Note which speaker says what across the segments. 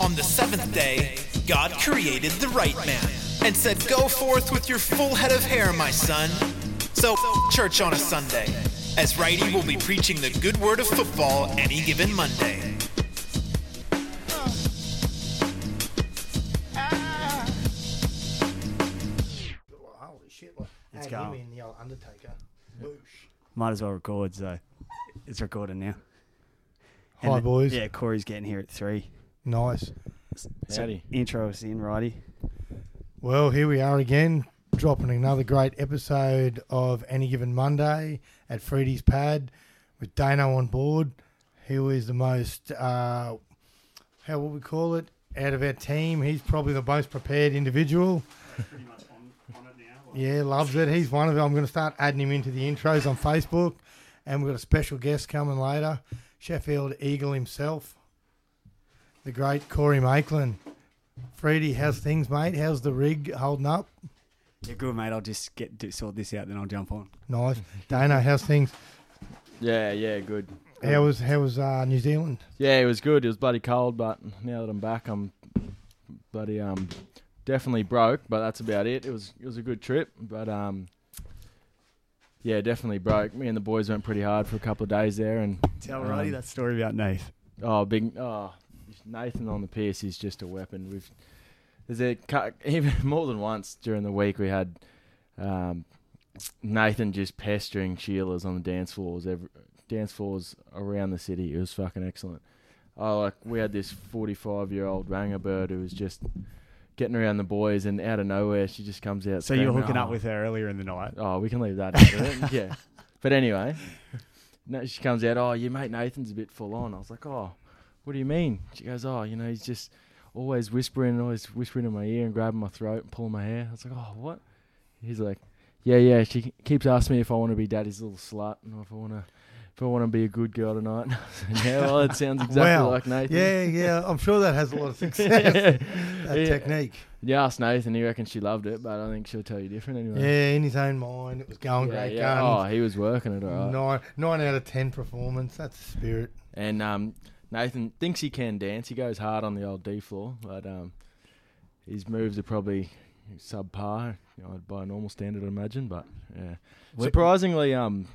Speaker 1: On the seventh day, God created the right man and said, Go forth with your full head of hair, my son. So, church on a Sunday, as Righty will be preaching the good word of football any given Monday.
Speaker 2: Holy shit! Like,
Speaker 3: Let's
Speaker 2: add
Speaker 3: go.
Speaker 2: him in the old Undertaker. Whoosh.
Speaker 3: Might as well record, so it's recording now.
Speaker 2: Hi,
Speaker 3: the-
Speaker 2: boys.
Speaker 3: Yeah, Corey's getting here at three.
Speaker 2: Nice.
Speaker 3: So
Speaker 4: Howdy.
Speaker 3: intro us in, righty.
Speaker 2: Well, here we are again, dropping another great episode of Any Given Monday at Freddy's Pad with Dano on board, who is the most, uh, how will we call it, out of our team. He's probably the most prepared individual. Yeah, loves it. He's one of them. I'm going to start adding him into the intros on Facebook. And we've got a special guest coming later Sheffield Eagle himself, the great Corey Maitland. Freddie, how's things, mate? How's the rig holding up?
Speaker 3: Yeah, good mate. I'll just get to sort this out, then I'll jump on.
Speaker 2: Nice. Dana, how's things?
Speaker 4: Yeah, yeah, good.
Speaker 2: How was how was uh, New Zealand?
Speaker 4: Yeah, it was good. It was bloody cold, but now that I'm back, I'm bloody um definitely broke, but that's about it. It was it was a good trip, but um yeah, definitely broke. Me and the boys went pretty hard for a couple of days there, and
Speaker 3: Tell
Speaker 4: Um,
Speaker 3: righty that story about Nath.
Speaker 4: oh, big oh Nathan on the pierce is just a weapon. We've there's a cu- even more than once during the week we had um, Nathan just pestering Sheila's on the dance floors, every, dance floors around the city. It was fucking excellent. Oh, like we had this 45 year old ranger bird who was just getting around the boys, and out of nowhere she just comes out.
Speaker 3: So you're
Speaker 4: screaming,
Speaker 3: hooking up
Speaker 4: "Oh,
Speaker 3: with her earlier in the night.
Speaker 4: Oh, we can leave that. out of it. yeah. But anyway, no, she comes out. Oh, your mate Nathan's a bit full on. I was like, oh, what do you mean? She goes, oh, you know, he's just always whispering, always whispering in my ear and grabbing my throat and pulling my hair. I was like, oh, what? He's like, yeah, yeah. She keeps asking me if I want to be daddy's little slut and if I want to. If I want to be a good girl tonight, yeah, well, it sounds exactly
Speaker 2: Wow.
Speaker 4: like Nathan.
Speaker 2: Yeah, yeah. I'm sure that has a lot of success.
Speaker 4: yeah.
Speaker 2: that technique.
Speaker 4: You ask Nathan, he reckons she loved it, but I think she'll tell you different anyway.
Speaker 2: Yeah, in his own mind, it was going
Speaker 4: Yeah,
Speaker 2: great
Speaker 4: yeah. Oh,
Speaker 2: guns.
Speaker 4: he was working it all right.
Speaker 2: nine, nine out of ten performance. That's the spirit.
Speaker 4: And um, Nathan thinks he can dance. He goes hard on the old D floor, but um, his moves are probably subpar you know, by a normal standard, I imagine. But yeah, surprisingly, um,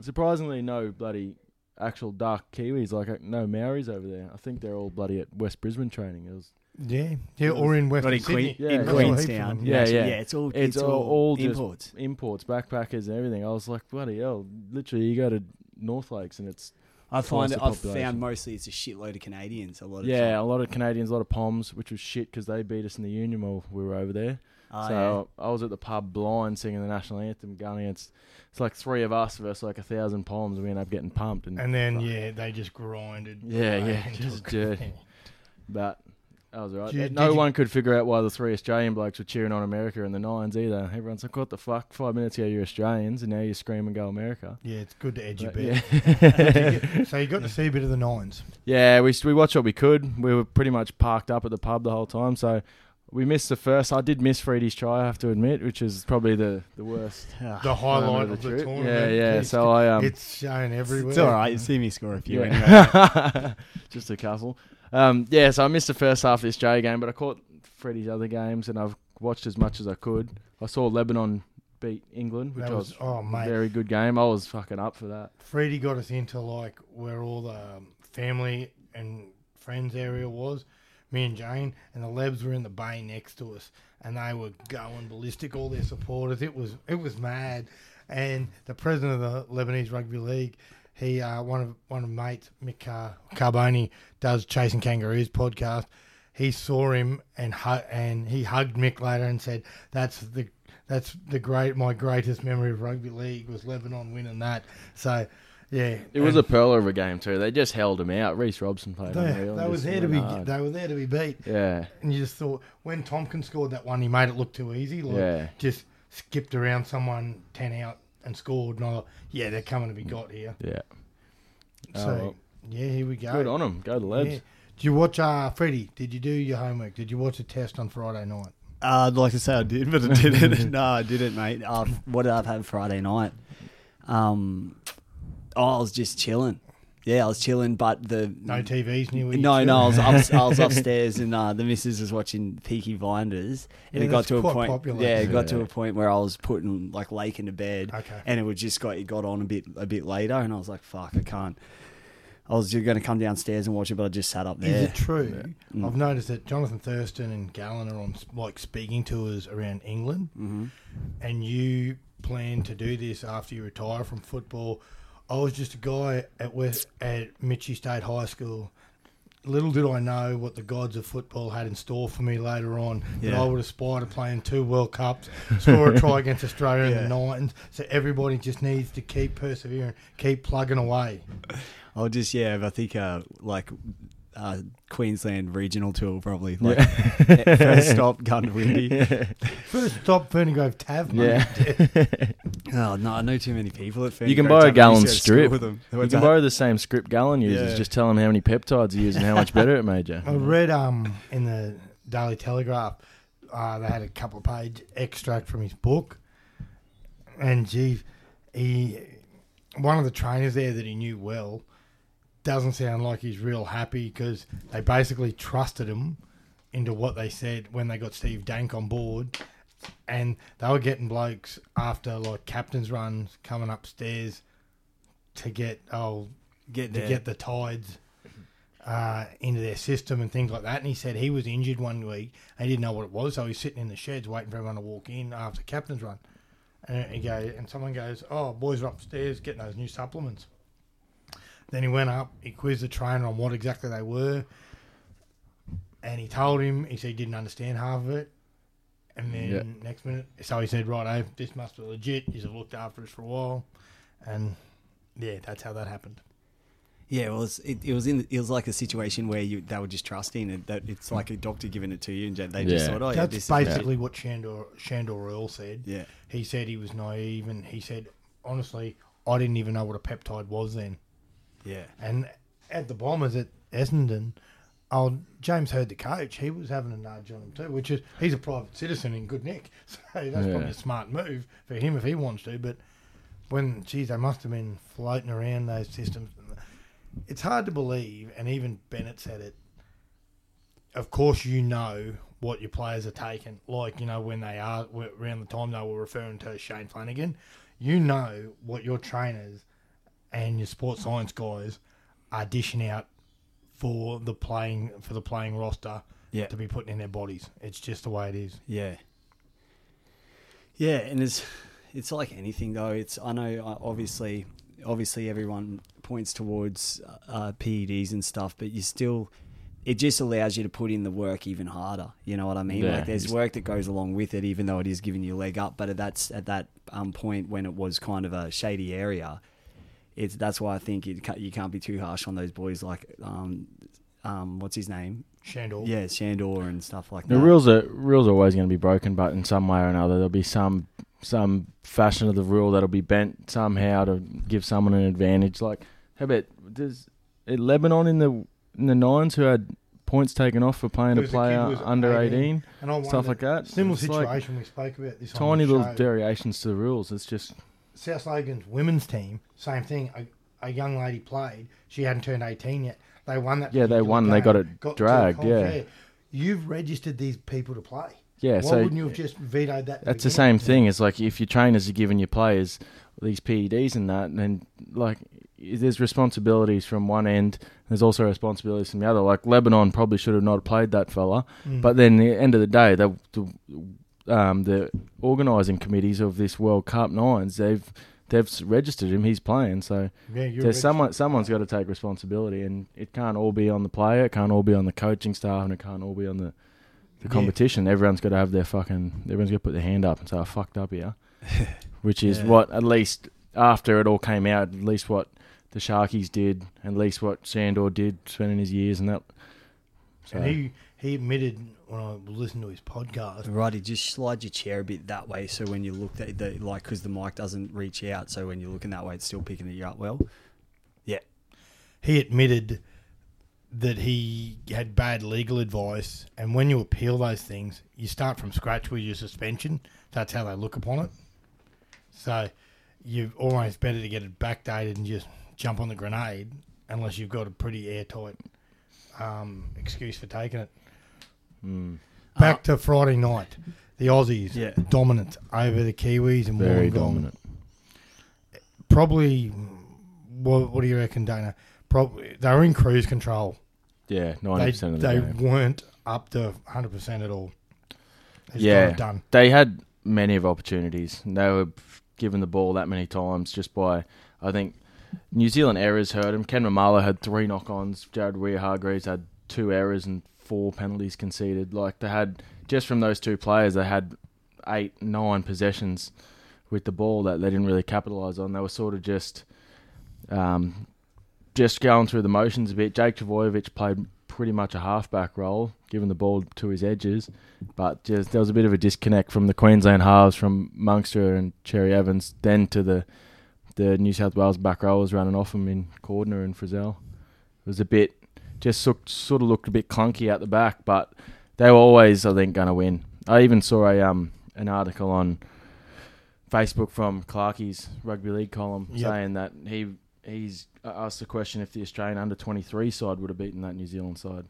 Speaker 4: surprisingly, no bloody actual dark Kiwis, like uh, no Maoris over there. I think they're all bloody at West Brisbane training. It was,
Speaker 2: Yeah, yeah. Or in Western
Speaker 3: Not in,
Speaker 2: Sydney.
Speaker 3: Queen,
Speaker 4: Yeah,
Speaker 3: in
Speaker 4: yeah.
Speaker 3: Queenstown.
Speaker 4: Yeah, yeah.
Speaker 3: yeah. It's all
Speaker 4: it's, all, all just
Speaker 3: imports.
Speaker 4: imports, backpackers, and everything. I was like, bloody hell! Literally, you go to North Lakes and it's
Speaker 3: I find
Speaker 4: twice
Speaker 3: it,
Speaker 4: the
Speaker 3: I've
Speaker 4: population.
Speaker 3: found mostly it's a shitload of Canadians. A lot of
Speaker 4: yeah,
Speaker 3: time.
Speaker 4: a lot of Canadians, a lot of Poms, which was shit because they beat us in the Union while we were over there.
Speaker 3: Oh,
Speaker 4: so I was at the pub blind singing the national anthem, going against it's like three of us versus like a thousand Poms, and we ended up getting pumped. And,
Speaker 2: And then yeah, they just grinded.
Speaker 4: Yeah,
Speaker 2: right
Speaker 4: yeah,
Speaker 2: into
Speaker 4: just
Speaker 2: it.
Speaker 4: dirty. but that was alright.
Speaker 2: Did you-
Speaker 4: no
Speaker 2: did you-
Speaker 4: one could figure out why the three Australian blokes were cheering on America in the nines either. Everyone's like, "What the fuck? Five minutes ago you're Australians, and now you're screaming go America."
Speaker 2: Yeah, it's good to edge your
Speaker 4: But,
Speaker 2: bet.
Speaker 4: yeah.
Speaker 2: So you got to see a bit of the nines.
Speaker 4: Yeah, we we watched what we could. We were pretty much parked up at the pub the whole time, so we missed the first. I did miss Freddy's try, I have to admit, which is probably the, the worst.
Speaker 3: Ah,
Speaker 2: The highlight
Speaker 4: moment
Speaker 2: of
Speaker 4: of the
Speaker 2: the
Speaker 4: trip.
Speaker 2: tournament.
Speaker 4: Yeah, yeah, so I, um,
Speaker 2: it's shown everywhere.
Speaker 3: it's all right. You see me score a few. Anyway.
Speaker 4: Yeah. just a couple. Um, yeah, so I missed the first half of this J game, but I caught Freddy's other games, and I've watched as much as I could. I saw Lebanon beat England, which
Speaker 2: That was,
Speaker 4: was,
Speaker 2: oh
Speaker 4: a
Speaker 2: mate,
Speaker 4: very good game. I was fucking up for that.
Speaker 2: Freddie got us into like where all the um, family and friends area was. Me and Jane and the Lebs were in the bay next to us, and they were going ballistic. All their supporters, it was it was mad. And the president of the Lebanese Rugby League, he uh, one of one of mates Mick Car- Carboni does Chasing Kangaroos podcast. He saw him and hu- and he hugged Mick later and said, "That's the that's the great my greatest memory of rugby league was Lebanon winning that." So, yeah,
Speaker 4: It was a
Speaker 2: and
Speaker 4: pearler of a game too. They just held him out. Reese Robson played
Speaker 2: they,
Speaker 4: unreal.
Speaker 2: they
Speaker 4: and
Speaker 2: were
Speaker 4: just
Speaker 2: there to
Speaker 4: went
Speaker 2: be
Speaker 4: hard.
Speaker 2: they were there to be beat,
Speaker 4: yeah,
Speaker 2: and you just thought when Tompkins scored that one, he made it look too easy. Like
Speaker 4: Yeah.
Speaker 2: just skipped around someone ten out and scored, and I thought, yeah, they're coming to be got here.
Speaker 4: yeah. Oh,
Speaker 2: So
Speaker 4: well.
Speaker 2: yeah, here we go.
Speaker 4: Good on him. Go to Lebs.
Speaker 2: Yeah. Did you watch uh, Freddie? Did you do your homework? Did you watch a test on Friday night?
Speaker 3: Uh, I'd like to say I did, but I didn't. no, I didn't, mate. Uh, what did I have Friday night? Um, oh, I was just chilling.
Speaker 5: yeah, I was chilling, but the
Speaker 4: Mm.
Speaker 2: No TVs near where you
Speaker 5: no,
Speaker 2: chill.
Speaker 5: no, I was, up, I was upstairs and uh, the missus was watching Peaky Blinders, and
Speaker 2: Yeah,
Speaker 5: it got
Speaker 2: that's
Speaker 5: to a
Speaker 2: quite
Speaker 5: point.
Speaker 2: popular.
Speaker 5: Yeah, it got to
Speaker 4: Yeah.
Speaker 5: a point where I was putting like Lake into bed,
Speaker 2: Okay.
Speaker 5: and it would just got it got on a bit a bit later, and I was like, "Fuck, I can't." I was just going to come downstairs and watch it, but I just sat up
Speaker 2: Is
Speaker 5: there.
Speaker 2: it true? Mm. I've noticed that Jonathan Thurston and Gallen are on like speaking tours around England, and you plan to do this after you retire from football. I was just a guy at West at Mitchie State High School. Little did I know what the gods of football had in store for me later on. That
Speaker 5: Yeah.
Speaker 2: I would aspire to playing two World Cups, score a try against Australia in the Nines. So everybody just needs to keep persevering, keep plugging away.
Speaker 5: I'll just yeah, but I think uh, like uh, Queensland regional tour probably like first stop Gundawindi.
Speaker 2: First stop, Fernygrove Tav. mate.
Speaker 4: Yeah.
Speaker 5: Oh no, I know too many people at
Speaker 4: You can
Speaker 5: Ferngrove
Speaker 4: borrow a
Speaker 5: Tavern. I
Speaker 4: gallon
Speaker 5: used to go to
Speaker 4: strip.
Speaker 5: school with
Speaker 4: You
Speaker 5: them.
Speaker 4: can
Speaker 5: What's that?
Speaker 4: borrow the same script Gallon uses.
Speaker 5: Yeah.
Speaker 4: Just tell him how many peptides he used and how much better it made you.
Speaker 2: I read um in the Daily Telegraph, uh, they had a couple of page extract from his book, and gee, he one of the trainers there that he knew well doesn't sound like he's real happy because they basically trusted him into what they said when they got Steve Dank on board. And they were getting blokes after like captain's runs coming upstairs to get oh
Speaker 5: Get
Speaker 2: to
Speaker 5: there.
Speaker 2: get the tides uh, into their system and things like that. And he said he was injured one week and he didn't know what it was, so he was sitting in the sheds waiting for everyone to walk in after captain's run. And he go and someone goes, "Oh, boys are upstairs getting those new supplements." Then he went up, he quizzed the trainer on what exactly they were, and he told him he said he didn't understand half of it. And then
Speaker 4: Yeah.
Speaker 2: next minute, so he said, "Right, this must be legit. He's looked after us for a while," and yeah, that's how that happened.
Speaker 5: Yeah, well, it's, it, it was in it was like a situation where you they were just trusting it that it's like a doctor giving it to you, and they just
Speaker 4: Yeah.
Speaker 5: thought, oh, yeah,
Speaker 2: That's
Speaker 5: this is
Speaker 2: basically what Shandor Shandor Royal said.
Speaker 5: Yeah.
Speaker 2: he said he was naive, and he said honestly, I didn't even know what a peptide was then.
Speaker 5: yeah,
Speaker 2: And at the Bombers at Essendon, old James heard the coach. He was having a nudge on him too, which is he's a private citizen in good nick, so that's
Speaker 4: Yeah.
Speaker 2: probably a smart move for him if he wants to. But when geez, they must have been floating around those systems. It's hard to believe, and even Bennett said it. Of course, you know what your players are taking. Like you know when they are around the time they were referring to Shane Flanagan, you know what your trainers and your sports science guys are dishing out for the playing for the playing roster
Speaker 5: Yeah.
Speaker 2: to be putting in their bodies. It's just the way it is.
Speaker 5: yeah, yeah, and it's it's like anything though. It's I know uh, obviously obviously everyone points towards uh, PEDs and stuff, but you still it just allows you to put in the work even harder. You know what I mean?
Speaker 4: Yeah,
Speaker 5: like there's
Speaker 4: just-
Speaker 5: work that goes along with it, even though it is giving you a leg up. But at that's at that um, point when it was kind of a shady area. it's that's why I think it, ca- you can't be too harsh on those boys like um um what's his name
Speaker 2: Shandor.
Speaker 5: yeah Shandor and stuff like that.
Speaker 4: The rules are rules are always going to be broken, but in some way or another, there'll be some some fashion of the rule that'll be bent somehow to give someone an advantage. Like how about does is Lebanon in the in the nines who had points taken off for playing
Speaker 2: Who
Speaker 4: a
Speaker 2: was a kid
Speaker 4: player
Speaker 2: who was
Speaker 4: under
Speaker 2: 18,
Speaker 4: eighteen,
Speaker 2: And I
Speaker 4: stuff
Speaker 2: wonder-
Speaker 4: like that.
Speaker 2: Similar
Speaker 4: It's like
Speaker 2: situation we spoke about this on
Speaker 4: tiny
Speaker 2: the
Speaker 4: little
Speaker 2: show.
Speaker 4: variations to the rules. It's just
Speaker 2: South Logan's women's team, same thing. A, a young lady played. She hadn't turned 18 yet. They won that.
Speaker 4: Yeah, they
Speaker 2: particular
Speaker 4: won, they
Speaker 2: game,
Speaker 4: got it
Speaker 2: to the
Speaker 4: dragged,
Speaker 2: comp,
Speaker 4: yeah.
Speaker 2: You've registered these people to play.
Speaker 4: Yeah,
Speaker 2: Why
Speaker 4: so-
Speaker 2: wouldn't you have just vetoed that? at
Speaker 4: That's the
Speaker 2: beginning?
Speaker 4: same thing. It's like if your trainers are giving your players these PEDs and that, then like there's responsibilities from one end. There's also responsibilities from the other. Like Lebanon probably should have not played that fella,
Speaker 2: Mm.
Speaker 4: but then the end of the day, they, the um, the organising committees of this World Cup nines they've they've s- registered him. He's playing, so
Speaker 2: Yeah, you're
Speaker 4: there's
Speaker 2: registered.
Speaker 4: someone someone's got to take responsibility, and it can't all be on the player. It can't all be on the coaching staff, and it can't all be on the the competition, everyone's got to have their fucking. Everyone's got to put their hand up and say, "I fucked up here," which is what at least after it all came out, at least what the Sharkies did, at least what Sandor did, spending his years and that. So
Speaker 2: And he he admitted when I listened to his podcast
Speaker 5: Righty, just slide your chair a bit that way so when you look at the like because the mic doesn't reach out, so when you're looking that way, it's still picking you up well. Yeah,
Speaker 2: he admitted that he had bad legal advice, and when you appeal those things, you start from scratch with your suspension. That's how they look upon it. So you're almost better to get it backdated and just jump on the grenade unless you've got a pretty airtight um, excuse for taking it.
Speaker 4: Hmm.
Speaker 2: Back to Friday night. The Aussies
Speaker 5: Yeah.
Speaker 2: dominant over the Kiwis and
Speaker 4: Very
Speaker 2: Wollongong.
Speaker 4: dominant.
Speaker 2: Probably, what, what do you reckon, Dana? Probably they were in cruise control.
Speaker 4: Yeah,
Speaker 2: They,
Speaker 4: ninety percent of the
Speaker 2: they
Speaker 4: game.
Speaker 2: weren't up to 100% at all. They just got
Speaker 4: yeah,
Speaker 2: it done.
Speaker 4: they had many of opportunities. They were given the ball that many times just by, I think, New Zealand errors hurt him. Ken Mamala had three knock-ons. Jared Weir Hargreaves had two errors and four penalties conceded. Like they had just from those two players, they had eight, nine possessions with the ball that they didn't really capitalize on. They were sort of just, um, just going through the motions a bit. Jake Travojevic played pretty much a halfback role, giving the ball to his edges but just, there was a bit of a disconnect from the Queensland halves, from Munster and Cherry Evans, then to the the New South Wales back rowers running off them in Cordner and Frizzell. It was a bit just so, sort of looked a bit clunky at the back, but they were always, I think, going to win. I even saw a um an article on Facebook from Clarkie's rugby league column
Speaker 2: Yep.
Speaker 4: saying that he he's uh, asked the question if the Australian under twenty three side would have beaten that New Zealand side.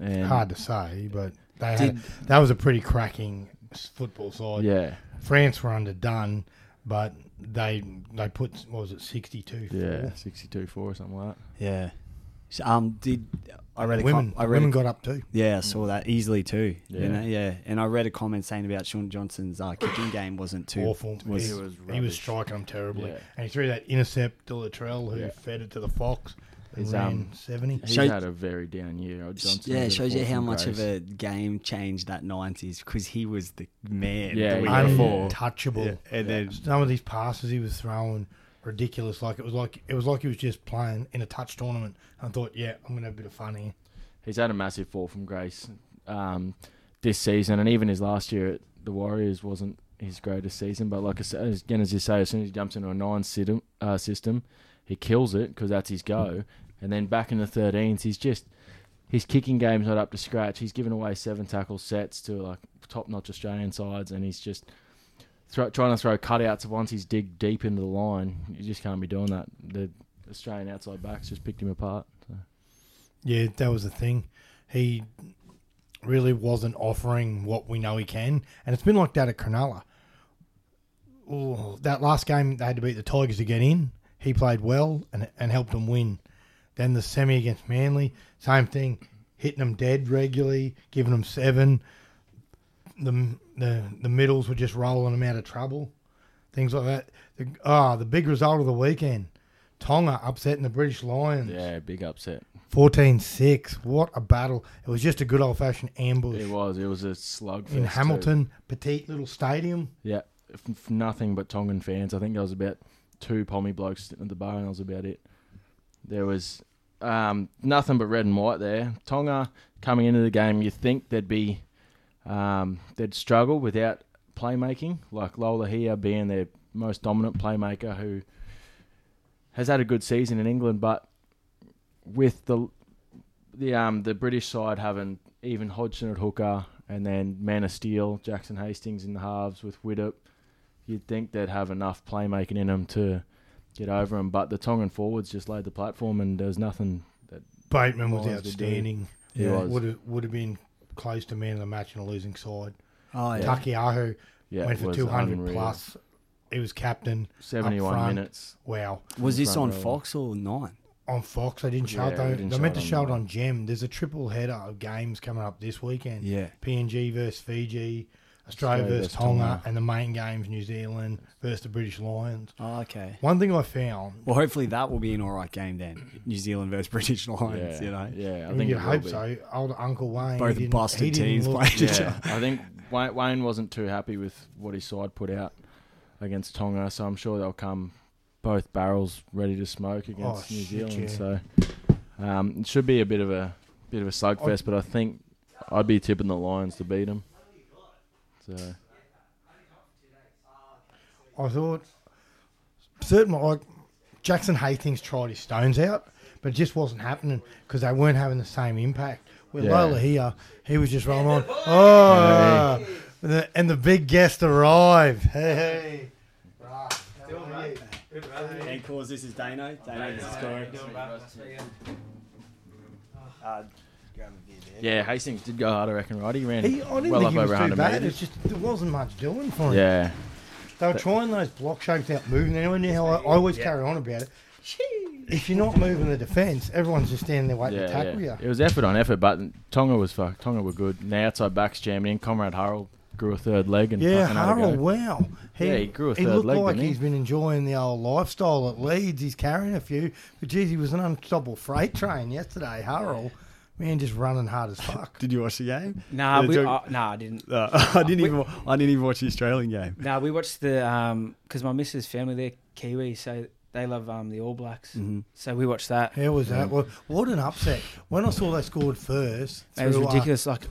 Speaker 4: And
Speaker 2: Hard to say, but they
Speaker 5: Did-
Speaker 2: had, that was a pretty cracking s- football side.
Speaker 4: yeah,
Speaker 2: France were underdone, but they they put what was it sixty two?
Speaker 4: yeah, sixty two four or something like that.
Speaker 5: Yeah. So, um, did I read a com-
Speaker 2: women
Speaker 5: I read
Speaker 2: women
Speaker 5: a,
Speaker 2: got up too.
Speaker 5: yeah, I saw that easily too.
Speaker 4: Yeah.
Speaker 5: You know, yeah, and I read a comment saying about Sean Johnson's uh, kicking game wasn't too
Speaker 2: Awful.
Speaker 5: was-
Speaker 2: he,
Speaker 5: It
Speaker 2: was
Speaker 4: was
Speaker 2: he was
Speaker 4: rubbish.
Speaker 2: striking them terribly,
Speaker 4: Yeah.
Speaker 2: and he threw that intercept to Latrell, who
Speaker 4: Yeah.
Speaker 2: fed it to the Fox. and
Speaker 4: He's,
Speaker 2: ran
Speaker 4: um,
Speaker 2: seventy.
Speaker 4: He's
Speaker 5: Show-
Speaker 4: had a very down year. Oh, Johnson's
Speaker 5: yeah,
Speaker 4: had a
Speaker 5: it shows
Speaker 4: fall
Speaker 5: you how
Speaker 4: from
Speaker 5: much
Speaker 4: grace.
Speaker 5: of a game changed that nineties because he was the man.
Speaker 4: Yeah,
Speaker 5: the week
Speaker 4: yeah.
Speaker 5: before.
Speaker 2: Untouchable.
Speaker 5: Yeah, and then
Speaker 2: Some of these passes he was throwing ridiculous. Like it was like it was like he was just playing in a touch tournament. I thought, yeah, I'm gonna have a bit of fun here.
Speaker 4: He's had a massive fall from grace um, this season, and even his last year at the Warriors wasn't his greatest season. But like I said, as- again, as you say, as soon as he jumps into a nine system, uh, system he kills it because that's his go. And then back in the 13s, he's just his kicking game's not up to scratch. He's given away seven tackle sets to like top-notch Australian sides, and he's just thro- trying to throw cutouts. Once he's dig deep into the line, you just can't be doing that. The Australian outside backs just picked him apart. So.
Speaker 2: Yeah, that was the thing. He really wasn't offering what we know he can, and it's been like that at Cronulla. Ooh, that last game they had to beat the Tigers to get in. He played well and and helped them win. Then the semi against Manly, same thing, hitting them dead regularly, giving them seven. The the the middles were just rolling them out of trouble, things like that. The, ah, the big result of the weekend, Tonga upsetting the British Lions.
Speaker 4: Yeah, big upset.
Speaker 2: 14 6. What a battle. It was just a good old fashioned ambush
Speaker 4: It was. It was a slug
Speaker 2: in Hamilton, petite little stadium.
Speaker 4: Yeah, f- f- nothing but Tongan fans. I think there was about two Pommy blokes sitting at the bar, and that was about it. There was um, nothing but red and white there. Tonga coming into the game, you think they'd be um, they'd struggle without playmaking, like Lola here being their most dominant playmaker, who has had a good season in England, but with the the um the British side having even Hodgson at hooker and then Man of Steel, Jackson Hastings in the halves with Widdop, you'd think they'd have enough playmaking in them to get over them. But the Tongan forwards just laid the platform and there was nothing. That,
Speaker 2: Bateman was
Speaker 4: Lions would do.
Speaker 2: outstanding.
Speaker 4: He was.
Speaker 2: Would have, would have been close to man of the match in a losing side.
Speaker 5: oh yeah.
Speaker 2: Takiyahu
Speaker 4: yeah,
Speaker 2: went for
Speaker 4: was
Speaker 2: 200
Speaker 4: unreal.
Speaker 2: plus. He was captain. up
Speaker 4: 71
Speaker 2: front.
Speaker 4: minutes.
Speaker 2: Wow.
Speaker 5: Was this on
Speaker 4: Front row.
Speaker 5: Fox or Nine?
Speaker 2: On Fox, they didn't show
Speaker 4: Yeah,
Speaker 2: it.
Speaker 4: they
Speaker 2: They,
Speaker 4: didn't
Speaker 2: they
Speaker 4: show
Speaker 2: meant
Speaker 4: it
Speaker 2: to
Speaker 4: on
Speaker 2: show it
Speaker 4: the-
Speaker 2: on Gem. There's a triple header of games coming up this weekend.
Speaker 5: Yeah.
Speaker 2: PNG versus Fiji, Australia,
Speaker 4: Australia
Speaker 2: versus
Speaker 4: versus Tonga.
Speaker 2: Tonga, and the main games New Zealand versus the British Lions.
Speaker 5: Oh, okay.
Speaker 2: One thing I found
Speaker 5: Well, hopefully that will be an all right game then. New Zealand versus British Lions.
Speaker 4: Yeah,
Speaker 5: You know.
Speaker 4: yeah, I
Speaker 2: I think
Speaker 4: think
Speaker 2: you
Speaker 4: it will
Speaker 2: hope
Speaker 4: be.
Speaker 2: so. Old Uncle Wayne.
Speaker 5: Both
Speaker 2: he didn't-
Speaker 5: busted
Speaker 2: he didn't
Speaker 5: teams
Speaker 2: look-
Speaker 5: played each
Speaker 4: Yeah, I think Wayne, Wayne wasn't too happy with what his side put out against Tonga, so I'm sure they'll come both barrels ready to smoke against
Speaker 2: Oh,
Speaker 4: New
Speaker 2: shit,
Speaker 4: Zealand.
Speaker 2: yeah.
Speaker 4: So um, it should be a bit of a bit of a slugfest, but I think I'd be tipping the Lions to beat them. So
Speaker 2: I thought certain like Jackson Hastings tried his stones out, but it just wasn't happening because they weren't having the same impact. With
Speaker 4: Yeah.
Speaker 2: Lola here, he was just rolling on. Oh, and, the, and the big guest arrived. Hey, hey. Right. How are you? Good,
Speaker 5: And cause this is Dano. Dano, this is Corey.
Speaker 4: Yeah, Hastings did go hard, I reckon, right? He ran
Speaker 2: He, I didn't
Speaker 4: well
Speaker 2: think
Speaker 4: up
Speaker 2: he
Speaker 4: over
Speaker 2: was too
Speaker 4: 100
Speaker 2: bad.
Speaker 4: metres.
Speaker 2: It's just there wasn't much doing for him.
Speaker 4: Yeah.
Speaker 2: They were trying those block shapes out moving anywhere near how I, I always carry on about it. If you're not moving the defence, everyone's just standing there waiting
Speaker 4: Yeah,
Speaker 2: to tackle
Speaker 4: yeah.
Speaker 2: you.
Speaker 4: It was effort on effort, but Tonga was fuck. Tonga were good. And the outside backs jamming in. Comrade Harrell grew a third leg and
Speaker 2: Yeah,
Speaker 4: fucking had a go.
Speaker 2: Harrell, wow.
Speaker 4: Yeah, he grew a
Speaker 2: He
Speaker 4: third
Speaker 2: looked
Speaker 4: leg,
Speaker 2: like
Speaker 4: didn't he?
Speaker 2: has been enjoying the old lifestyle at Leeds. He's carrying a few, but geez, he was an unstoppable freight train yesterday. Harrell, man, just running hard as fuck.
Speaker 3: Did you watch the game?
Speaker 6: Nah,
Speaker 3: The
Speaker 6: we,
Speaker 3: joke-
Speaker 6: uh, nah, I didn't.
Speaker 3: Uh, I didn't even. wa- I didn't even watch the Australian game.
Speaker 6: Nah, we watched the um because my missus' family they're Kiwi, so they love um the All Blacks. So we watched that.
Speaker 2: How was that? Well, what an upset! When I saw they scored first,
Speaker 6: It was
Speaker 2: through, uh,
Speaker 6: ridiculous. Like,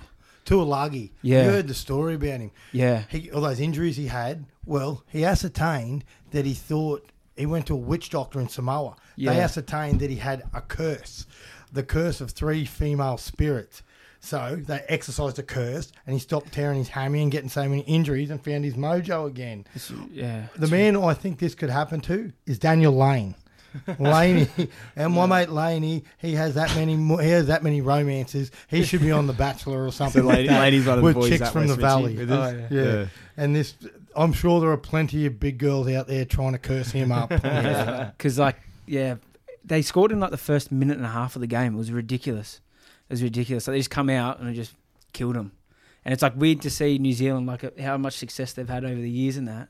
Speaker 2: Tuolagi.
Speaker 6: Yeah.
Speaker 2: You heard the story about him.
Speaker 6: yeah,
Speaker 2: He, all those injuries he had, well, he ascertained that he thought he went to a witch doctor in Samoa.
Speaker 6: Yeah.
Speaker 2: They ascertained that he had a curse, the curse of three female spirits. So they exercised a curse and he stopped tearing his hammy and getting so many injuries and found his mojo again.
Speaker 6: yeah.
Speaker 2: The man I think this could happen to is Daniel Lane. Laney and my mate Laney, he has that many, mo- he has that many romances. He should be on The Bachelor or something.
Speaker 5: So
Speaker 2: like
Speaker 5: lady,
Speaker 2: that
Speaker 5: ladies one of the
Speaker 2: with
Speaker 5: boys
Speaker 2: chicks
Speaker 5: that
Speaker 2: from
Speaker 5: West
Speaker 2: the valley. Oh,
Speaker 5: Mitchie.
Speaker 2: yeah. and this, I'm sure there are plenty of big girls out there trying to curse him up.
Speaker 6: Because like yeah, they scored in like the first minute and a half of the game. It was ridiculous. It was ridiculous. Like, they just come out and it just killed them. And it's like weird to see New Zealand like uh, how much success they've had over the years in that.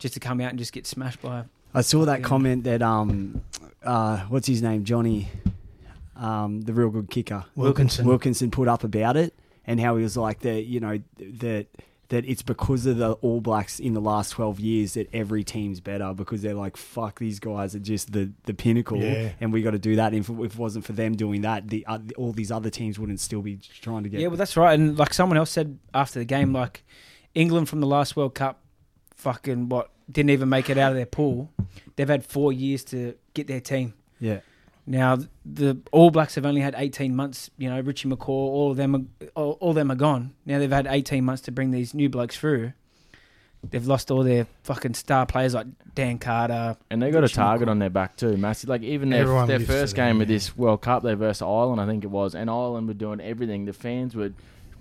Speaker 6: Just to come out and just get smashed by
Speaker 5: I saw that
Speaker 6: Yeah.
Speaker 5: comment that um, uh, what's his name, Johnny, um, the real good kicker
Speaker 2: Wilkinson.
Speaker 5: Wilkinson put up about it and how he was like that. You know that that it's because of the All Blacks in the last twelve years that every team's better because they're like fuck these guys are just the the pinnacle
Speaker 2: Yeah.
Speaker 5: and we got to do that. And if, if it wasn't for them doing that, the uh, all these other teams wouldn't still be trying to
Speaker 6: Yeah.
Speaker 5: get.
Speaker 6: well, that's right. And like someone else said after the game, like England from the last World Cup, fucking what didn't even make it out of their pool. They've had four years to get their team.
Speaker 5: yeah.
Speaker 6: Now the All Blacks have only had 18 months. You know, Richie McCaw, all of them, are, all, all of them are gone. Now they've had 18 months to bring these new blokes through. They've lost all their fucking star players like Dan Carter.
Speaker 4: And they got a
Speaker 6: Which
Speaker 4: target on their back too, massive. Like even their,
Speaker 2: Everyone
Speaker 4: their
Speaker 2: lives for
Speaker 4: first
Speaker 2: them,
Speaker 4: game of
Speaker 2: yeah.
Speaker 4: this World Cup, they versus Ireland, I think it was, and Ireland were doing everything. The fans were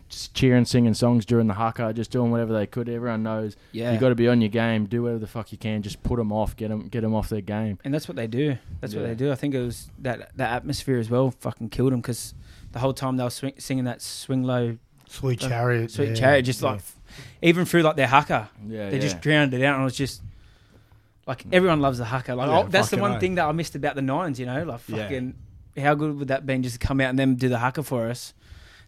Speaker 4: just cheering, singing songs during the haka, just doing whatever they could. Everyone knows
Speaker 6: Yeah,
Speaker 4: you got to be on your game. Do whatever the fuck you can. Just put them off. Get them, off their game.
Speaker 6: and that's what they do. That's what
Speaker 4: Yeah.
Speaker 6: they do. I think it was that that atmosphere as well. Fucking killed them because the whole time they were swing, singing that swing low,
Speaker 2: Sweet chariot,
Speaker 6: sweet
Speaker 2: yeah,
Speaker 6: chariot, just
Speaker 2: yeah.
Speaker 6: like even through like their haka.
Speaker 4: Yeah, Mm.
Speaker 6: They just drowned it out, and it was just like everyone loves the haka. Like
Speaker 3: Yeah,
Speaker 6: oh, that's the
Speaker 3: fucking
Speaker 6: one
Speaker 3: oath.
Speaker 6: thing that I missed about the Nines. You know, like
Speaker 3: Yeah.
Speaker 6: fucking how good would that been just to come out and then do the haka for us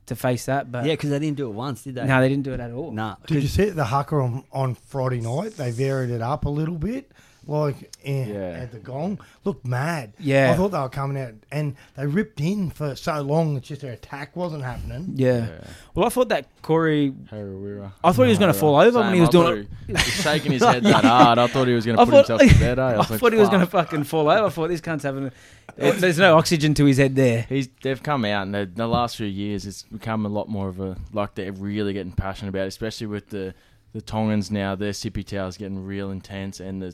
Speaker 6: to face that? But
Speaker 5: Yeah, because they didn't do it once, did they?
Speaker 6: no, they didn't do it at all.
Speaker 5: nah.
Speaker 2: Did you see the haka on, on Friday night? They varied it up a little bit, like eh,
Speaker 4: Yeah.
Speaker 2: at the gong. Looked mad.
Speaker 6: Yeah.
Speaker 2: I thought they were coming out and they ripped in for so long that just their attack wasn't happening.
Speaker 6: Yeah. Well, I thought that Corey.
Speaker 4: Harawira.
Speaker 6: I thought he was going to fall over when he was doing it.
Speaker 4: shaking his head that hard. I thought he was going
Speaker 6: I
Speaker 4: to put
Speaker 6: thought,
Speaker 4: himself to bed. eh? I was
Speaker 6: I
Speaker 4: like,
Speaker 6: thought he was going to
Speaker 4: "Fuck."
Speaker 6: fucking fall over. I thought this cunt's having. A, there's no oxygen to his head there.
Speaker 4: He's they've come out and the, the last few years it's become a lot more of a like they're really getting passionate about, it, especially with the the Tongans now. Their sippy towers getting real intense, and the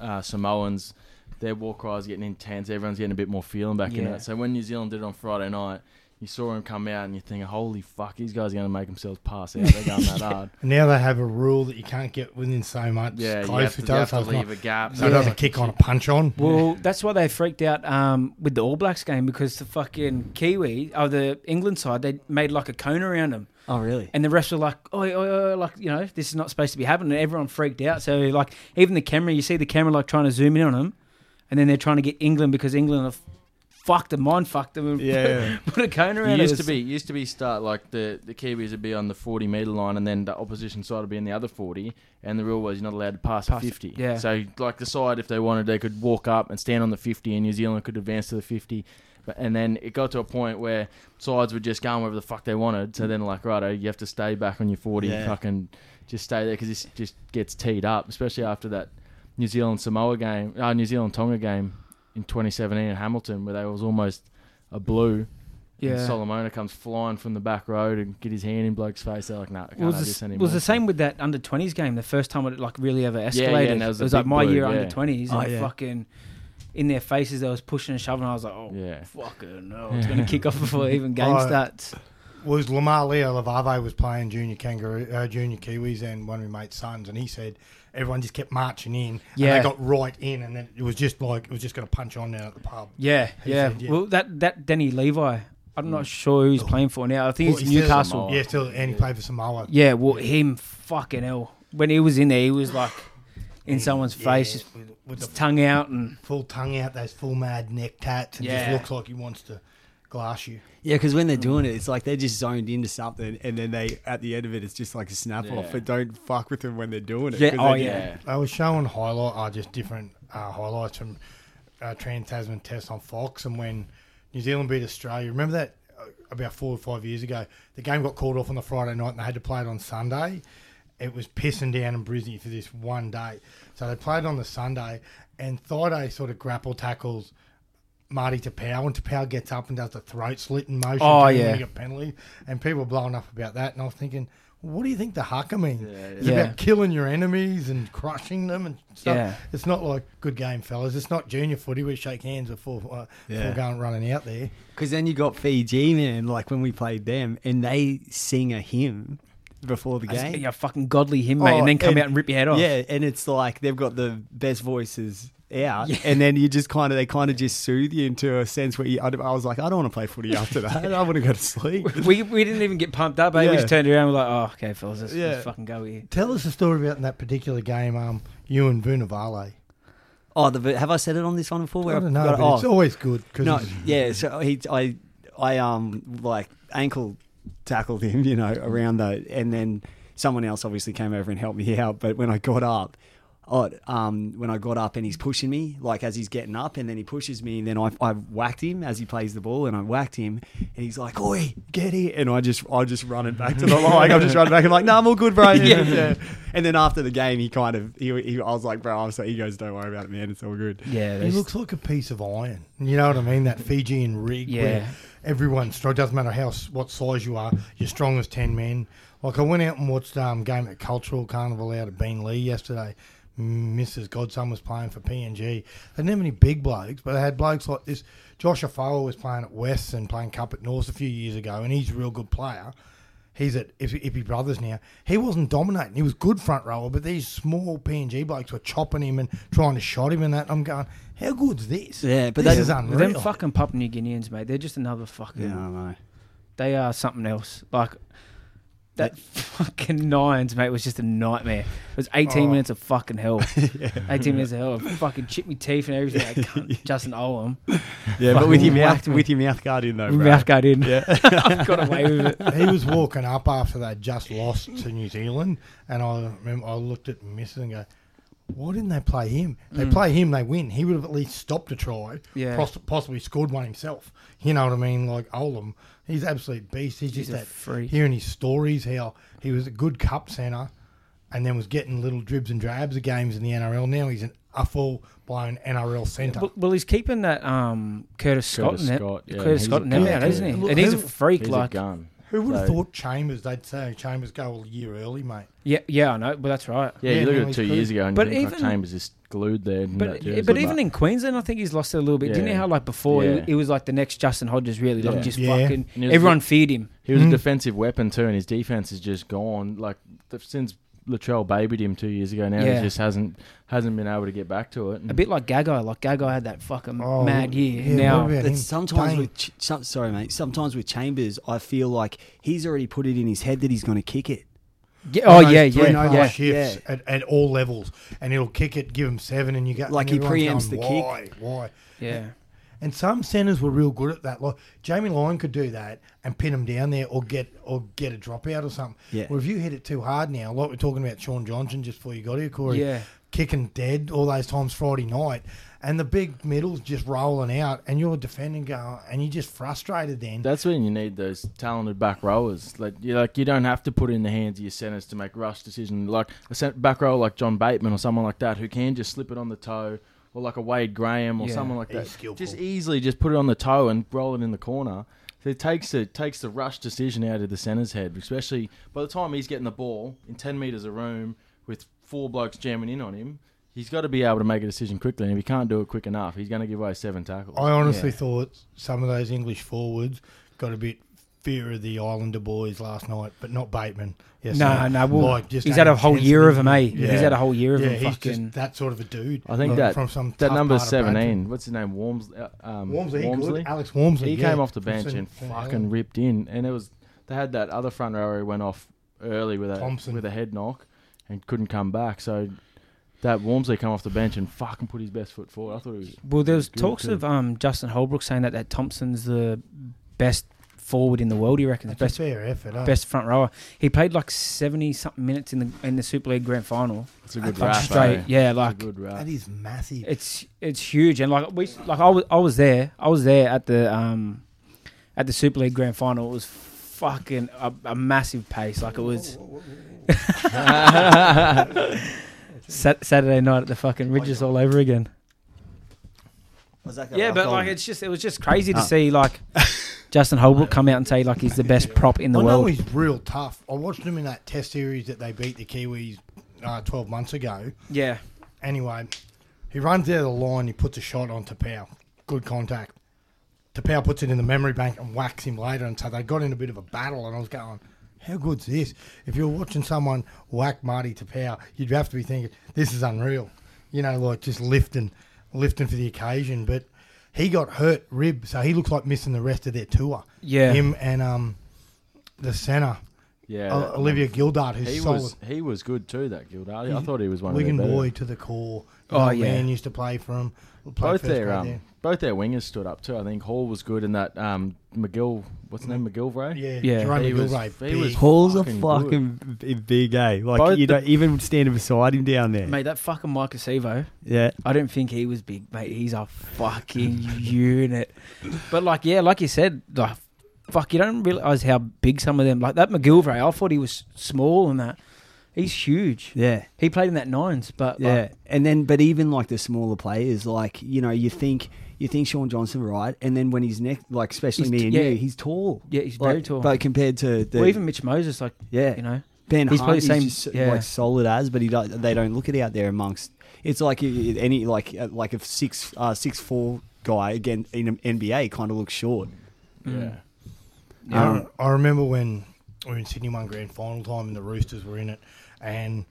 Speaker 4: uh, Samoans their war cries getting intense. Everyone's getting a bit more feeling back in
Speaker 6: Yeah.
Speaker 4: that. So when New Zealand did it on Friday night. You saw him come out and you think, "Holy fuck, these guys are going to make themselves pass out. They're going that hard."
Speaker 2: And now they have a rule that you can't get within so much
Speaker 4: Yeah, you
Speaker 2: close
Speaker 4: have to,
Speaker 2: to,
Speaker 4: you have
Speaker 2: so
Speaker 4: to
Speaker 2: it's not-
Speaker 4: leave a gap.
Speaker 2: So it doesn't kick on a punch on.
Speaker 6: Well, that's why they freaked out um, with the All Blacks game because the fucking Kiwi or the England side they made like a cone around them.
Speaker 5: Oh, really?
Speaker 6: And the refs were like, oh, oh, like, you know, this is not supposed to be happening. And everyone freaked out. So, like, even the camera, you see the camera, like, trying to zoom in on them. And then they're trying to get England because England have fucked them, mind fucked them, and
Speaker 3: Yeah.
Speaker 6: put a cone around
Speaker 4: It
Speaker 6: it.
Speaker 4: used to
Speaker 6: It's-
Speaker 4: be it used to be start like the the Kiwis would be on the forty meter line, and then the opposition side would be in the other forty, and the rule was you're not allowed to pass,
Speaker 6: Pass-
Speaker 4: the fifty.
Speaker 6: yeah.
Speaker 4: So like the side, if they wanted, they could walk up and stand on the fifty, and New Zealand could advance to the fifty. But, and then it got to a point where sides were just going wherever the fuck they wanted. So then like righto, you have to stay back on your forty,
Speaker 3: Yeah.
Speaker 4: fucking just stay there because this just gets teed up, especially after that New Zealand Samoa game, uh, New Zealand Tonga game in 2017 in Hamilton, where they was almost a blue, And
Speaker 6: Yeah.
Speaker 4: Solomona comes flying from the back road and get his hand in bloke's face. They're like, no, nah, I can't
Speaker 6: It was,
Speaker 4: have
Speaker 6: the,
Speaker 4: this
Speaker 6: s- it
Speaker 4: anymore.
Speaker 6: was the same with that under 20s game. The first time it like really ever escalated.
Speaker 4: Yeah, yeah, and that was a
Speaker 6: it was like
Speaker 4: big
Speaker 6: my
Speaker 4: blue,
Speaker 6: year
Speaker 4: yeah.
Speaker 6: under 20s and
Speaker 5: Oh, yeah.
Speaker 6: fucking in their faces they was pushing and shoving. I was like, oh
Speaker 4: Yeah.
Speaker 6: fucking no, it's gonna kick off before even game
Speaker 2: Oh.
Speaker 6: starts.
Speaker 2: was Lamar Leo Lavave was playing junior kangaroo, uh, junior Kiwis, and one of my mate's sons, and he said everyone just kept marching in. and
Speaker 6: Yeah.
Speaker 2: they got right in, and then it was just like it was just going to punch on down at the pub.
Speaker 6: Yeah,
Speaker 2: He
Speaker 6: yeah.
Speaker 2: said, yeah.
Speaker 6: Well, that that Denny Levi, I'm not sure who he's playing for now. I think
Speaker 2: Well,
Speaker 6: it's
Speaker 2: he's still-
Speaker 6: Newcastle.
Speaker 2: yeah, still, and he played for Samoa.
Speaker 6: Yeah, well, him fucking hell. When he was in there, he was like in someone's
Speaker 2: Yeah,
Speaker 6: face, just
Speaker 2: with, with
Speaker 6: his
Speaker 2: the
Speaker 6: tongue out, and
Speaker 2: full tongue out, those full mad neck tats, and
Speaker 6: Yeah.
Speaker 2: just looks like he wants to glass you.
Speaker 5: Yeah, because when they're doing it, it's like they're just zoned into something, and then they at the end of it, it's just like a snap off.
Speaker 4: Yeah.
Speaker 5: But don't fuck with them when they're doing it.
Speaker 6: Yeah,
Speaker 5: 'cause
Speaker 6: oh,
Speaker 5: they-
Speaker 6: yeah.
Speaker 2: They were showing highlight, uh, just different uh, highlights from uh, Trans Tasman Test on Fox, and when New Zealand beat Australia. Remember that uh, about four or five years ago, the game got called off on the Friday night, and they had to play it on Sunday. It was pissing down in Brisbane for this one day, so they played on the Sunday, and Thaiday sort of grapple tackles. Marty Tapau and Tapau gets up and does the throat slitting motion.
Speaker 6: Oh,
Speaker 2: to him when
Speaker 6: yeah.
Speaker 2: he got penalty, and people were blowing up about that. And I was thinking, what do you think the haka means? It's
Speaker 6: yeah. Yeah.
Speaker 2: about killing your enemies and crushing them and stuff.
Speaker 6: Yeah.
Speaker 2: It's not like good game, fellas. It's not junior footy. We shake hands before uh,
Speaker 5: Yeah.
Speaker 2: before going running out there.
Speaker 5: Because then you got Fiji, man. Like when we played them, and they sing a hymn before the game.
Speaker 6: yeah, fucking godly him, mate,
Speaker 5: Oh,
Speaker 6: and then come
Speaker 5: and-
Speaker 6: out and rip your head off.
Speaker 5: Yeah, and it's like they've got the best voices out, and then you just kind of they kind of just soothe you into a sense where you. I, I was like, I don't want to play footy after that. I want to go to sleep.
Speaker 6: We, we didn't even get pumped up, eh? We
Speaker 5: Yeah.
Speaker 6: just turned around and we're like, oh, okay, fellas, let's,
Speaker 5: Yeah.
Speaker 6: let's fucking go here.
Speaker 2: Tell us a story about in that particular game, um, you and Vunavale.
Speaker 5: Oh, the, have I said it on this one before?
Speaker 2: I don't know,
Speaker 5: got-
Speaker 2: but
Speaker 5: oh.
Speaker 2: it's always good because
Speaker 5: No, yeah. So he, I, I um like ankle tackled him, you know, around the, and then someone else obviously came over and helped me out. But when I got up, oh, um, when I got up and he's pushing me, like as he's getting up, and then he pushes me, and then I, I whacked him as he plays the ball, and I whacked him, and he's like, "Oi, get here!" And I just, I just run it back to the line. I'm just running back and like, "Nah, I'm all good, bro."
Speaker 6: Yeah.
Speaker 5: yeah. And then after the game, he kind of, he, he I was like, "Bro," I was like, "He goes, don't worry about it, man. It's all good."
Speaker 6: Yeah,
Speaker 2: he looks like a piece of iron. You know what I mean? That Fijian rig.
Speaker 6: Yeah.
Speaker 2: Where everyone's strong. Doesn't matter how s- what size you are. You're strong as ten men. Like I went out and watched um game at Cultural Carnival out at Bean Lee yesterday. Mrs. Godson was playing for PNG. They didn't have any big blokes, but they had blokes like this. Josh Afoa was playing at West and playing Cup at North a few years ago, and he's a real good player. He's at Ip- Ippy Brothers now. He wasn't dominating. He was good front rower, but these small PNG blokes were chopping him and trying to shot him and that. I'm going, how good's this?
Speaker 5: Yeah, but
Speaker 2: this
Speaker 5: they-
Speaker 2: is
Speaker 6: But
Speaker 2: unreal.
Speaker 6: Them fucking Papua New Guineans, mate, they're just another fucking.
Speaker 5: Yeah, I know.
Speaker 6: They are something else. Like that fucking nines, mate, was just a nightmare. It was eighteen
Speaker 2: Oh.
Speaker 6: minutes of fucking hell. Eighteen minutes of hell. I fucking chipped me teeth and everything. I can't, Justin Olam.
Speaker 5: Yeah, but
Speaker 6: Fucking
Speaker 5: with your mouth,
Speaker 6: whacked me.
Speaker 5: with your mouth guard in though, bro.
Speaker 6: Mouth guard in. I got away with it.
Speaker 2: he was walking up after they just lost to New Zealand, and I remember I looked at Mrs. and go, "Why didn't they play him? They play him, they win. He would have at least stopped a try,
Speaker 6: Mm. Yeah.
Speaker 2: poss- possibly scored one himself. You know what I mean? Like Olam, he's absolute beast. He's, just
Speaker 6: a
Speaker 2: that
Speaker 6: freak.
Speaker 2: hearing his stories how he was a good cup centre, and then was getting little dribs and drabs of games in the NRL. Now he's an a full blown NRL centre.
Speaker 6: Well, well, he's keeping that um, Curtis Scott
Speaker 4: Curtis
Speaker 6: in it.
Speaker 4: Scott, yeah.
Speaker 6: Curtis
Speaker 4: He's
Speaker 6: Scott
Speaker 4: a
Speaker 6: in it
Speaker 4: gun.
Speaker 6: now, isn't he?
Speaker 2: Look,
Speaker 6: and he's a
Speaker 2: who-
Speaker 6: freak.
Speaker 4: He's
Speaker 6: like,
Speaker 4: a gun.
Speaker 2: Who would have
Speaker 4: So-
Speaker 2: thought Chambers? They'd say Chambers go a year early, mate.
Speaker 6: yeah, yeah, I know, but that's right.
Speaker 4: Yeah,
Speaker 2: Yeah,
Speaker 4: you look
Speaker 2: no,
Speaker 4: at it
Speaker 2: he's
Speaker 4: two
Speaker 2: good.
Speaker 4: years ago and
Speaker 6: But
Speaker 4: but even,
Speaker 6: even-
Speaker 4: Chambers is glued there. in that
Speaker 6: But
Speaker 4: jersey,
Speaker 6: but even in Queensland, I think he's lost it a little bit. Didn't he?
Speaker 4: Yeah.
Speaker 6: How like before,
Speaker 4: Yeah.
Speaker 6: he, he was like the next Justin Hodges, really, like
Speaker 4: Yeah.
Speaker 6: just
Speaker 2: Yeah.
Speaker 6: fucking.
Speaker 4: And he was
Speaker 6: Everyone
Speaker 4: the-
Speaker 6: feared him.
Speaker 4: He was
Speaker 2: Mm.
Speaker 4: a defensive weapon too, and his defense is just gone. Like th- since Latrell babied him two years ago, now
Speaker 6: Yeah.
Speaker 4: he just hasn't hasn't been able to get back to it.
Speaker 6: A bit like Gagai. Like Gagai had that fucking
Speaker 2: Oh,
Speaker 6: mad year.
Speaker 2: yeah,
Speaker 6: now,
Speaker 2: what about him?
Speaker 5: It's sometimes
Speaker 2: Dane.
Speaker 5: with Ch- some, sorry mate. Sometimes with Chambers, I feel like he's already put it in his head that he's going to kick it.
Speaker 6: yeah, oh
Speaker 2: those
Speaker 6: yeah,
Speaker 2: three
Speaker 6: yeah,
Speaker 2: pass
Speaker 6: yeah.
Speaker 2: shifts At, at all levels, and he'll kick it, give him seven, and you go
Speaker 5: Like
Speaker 2: and
Speaker 5: he
Speaker 2: everyone's
Speaker 5: preempts
Speaker 2: going,
Speaker 5: the kick.
Speaker 2: Why? Why?
Speaker 6: yeah.
Speaker 2: And some centers were real good at that. Like Jamie Lyon could do that and pin him down there, or get or get a dropout or something.
Speaker 5: Yeah.
Speaker 2: Where if you hit it too hard now, like we're talking about Sean Johnson just before you got here, Corey.
Speaker 6: Yeah.
Speaker 2: Kicking dead all those times Friday night, and the big middles just rolling out, and you're defending going, and you're just frustrated then.
Speaker 4: That's when you need those talented back rowers. Like you like you don't have to put it in the hands of your centers to make rush decisions. Like a cent- back rower like John Bateman or someone like that who can just slip it on the toe, or like a Wade Graham or
Speaker 6: Yeah.
Speaker 4: someone like
Speaker 2: He's
Speaker 4: that.
Speaker 2: skillful.
Speaker 4: Just easily just put it on the toe and roll it in the corner. it takes the takes the rush decision out of the centre's head, especially by the time he's getting the ball in ten meters of room with four blokes jamming in on him. He's got to be able to make a decision quickly, and if he can't do it quick enough, he's going to give away seven tackles.
Speaker 2: I honestly
Speaker 4: Yeah.
Speaker 2: thought some of those English forwards got a bit fear of the Islander boys last night, but not Bateman. Yes,
Speaker 6: No,
Speaker 2: sir.
Speaker 6: no, well,
Speaker 2: Like, just
Speaker 6: he's had a whole year of him, eh?
Speaker 2: intensity.
Speaker 6: He's had a whole year of
Speaker 2: yeah,
Speaker 6: him.
Speaker 2: He's
Speaker 6: fucking.
Speaker 2: just that sort of a dude.
Speaker 4: I think
Speaker 2: Like,
Speaker 4: that
Speaker 2: from some
Speaker 4: that
Speaker 2: tough
Speaker 4: number's
Speaker 2: part of Bradford.
Speaker 6: eh?
Speaker 4: seventeen. What's his name? Worms, uh, um,
Speaker 2: Wormsley,
Speaker 4: Wormsley?
Speaker 2: good. Alex Wormsley.
Speaker 4: He
Speaker 2: yeah,
Speaker 4: came off the
Speaker 2: from
Speaker 4: bench
Speaker 2: St-
Speaker 4: and
Speaker 2: St.
Speaker 4: fucking
Speaker 2: Helens.
Speaker 4: ripped in, and it was they had that other front rower who went off early with a
Speaker 2: Thompson.
Speaker 4: with a head knock and couldn't come back. So that Wormsley come off the bench and fucking put his best foot forward. I thought it was
Speaker 6: Well, there was
Speaker 4: Good,
Speaker 6: talks
Speaker 4: good.
Speaker 6: of um, Justin Holbrook saying that, that Thompson's the best forward in the world. He reckons
Speaker 2: That's
Speaker 6: best
Speaker 2: a fair effort. eh?
Speaker 6: best front rower. He played like seventy something minutes in the in the Super League Grand Final.
Speaker 4: it's a good
Speaker 6: Like
Speaker 4: rap.
Speaker 6: straight,
Speaker 4: eh?
Speaker 6: yeah,
Speaker 4: It's a
Speaker 6: like
Speaker 4: good rap.
Speaker 2: That is massive.
Speaker 6: it's it's huge. And like we like I was I was there. I was there at the um at the Super League Grand Final. It was fucking a, a massive pace. Like it was Sat- Saturday night at the fucking Ridges all over again.
Speaker 5: Was that
Speaker 6: Yeah, but like it's just it was just crazy to see like Ah. Justin Holbrook come out and say like he's the best prop in the
Speaker 2: I know
Speaker 6: world.
Speaker 2: he's real tough. I watched him in that Test series that they beat the Kiwis uh, twelve months ago.
Speaker 6: Yeah,
Speaker 2: Anyway, he runs out of the line. He puts a shot on Tapau. Good contact. Tapau puts it in the memory bank and whacks him later. And so they got in a bit of a battle. And I was going, how good's this? If you're watching someone whack Marty Tapau, you'd have to be thinking, this is unreal. You know, like just lifting, lifting for the occasion. But he got hurt rib, so he looks like missing the rest of their tour.
Speaker 6: Yeah.
Speaker 2: him and um, the centre,
Speaker 4: Yeah,
Speaker 2: O-
Speaker 4: that-
Speaker 2: uh, Olivia Gildart, who's
Speaker 4: He
Speaker 2: solid.
Speaker 4: was he was good too. That Gildardi. I thought he was one
Speaker 2: Wigan
Speaker 4: of their
Speaker 2: boy
Speaker 4: better.
Speaker 2: to the core.
Speaker 6: Oh,
Speaker 2: Oh
Speaker 6: yeah.
Speaker 2: man used to play for him. Play
Speaker 4: Both
Speaker 2: first
Speaker 4: their
Speaker 2: grade
Speaker 4: um,
Speaker 2: there.
Speaker 4: both their wingers stood up too. I think Hall was good in that um, McGill. What's his name? McGilvray.
Speaker 2: Mm. yeah,
Speaker 6: yeah,
Speaker 2: Jerome
Speaker 4: he was-
Speaker 2: McGilvray,
Speaker 4: he was-
Speaker 2: big.
Speaker 5: Paul's a
Speaker 4: Fucking good.
Speaker 5: fucking b- big A. Like
Speaker 4: Both
Speaker 5: you
Speaker 4: the-
Speaker 5: don't even standing beside him down there.
Speaker 6: mate, that fucking Mike Acevo.
Speaker 5: Yeah.
Speaker 6: I don't think he was big, mate. He's a fucking unit. But like, yeah, like you said, like, fuck, you don't realize how big some of them. Like that McGilvray, I thought he was small and that. He's huge.
Speaker 5: Yeah.
Speaker 6: He played in that nines, but like,
Speaker 5: Yeah, and then but even like the smaller players, like you know, you think you think Sean Johnson right, and then when he's next, like especially
Speaker 6: He's
Speaker 5: me
Speaker 6: t-
Speaker 5: and
Speaker 6: yeah.
Speaker 5: you, he's tall.
Speaker 6: Yeah, he's
Speaker 5: Like,
Speaker 6: very tall.
Speaker 5: But compared to the
Speaker 6: well, even Mitch Moses, like,
Speaker 5: yeah,
Speaker 6: you know,
Speaker 5: Ben
Speaker 6: he's
Speaker 5: he's
Speaker 6: probably
Speaker 5: Hunt,
Speaker 6: same-
Speaker 5: probably he's just,
Speaker 6: yeah.
Speaker 5: like solid as, but he do they don't look at it out there amongst. It's like i- i- any like uh, like a six uh, six four guy again in an NBA kind of looks short.
Speaker 4: Yeah.
Speaker 2: I, re- Um, I remember when we were in Sydney one grand final time and the Roosters were in it, and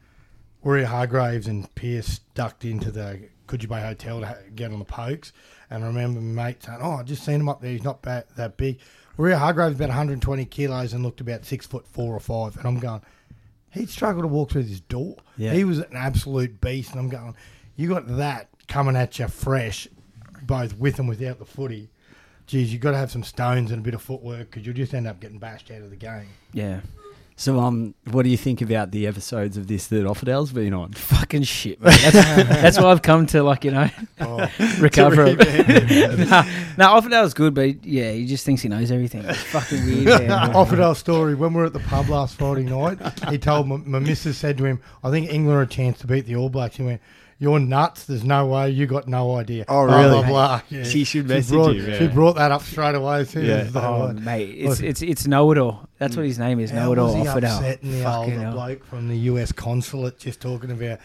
Speaker 2: Warrior Hargraves and Pierce ducked into the Coogee Bay Hotel to ha- get on the pokes. And I remember my mate saying, "Oh, I just seen him up there. He's not ba- that big." Warrior Hargraves about 120 kilos and looked about six foot four or five. And I'm going, he'd struggle to walk through this door.
Speaker 5: Yeah.
Speaker 2: He was an absolute beast. And I'm going, you got that coming at you fresh, both with and without the footy. Geez, you've got to have some stones and a bit of footwork because you'll just end up getting bashed out of the game.
Speaker 6: yeah,
Speaker 5: So um, what do you think about the episodes of this that Offerdale's been on?
Speaker 6: fucking shit, man. That's, that's what I've come to, like, you know, recover. nah, nah, Offerdale's good, but yeah, he just thinks he knows everything. It's fucking weird. man.
Speaker 2: Offered our story when we were at the pub last Friday night. He told my, my missus said to him, "I think England are a chance to beat the All Blacks." He went, "You're nuts. There's no way. You got no idea."
Speaker 5: Oh,
Speaker 2: Blah,
Speaker 5: really?
Speaker 2: Blah, blah. Yeah.
Speaker 5: She should message
Speaker 2: brought,
Speaker 5: you,
Speaker 2: She
Speaker 5: yeah.
Speaker 2: brought that up straight away. As soon
Speaker 5: Yeah.
Speaker 2: as they
Speaker 6: Oh,
Speaker 2: were-
Speaker 6: mate, it's
Speaker 2: Look. Mm.
Speaker 6: it's it's know it all. That's what his name is.
Speaker 2: How
Speaker 6: Know it all.
Speaker 2: was he
Speaker 6: Off it out.
Speaker 2: upsetting the
Speaker 6: Fucking
Speaker 2: old
Speaker 6: hell.
Speaker 2: bloke from the U.S. consulate just talking about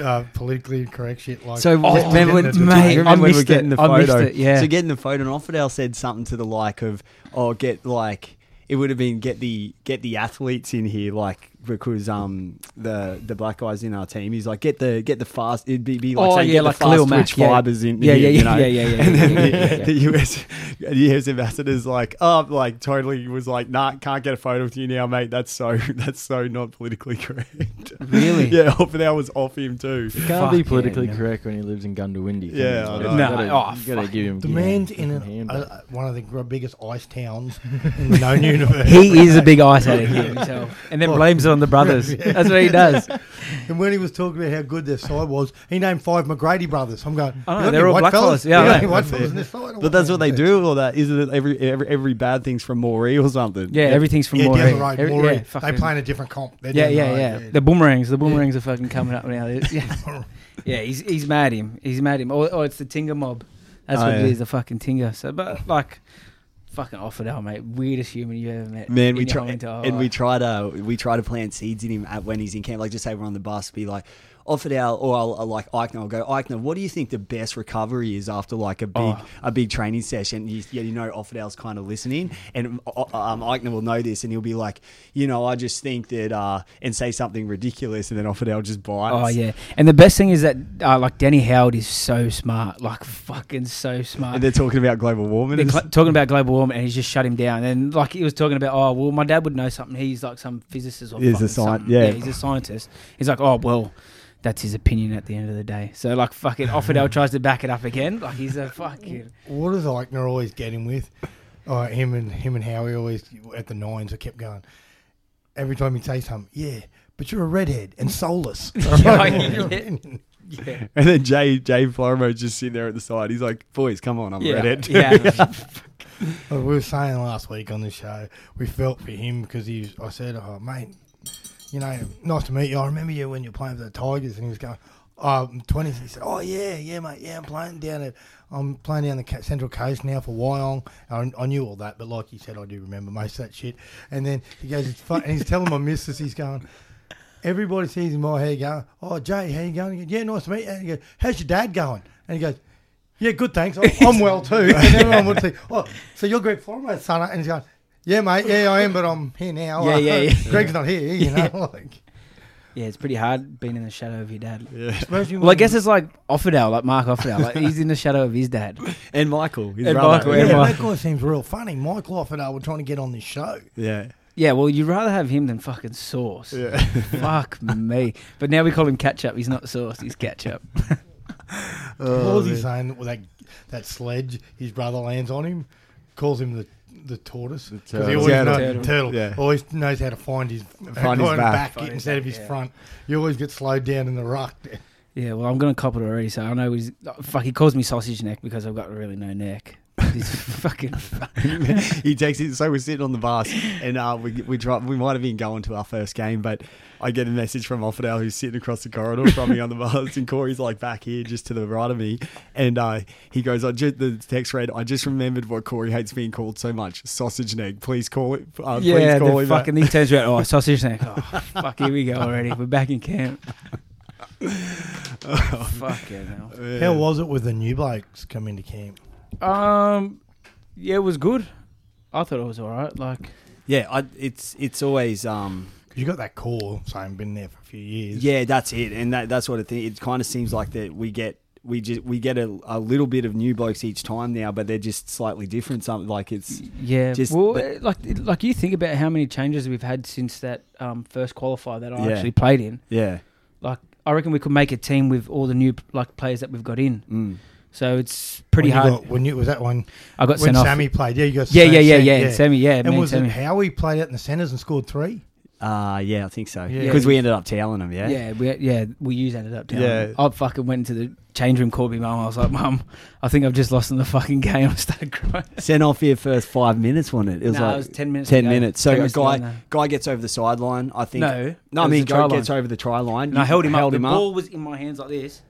Speaker 2: uh, politically incorrect shit like.
Speaker 5: So
Speaker 6: Oh,
Speaker 5: oh, remember when,
Speaker 2: mate,
Speaker 5: mate, remember
Speaker 6: I
Speaker 5: when we were
Speaker 6: missed
Speaker 5: getting
Speaker 6: it.
Speaker 5: the
Speaker 6: I missed
Speaker 5: photo?
Speaker 6: it, yeah.
Speaker 5: So getting the photo, and Offerdale said something to the like of, "Oh, get like it would have been get the get the athletes in here, like because um the the black guys in our team, he's like get the get the fast. It'd be, be like
Speaker 6: Oh,
Speaker 5: saying,
Speaker 6: yeah,
Speaker 5: get
Speaker 6: like
Speaker 5: the fast
Speaker 6: Khalil Mack,
Speaker 5: twitch
Speaker 6: yeah.
Speaker 5: fibers in
Speaker 6: Yeah,
Speaker 5: here,
Speaker 6: yeah,
Speaker 5: you know?
Speaker 6: yeah, yeah, yeah,
Speaker 5: And then
Speaker 6: yeah, yeah, yeah, yeah.
Speaker 5: the, the US the US ambassador's like, oh, like totally was like, nah, can't get a photo with you now, mate. That's so that's so not politically correct.
Speaker 6: Really?
Speaker 5: yeah, Offerdale was off him too.
Speaker 4: You can't be
Speaker 6: Fuck yeah,
Speaker 4: politically
Speaker 6: no.
Speaker 4: correct when he lives in Gundawindi. can
Speaker 5: Yeah,
Speaker 4: you?
Speaker 5: I
Speaker 4: Like,
Speaker 5: know.
Speaker 4: you
Speaker 6: No,
Speaker 4: gotta-
Speaker 6: oh,
Speaker 4: you gotta give him.
Speaker 2: the
Speaker 4: give him
Speaker 2: man's
Speaker 4: a
Speaker 2: in an,
Speaker 4: hand
Speaker 2: uh,
Speaker 4: back.
Speaker 2: uh, one of the gr- biggest ice towns in the known universe.
Speaker 6: He is a big ice out of himself, and then
Speaker 2: Well,
Speaker 6: blames it on the brothers.
Speaker 2: yeah.
Speaker 6: That's what he does.
Speaker 2: And when he was talking about how good their side was, he named five McGrady brothers. I'm going,
Speaker 6: I know,
Speaker 2: "You got
Speaker 6: Ah, they're
Speaker 2: any
Speaker 6: all
Speaker 2: white
Speaker 6: black
Speaker 2: fellas.
Speaker 6: fellas." Yeah, I
Speaker 2: You got
Speaker 6: know.
Speaker 2: any white
Speaker 5: That's
Speaker 2: fellas in
Speaker 5: it.
Speaker 2: this side.
Speaker 5: But that's what they do with all that, isn't it? Every every, every bad thing's from Moree or something.
Speaker 6: Yeah, everything's from
Speaker 2: Yeah,
Speaker 6: Moree.
Speaker 2: down the road,
Speaker 6: Every-
Speaker 2: Moree.
Speaker 6: yeah,
Speaker 2: they
Speaker 6: fucking-
Speaker 2: play in a different comp. They're
Speaker 6: Yeah,
Speaker 2: down the
Speaker 6: yeah,
Speaker 2: road,
Speaker 6: yeah. The boomerangs, the boomerangs are fucking coming up now. Yeah,
Speaker 2: Yeah.
Speaker 6: yeah. He's he's mad him. He's mad him. Or, or it's the Tinga mob. That's
Speaker 5: Oh,
Speaker 6: what
Speaker 5: yeah.
Speaker 6: it is. The fucking Tinga. So, but like, fucking off it out, mate. Weirdest human you ever met.
Speaker 5: Man,
Speaker 6: in
Speaker 5: we
Speaker 6: your oh.
Speaker 5: try
Speaker 6: whole
Speaker 5: and,
Speaker 6: entire
Speaker 5: we
Speaker 6: life.
Speaker 5: try to we try to plant seeds in him at, when he's in camp. Like just say we're on the bus, be like, off it out, or I'll, I'll like Eichner. I'll go Eichner. What do you think the best recovery is after like a big
Speaker 6: Oh.
Speaker 5: a big training session? You, yeah, you know, Offidel's kind of listening, and uh, um, Eichner will know this, and he'll be like, you know, I just think that, uh, and say something ridiculous, and then Offidel just bites.
Speaker 6: Oh yeah, and the best thing is that uh, like Danny Howard is so smart, like fucking so smart.
Speaker 5: And they're talking about global warming.
Speaker 6: They're
Speaker 5: and
Speaker 6: cl- talking about global warming, and he's just shut him down. And like he was talking about, oh well, my dad would know something. He's like some physicist or
Speaker 5: He's a
Speaker 6: fucking
Speaker 5: scien-
Speaker 6: something.
Speaker 5: yeah.
Speaker 6: he's a scientist. He's like, oh well, that's his opinion at the end of the day. So like, fucking Offerdale tries to back it up again. Like he's a fucking
Speaker 2: What does Eichner always get him with? Uh, him and him and Howie always at the nines. I kept going. Every time he'd say something, yeah, but you're a redhead and soulless.
Speaker 6: Yeah. yeah,
Speaker 5: and then Jay Jay Florimo's just sitting there at the side. He's like, boys, come on, I'm
Speaker 6: yeah,
Speaker 5: Reddit.
Speaker 6: yeah.
Speaker 2: Well, we were saying last week on the show, we felt for him because he's. I said, "Oh, mate, you know, nice to meet you. I remember you when you were playing for the Tigers." And he was going, "Oh, I'm 20." He said, "Oh yeah, yeah, mate, yeah. I'm playing down at. I'm playing down the Ca- Central Coast now for Wyong. I, I knew all that, but like you said, I do remember most of that shit." And then he goes, "It's fun," and he's telling my missus, he's going. Everybody sees him. Oh, how you going? Oh, Jay, how you going? He goes, yeah, nice to meet you. And he goes, how's your dad going? And he goes, yeah, good, thanks. I'm, I'm well too. And everyone would say, oh, so you're Greg Formo's son? And he's going, yeah, mate, yeah, I am, but I'm here now.
Speaker 6: Yeah, yeah, yeah.
Speaker 2: Greg's not here, you know. Like,
Speaker 6: yeah, it's pretty hard being in the shadow of your dad.
Speaker 2: especially
Speaker 6: Well, I
Speaker 2: when-
Speaker 6: guess it's like Offerdale, like Mark Offerdale. Like he's in the shadow of his dad.
Speaker 5: And Michael, his
Speaker 6: And
Speaker 5: brother.
Speaker 6: Michael,
Speaker 2: yeah,
Speaker 6: and
Speaker 2: that
Speaker 6: Michael.
Speaker 2: guy seems real funny. Mike Loff and I were trying to get on this show.
Speaker 5: yeah.
Speaker 6: Yeah, well, you'd rather have him than fucking Sauce. Fuck me. But now we call him Ketchup. He's not Sauce, he's Ketchup.
Speaker 2: what was he saying? That, with that that sledge his brother lands on him, calls him the the tortoise because he
Speaker 4: turtle.
Speaker 2: always
Speaker 5: Turtle.
Speaker 2: knows,
Speaker 6: Turtle.
Speaker 2: turtle.
Speaker 5: Yeah.
Speaker 2: always knows how to find his
Speaker 5: Find his back.
Speaker 6: Find his
Speaker 2: instead of
Speaker 6: back,
Speaker 2: his
Speaker 6: yeah.
Speaker 2: front. You always get slowed down in the ruck.
Speaker 6: Yeah, well, I'm going to cop it already, so I know he's. oh, fuck, he calls me Sausage Neck because I've got really no neck. He's
Speaker 5: Uh,
Speaker 6: fucking.
Speaker 5: he takes it. So we're sitting on the bus, and uh, we we try, we might have been going to our first game, but I get a message from Offerdale who's sitting across the corridor from me on the bus, and Corey's like back here, just to the right of me, and uh, he goes, "I just the text read, I just remembered what Corey hates being called so much, sausage neck. Please call it. Uh,
Speaker 6: yeah,
Speaker 5: please call
Speaker 6: the
Speaker 5: him
Speaker 6: fucking. He turns around. Oh, Sausage Neck. Oh, fuck, here we go already. We're back in camp.
Speaker 5: Oh.
Speaker 6: Fucking hell.
Speaker 2: How was it with the new blokes come into camp?
Speaker 6: Um, yeah, it was good. I thought it was all right. Like,
Speaker 5: Yeah, I, it's it's always um,
Speaker 2: 'Cause you got that core, saying been there for a few years.
Speaker 5: Yeah, that's it, and that that sort of thing. It kind of seems like that we get we just we get a, a little bit of new blokes each time now, but they're just slightly different. Something like it's
Speaker 6: yeah,
Speaker 5: Just-
Speaker 6: well,
Speaker 5: but-
Speaker 6: eh, like, like you think about how many changes we've had since that um, first qualifier that I
Speaker 5: Yeah.
Speaker 6: actually played in.
Speaker 5: yeah,
Speaker 6: Like, I reckon we could make a team with all the new like players that we've got in.
Speaker 5: mm.
Speaker 6: So it's pretty
Speaker 2: when you
Speaker 6: hard.
Speaker 2: Got, when you was that one
Speaker 6: I
Speaker 2: when
Speaker 6: got sent off.
Speaker 2: Sammy played. Yeah, you got
Speaker 6: yeah,
Speaker 2: sent-
Speaker 6: yeah, yeah,
Speaker 2: sent,
Speaker 6: yeah, and Sammy, yeah,
Speaker 2: And
Speaker 6: man,
Speaker 2: was
Speaker 6: Sammy.
Speaker 2: it Howie played out in the centres and scored three?
Speaker 5: uh, yeah, I think so.
Speaker 6: Yeah.
Speaker 5: Because we ended up tailing them. Yeah,
Speaker 6: Yeah, we yeah we used ended up down.
Speaker 5: Yeah.
Speaker 6: I fucking went into the change room, called me mum. I was like, Mum, I think I've just lost in the fucking game. I started crying.
Speaker 5: sent off here first five minutes, wasn't it? It was
Speaker 6: No,
Speaker 5: like
Speaker 6: it was ten minutes. to
Speaker 5: ten
Speaker 6: go.
Speaker 5: minutes. So
Speaker 6: 10
Speaker 5: a
Speaker 6: to go,
Speaker 5: guy
Speaker 6: no.
Speaker 5: guy gets over the sideline. I think
Speaker 6: No,
Speaker 5: no, I
Speaker 6: it was
Speaker 5: mean
Speaker 6: the try
Speaker 5: guy
Speaker 6: line.
Speaker 5: gets over the try line.
Speaker 6: And I held him up.
Speaker 5: Held
Speaker 6: The
Speaker 5: him
Speaker 6: ball
Speaker 5: up.
Speaker 6: was in my hands like this.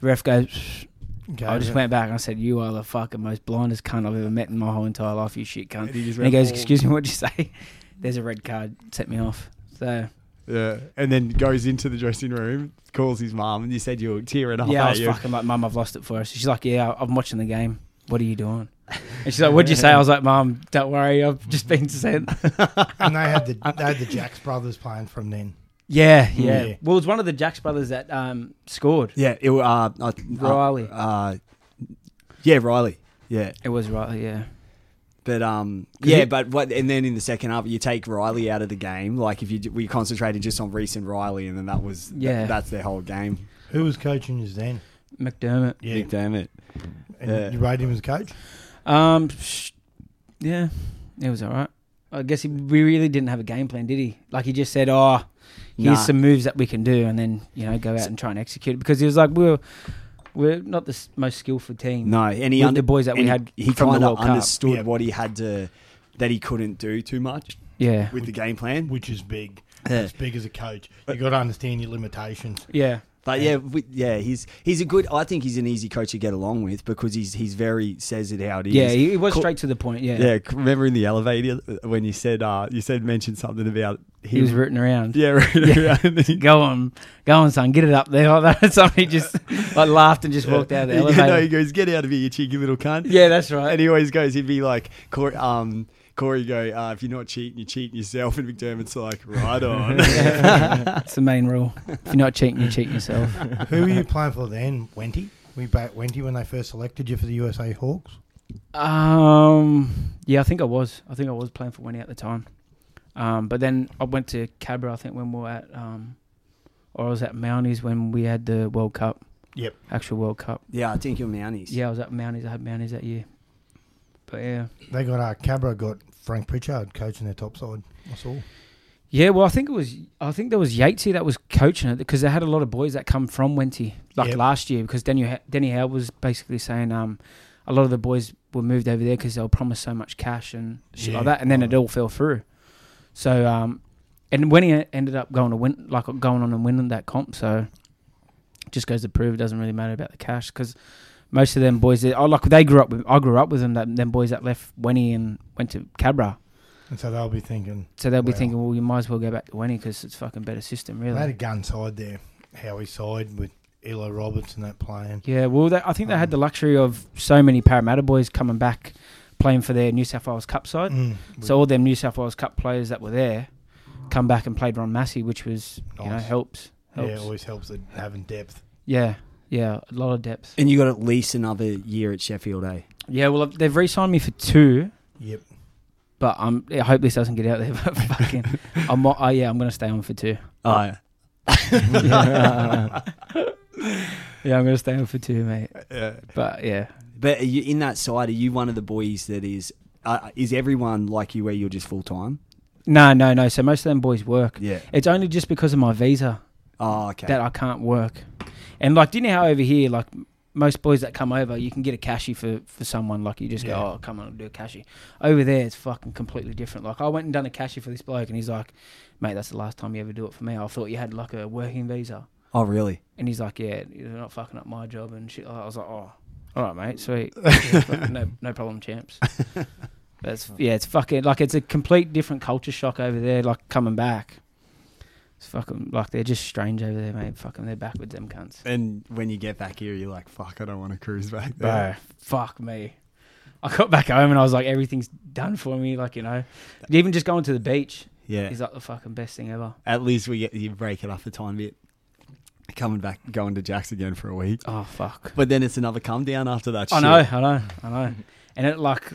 Speaker 6: The ref goes.
Speaker 2: Okay,
Speaker 6: I just
Speaker 2: yeah.
Speaker 6: went back and I said, "You are the fucking most blindest cunt I've ever met in my whole entire life. You shit cunt."
Speaker 5: And he just
Speaker 6: And he
Speaker 5: went,
Speaker 6: goes,
Speaker 5: "Oh."
Speaker 6: "Excuse me, what'd you say?" There's a red card. Set me off. So
Speaker 5: Yeah, and then goes into the dressing room, calls his mum, and you said you were tearing up.
Speaker 6: yeah, I
Speaker 5: at
Speaker 6: was
Speaker 5: you.
Speaker 6: fucking like, "Mum, I've lost it for us." She's like, "Yeah, I'm watching the game. What are you doing?" And she's like, "What'd you say?" I was like, "Mum, don't worry. I've just been sent."
Speaker 2: and they had the they had the Jacks brothers playing from then.
Speaker 6: Yeah, yeah.
Speaker 2: Yeah.
Speaker 6: Well, it was one of the Jacks brothers that um, scored.
Speaker 5: Yeah, it, uh, uh,
Speaker 6: Riley.
Speaker 5: Uh, uh, yeah, Riley. Yeah,
Speaker 6: It was right. Yeah.
Speaker 5: but um,
Speaker 6: 'Cause
Speaker 5: yeah,
Speaker 6: he-
Speaker 5: but what? And then in the second half, you take Riley out of the game. Like if you d- we concentrated just on Reese and Riley, and then that was th-
Speaker 6: Yeah.
Speaker 5: that's their whole game.
Speaker 2: Who was coaching you then?
Speaker 6: McDermott.
Speaker 2: Yeah,
Speaker 5: Nick, damn it.
Speaker 2: and
Speaker 5: yeah.
Speaker 2: you rated him as a coach.
Speaker 6: Um, sh- yeah, it was all right. I guess he, we really didn't have a game plan, did he? Like he just said, "Oh, here's
Speaker 5: Nah.
Speaker 6: some moves that we can do," and then you know go out and try and execute. it. Because he was like, "We're we're not the s- most skillful team."
Speaker 5: No, and he
Speaker 6: With
Speaker 5: under-
Speaker 6: the boys that we
Speaker 5: and he-
Speaker 6: had
Speaker 5: He,
Speaker 6: from the
Speaker 5: kind of
Speaker 6: World Cup.
Speaker 5: understood
Speaker 2: Yeah.
Speaker 5: what he had to that he couldn't do too much
Speaker 6: Yeah,
Speaker 5: with the game plan.
Speaker 2: which is big.
Speaker 5: Yeah.
Speaker 2: It's big as a coach. You got to understand your limitations.
Speaker 6: yeah,
Speaker 5: But yeah, we, yeah, he's he's a good. I think he's an easy coach to get along with because he's he's very says it how it is.
Speaker 6: Yeah, he, he was
Speaker 5: Co-
Speaker 6: straight to the point. Yeah,
Speaker 5: Yeah,
Speaker 6: yeah.
Speaker 5: c- remember in the elevator when you said uh, you said mentioned something about
Speaker 6: he
Speaker 5: him?
Speaker 6: was rooting around.
Speaker 5: yeah, right. Yeah.
Speaker 6: Go on, go on, son, get it up there. Like that. Somebody just like laughed and just walked out of the
Speaker 5: He- you know,
Speaker 6: elevator.
Speaker 5: he goes, "Get out of here, you cheeky little cunt!"
Speaker 6: Yeah, that's right.
Speaker 5: And he always goes, he'd be like, Corey, um, Corey go, uh, if you're not cheating, you're cheating yourself. And McDermott's like, right on.
Speaker 6: That's the main rule. If you're not cheating, you're cheating yourself.
Speaker 2: Who were you playing for then? Wenty? We back Wenty when they first selected you for the USA Hawks.
Speaker 6: Um, yeah, I think I was. I think I was playing for Winnie at the time. Um, but then I went to Cabra. I think when we were at, um, or I was at Mounties when we had the World Cup.
Speaker 2: Yep.
Speaker 6: Actual World Cup.
Speaker 5: yeah, I think you're Mounties.
Speaker 6: Yeah, I was at Mounties. I had Mounties that year. But yeah,
Speaker 2: They got uh, Cabra got Frank Pritchard coaching their top side. That's all.
Speaker 6: yeah. Well, I think it was. I think there was Yatesy that was coaching it because they had a lot of boys that come from Wenty, like
Speaker 2: Yep.
Speaker 6: last year. Because Denny Ha- Denny Howe was basically saying, um, a lot of the boys were moved over there because they were promised so much cash and shit
Speaker 2: Yeah,
Speaker 6: like that, and then
Speaker 2: right.
Speaker 6: it all fell through. So, um, and when he ended up going to win, like going on and winning that comp, so just goes to prove it doesn't really matter about the cash because most of them boys, that- I like they grew up with, I grew up with them. That them boys that left Wenny and went to Cabra,
Speaker 2: And so they'll be thinking
Speaker 6: so they'll be
Speaker 2: Wow.
Speaker 6: thinking, well, you might as well go back to Wenny because it's fucking better system, really.
Speaker 2: they had a gun side there, Howie side with Elo Roberts and that playing.
Speaker 6: Yeah, well, they, I think they had the luxury of so many Parramatta boys coming back playing for their New South Wales Cup side.
Speaker 2: Mm, with-
Speaker 6: So all them New South Wales Cup players that were there come back and played Ron Massey, which was you know
Speaker 2: Nice.
Speaker 6: helps helps.
Speaker 2: yeah, it always helps it having depth.
Speaker 6: yeah, yeah, a lot of depth.
Speaker 5: And you got at least another year at Sheffield, eh?
Speaker 6: Yeah, well, they've re-signed me for two,
Speaker 2: Yep.
Speaker 6: but um, I hope this doesn't get out there. But fucking, I'm oh, yeah, I'm gonna stay on for two.
Speaker 5: Oh,
Speaker 6: Yeah, I'm gonna stay on for two, mate.
Speaker 5: yeah.
Speaker 6: But yeah,
Speaker 5: But are you, in that side, are you one of the boys that is, uh, is everyone like you where you're just full time?
Speaker 6: no, no, no. So most of them boys work.
Speaker 5: Yeah.
Speaker 6: It's only just because of my visa
Speaker 5: Oh, okay.
Speaker 6: that I can't work. And like, do you know how over here, like m- most boys that come over, you can get a cashy for for someone. Like you just
Speaker 2: Yeah.
Speaker 6: go, oh, come on, I'll do a cashy. Over there, it's fucking completely different. Like I went and done a cashy for this bloke, and he's like, mate, that's the last time you ever do it for me. I thought you had like a working visa,
Speaker 5: oh, really?
Speaker 6: and he's like, yeah, you're not fucking up my job and shit. I was like, oh, all right, mate, sweet, Yeah, fucking no no problem, champs. That's yeah, it's fucking like it's a complete different culture shock over there. Like coming back. It's fucking like they're just strange over there, mate. Fucking they're backwards, them cunts.
Speaker 5: And when you get back here, you're like, fuck, I don't want to cruise back
Speaker 6: bro,
Speaker 5: there.
Speaker 6: fuck me. I got back home and I was like, everything's done for me. Like, you know, even just going to the beach
Speaker 5: Yeah.
Speaker 6: is like the fucking best thing ever.
Speaker 5: At least we get, you break it up a tiny bit. Coming back, going to Jack's again for a week.
Speaker 6: Oh, fuck.
Speaker 5: But then it's another come down after that.
Speaker 6: I
Speaker 5: shit.
Speaker 6: know, I know, I know. And it, like,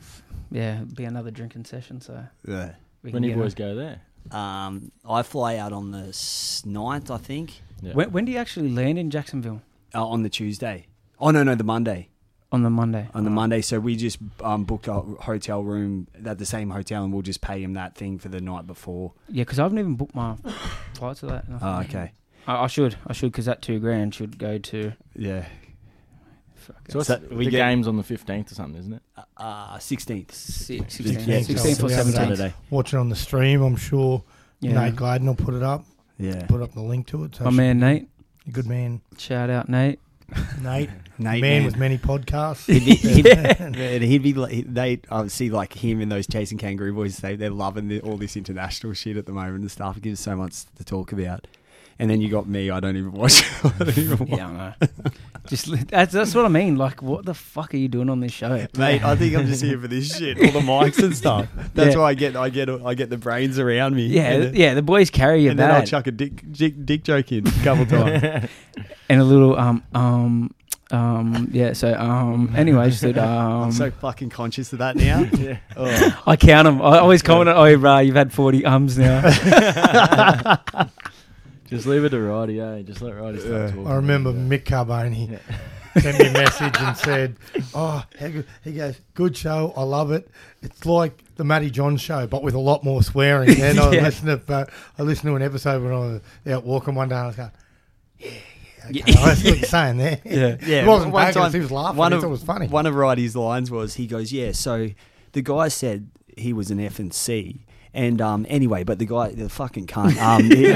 Speaker 6: yeah, it'd be another drinking session. So
Speaker 5: Yeah.
Speaker 6: we
Speaker 4: When do you
Speaker 6: get
Speaker 4: boys
Speaker 6: on.
Speaker 4: go there?
Speaker 5: Um, I fly out on the s- 9th, I think,
Speaker 4: Yeah.
Speaker 6: When, when do you actually land in Jacksonville?
Speaker 5: uh, on the Tuesday. Oh no, no, the Monday.
Speaker 6: On the Monday.
Speaker 5: On the Monday, so we just um, booked a hotel room at the same hotel, and we'll just pay him that thing for the night before.
Speaker 6: Yeah, because I haven't even booked my flight to that. nothing.
Speaker 5: Oh, okay,
Speaker 6: I, I should, I should, because that two grand should go to.
Speaker 5: yeah,
Speaker 6: Fuck,
Speaker 4: So what's
Speaker 5: So
Speaker 4: that?
Speaker 5: we
Speaker 4: the
Speaker 5: get-
Speaker 4: game's on the fifteenth or something, isn't it?
Speaker 5: Uh, sixteenth.
Speaker 6: Six,
Speaker 2: Yeah,
Speaker 6: 16,
Speaker 2: 16th
Speaker 6: 16 or
Speaker 2: yeah,
Speaker 6: 17.
Speaker 5: Saturday.
Speaker 2: Watch it on the stream, I'm sure.
Speaker 6: Yeah.
Speaker 2: Nate Gladden will put it up.
Speaker 5: Yeah,
Speaker 2: Put up the link to it. So
Speaker 6: My man, Nate.
Speaker 2: Good man,
Speaker 6: Shout out, Nate.
Speaker 2: Nate.
Speaker 5: Nate,
Speaker 2: man, with many podcasts.
Speaker 5: He'd be, he'd,
Speaker 2: Yeah.
Speaker 5: and he'd be like, they I would see like him and those chasing kangaroo boys. They they're loving the, all this international shit at the moment and stuff. It gives so much to talk about. And then you got me. I don't even watch. I don't even watch.
Speaker 6: Yeah, I know. just li- that's that's what I mean. Like, what the fuck are you doing on this show?
Speaker 5: Mate, I think I'm just here for this shit, all the mics and stuff. That's
Speaker 6: Yeah.
Speaker 5: why I get, I get, I get the brains around me.
Speaker 6: Yeah,
Speaker 5: and,
Speaker 6: th-
Speaker 5: then-
Speaker 6: yeah. The boys carry you
Speaker 5: and then I'll
Speaker 6: bad,
Speaker 5: chuck a dick, dick, dick joke in a couple times.
Speaker 6: and a little um um um yeah. So um anyway, just um
Speaker 5: I'm so fucking conscious of that now.
Speaker 4: Yeah.
Speaker 5: Oh.
Speaker 6: I count them. I always comment, on, oh, brah, you've had forty ums now.
Speaker 4: Just leave it to Roddy, eh? Just let Roddy start talking.
Speaker 2: I remember
Speaker 4: Yeah.
Speaker 2: Mick Carboni sent me a message and said, "Oh, how good." he goes, good show, I love it. It's like the Matty John show, but with a lot more swearing." And I
Speaker 6: Yeah.
Speaker 2: listened to uh, I listened to an episode when I was out walking one day, and I was going. Yeah, yeah, okay, I see what you're saying there.
Speaker 6: Yeah.
Speaker 5: Yeah,
Speaker 2: It wasn't
Speaker 5: one
Speaker 2: one
Speaker 5: time-
Speaker 2: he was laughing.
Speaker 5: one
Speaker 2: he
Speaker 5: of-
Speaker 2: thought it was funny.
Speaker 5: One of Roddy's lines was, he goes, yeah, so the guy said he was an F and C. And um, anyway, but the guy, the fucking cunt. Um, he-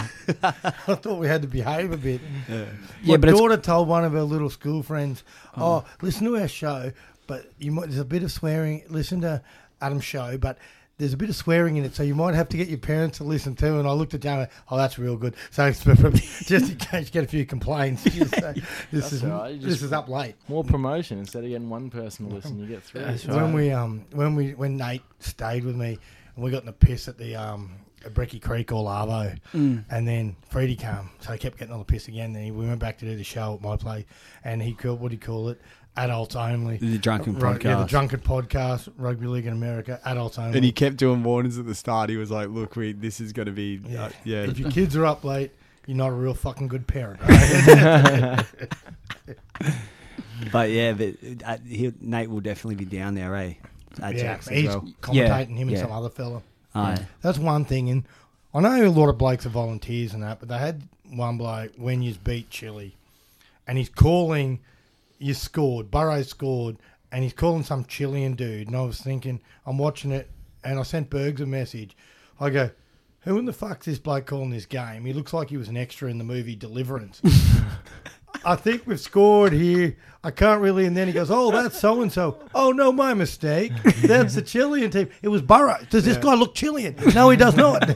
Speaker 2: I thought we had to behave a bit.
Speaker 6: Yeah,
Speaker 2: My
Speaker 6: but it's-
Speaker 2: daughter told one of her little school friends, "Oh, listen to our show, but you might there's a bit of swearing. Listen to Adam's show, but." There's a bit of swearing in it, so you might have to get your parents to listen too. And I looked at Jana, oh, that's real good. So it's for- for- just in case you get a few complaints, you say, this
Speaker 4: That's
Speaker 2: is
Speaker 4: all right, you
Speaker 2: this
Speaker 4: just-
Speaker 2: is up late.
Speaker 4: More promotion instead of getting one person to listen, you get three.
Speaker 6: That's right.
Speaker 2: When we um when we when Nate stayed with me and we got in the piss at the um at Brecky Creek or Larvo and then Freddie came, so he kept getting on the piss again. Then he, we went back to do the show at my place and he called what do you call it? Adults only.
Speaker 5: The Drunken
Speaker 2: Rug- Yeah, the
Speaker 5: Podcast.
Speaker 2: drunken podcast, rugby league in America, adults only.
Speaker 3: And he kept doing warnings at the start. He was like, "Look, we this is going to be yeah."
Speaker 2: Yeah.
Speaker 3: Uh, yeah.
Speaker 2: if your kids are up late, you're not a real fucking good parent.
Speaker 5: but yeah, but uh, he, Nate will definitely be down there, eh? At
Speaker 2: yeah,
Speaker 5: Jack's as
Speaker 2: he's
Speaker 5: well.
Speaker 2: commentating
Speaker 6: Yeah,
Speaker 2: him and
Speaker 5: yeah.
Speaker 2: some other fella.
Speaker 5: Aye.
Speaker 2: That's one thing. And I know a lot of blokes are volunteers and that, but they had one bloke when you beat Chile, and he's calling, you scored, Burrow scored, and he's calling some Chilean dude. And I was thinking, I'm watching it, and I sent Bergs a message. I go, who in the fuck's this bloke calling this game? He looks like he was an extra in the movie Deliverance. I think we've scored here. I can't really. And then he goes, Oh, that's so and so. Oh, no, my mistake. That's the Chilean team. It was Burrow. Does this guy look Chilean? No, he does not.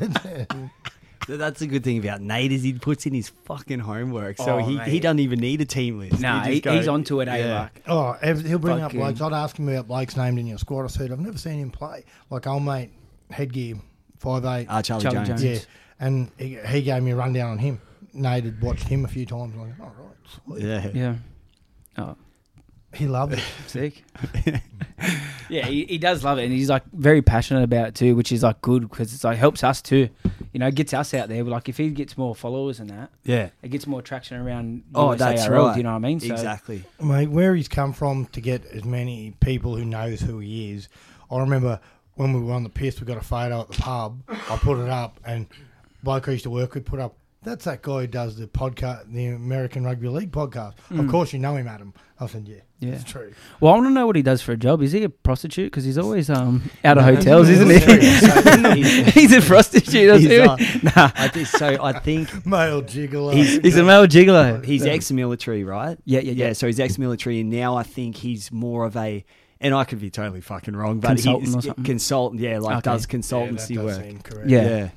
Speaker 5: Th- That's a good thing about Nate is he puts in his fucking homework, so
Speaker 6: Oh,
Speaker 5: he,
Speaker 6: mate.
Speaker 5: he doesn't even need a team list.
Speaker 6: Nah,
Speaker 5: just
Speaker 6: he,
Speaker 5: go-
Speaker 6: he's onto it, eh?
Speaker 5: Yeah.
Speaker 6: Like,
Speaker 2: oh, ev- he'll bring
Speaker 6: Fucking-
Speaker 2: up Blake's. I'd ask him about Blake's named in your squad. I said, I've never seen him play. Like, old mate, headgear, 5'8.
Speaker 5: Ah, Charlie,
Speaker 6: Charlie
Speaker 5: Jones.
Speaker 6: Jones.
Speaker 2: yeah. And he, he gave me a rundown on him. Nate had watched him a few times. I'm like, All right. sweet."
Speaker 5: Yeah.
Speaker 6: yeah. Oh,
Speaker 2: He loved it.
Speaker 6: sick. yeah, he, he does love it, and he's like very passionate about it too, which is like good because it's like helps us too. You know, gets us out there. But like if he gets more followers and that,
Speaker 5: Yeah.
Speaker 6: it gets more traction around.
Speaker 5: Oh,
Speaker 6: US
Speaker 5: that's
Speaker 6: ARL,
Speaker 5: right.
Speaker 6: You know what I mean? So,
Speaker 5: Exactly.
Speaker 2: Mate, where he's come from to get as many people who knows who he is. I remember when we were on the piss, we got a photo at the pub. I put it up, and bloke I used to work with put up. That's that guy who does the podcast, the American Rugby League podcast. Of course, you know him, Adam. I said, yeah,
Speaker 6: Hmm. Yeah.
Speaker 2: it's true.
Speaker 6: Well, I want to know what he does for a job. Is he a prostitute? Because he's always um out of hotels, isn't he?
Speaker 5: He's-
Speaker 6: he's a prostitute. I
Speaker 5: he's,
Speaker 6: see.
Speaker 5: uh,
Speaker 6: nah,
Speaker 5: I think, so I think
Speaker 2: Male gigolo.
Speaker 5: He's-
Speaker 6: he's a male gigolo.
Speaker 5: he's ex-military, right?
Speaker 6: Yeah, yeah, yeah.
Speaker 5: So he's ex-military, and now I think he's more of a, and I could be totally fucking wrong, but
Speaker 6: Consultant or
Speaker 5: he's
Speaker 6: something?
Speaker 5: consultant. Yeah, like
Speaker 6: Okay.
Speaker 5: does
Speaker 2: Yeah, that
Speaker 5: consultancy
Speaker 2: does
Speaker 5: work.
Speaker 2: seem correct.
Speaker 6: Yeah.
Speaker 5: yeah.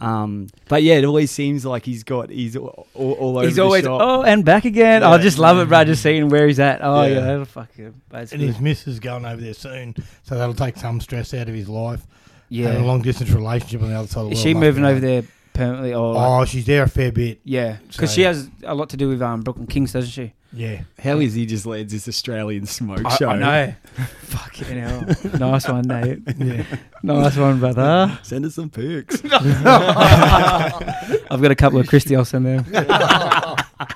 Speaker 5: Um, but yeah, it always seems like he's got he's all, all, all over
Speaker 6: He's
Speaker 5: the
Speaker 6: always
Speaker 5: shop.
Speaker 6: oh and back again. I
Speaker 5: Yeah. Mm.
Speaker 6: just love it, bro. Just seeing where he's at. Oh yeah,
Speaker 5: Yeah.
Speaker 6: that'll fucking that's
Speaker 2: And
Speaker 6: good.
Speaker 2: his missus is going over there soon, so that'll take some stress out of his life.
Speaker 6: Yeah.
Speaker 2: And a long distance relationship on the other side of the
Speaker 6: Is
Speaker 2: world.
Speaker 6: she
Speaker 2: mate.
Speaker 6: moving over there permanently or?
Speaker 2: Oh, she's there a fair bit.
Speaker 6: Yeah, because
Speaker 2: So-
Speaker 6: she has a lot to do with um Brooklyn Kings, doesn't she?
Speaker 2: Yeah.
Speaker 5: How is he just led this Australian smoke
Speaker 6: I,
Speaker 5: show?
Speaker 6: I know. Fucking hell, nice one, Nate.
Speaker 2: Yeah.
Speaker 6: Nice one, brother.
Speaker 5: Send us some pics.
Speaker 6: I've got a couple of Christios in there.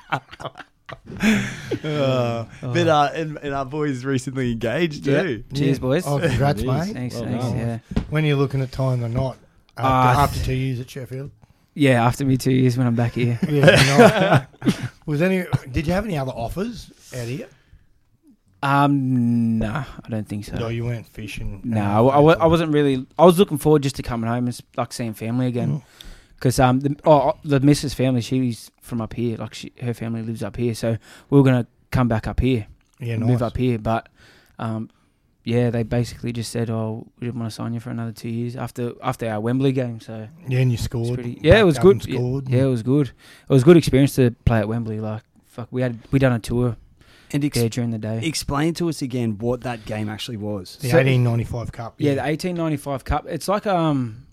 Speaker 3: Uh, but uh, and, and our boys recently engaged
Speaker 6: Yeah.
Speaker 3: too.
Speaker 6: Cheers, boys.
Speaker 2: Oh, congrats,
Speaker 4: It is.
Speaker 2: mate.
Speaker 6: Thanks,
Speaker 4: Well
Speaker 6: thanks.
Speaker 4: done.
Speaker 6: Yeah,
Speaker 2: When are you looking at tying the knot? After,
Speaker 6: Uh,
Speaker 2: after two years at Sheffield.
Speaker 6: yeah. After me two years when I'm back here.
Speaker 2: Yeah. no. Was any? Did you have any other offers out here?
Speaker 6: Um, nah, I don't think so.
Speaker 2: No, you weren't fishing.
Speaker 6: No, I, wa- I, wa- I wasn't really. I was looking forward just to coming home and s- like seeing family again, because um the oh, the missus family she's from up here, like she, her family lives up here, so we were gonna come back up here,
Speaker 2: Yeah,
Speaker 6: and
Speaker 2: nice.
Speaker 6: move up here, but um yeah, they basically just said, oh, we didn't want to sign you for another two years after after our Wembley game, so
Speaker 2: Yeah, and you
Speaker 6: it's
Speaker 2: scored.
Speaker 6: pretty. Yeah, it
Speaker 2: Backed
Speaker 6: was
Speaker 2: up
Speaker 6: good.
Speaker 2: and
Speaker 6: Yeah,
Speaker 2: Scored.
Speaker 6: yeah, it was good. It was a good experience to play at Wembley. Like fuck, we had we done a tour
Speaker 5: And ex-
Speaker 6: there during the day.
Speaker 5: explain to us again what that game actually was.
Speaker 2: The
Speaker 6: So-
Speaker 2: 1895 Cup.
Speaker 6: Yeah, the 1895 Cup. It's like um,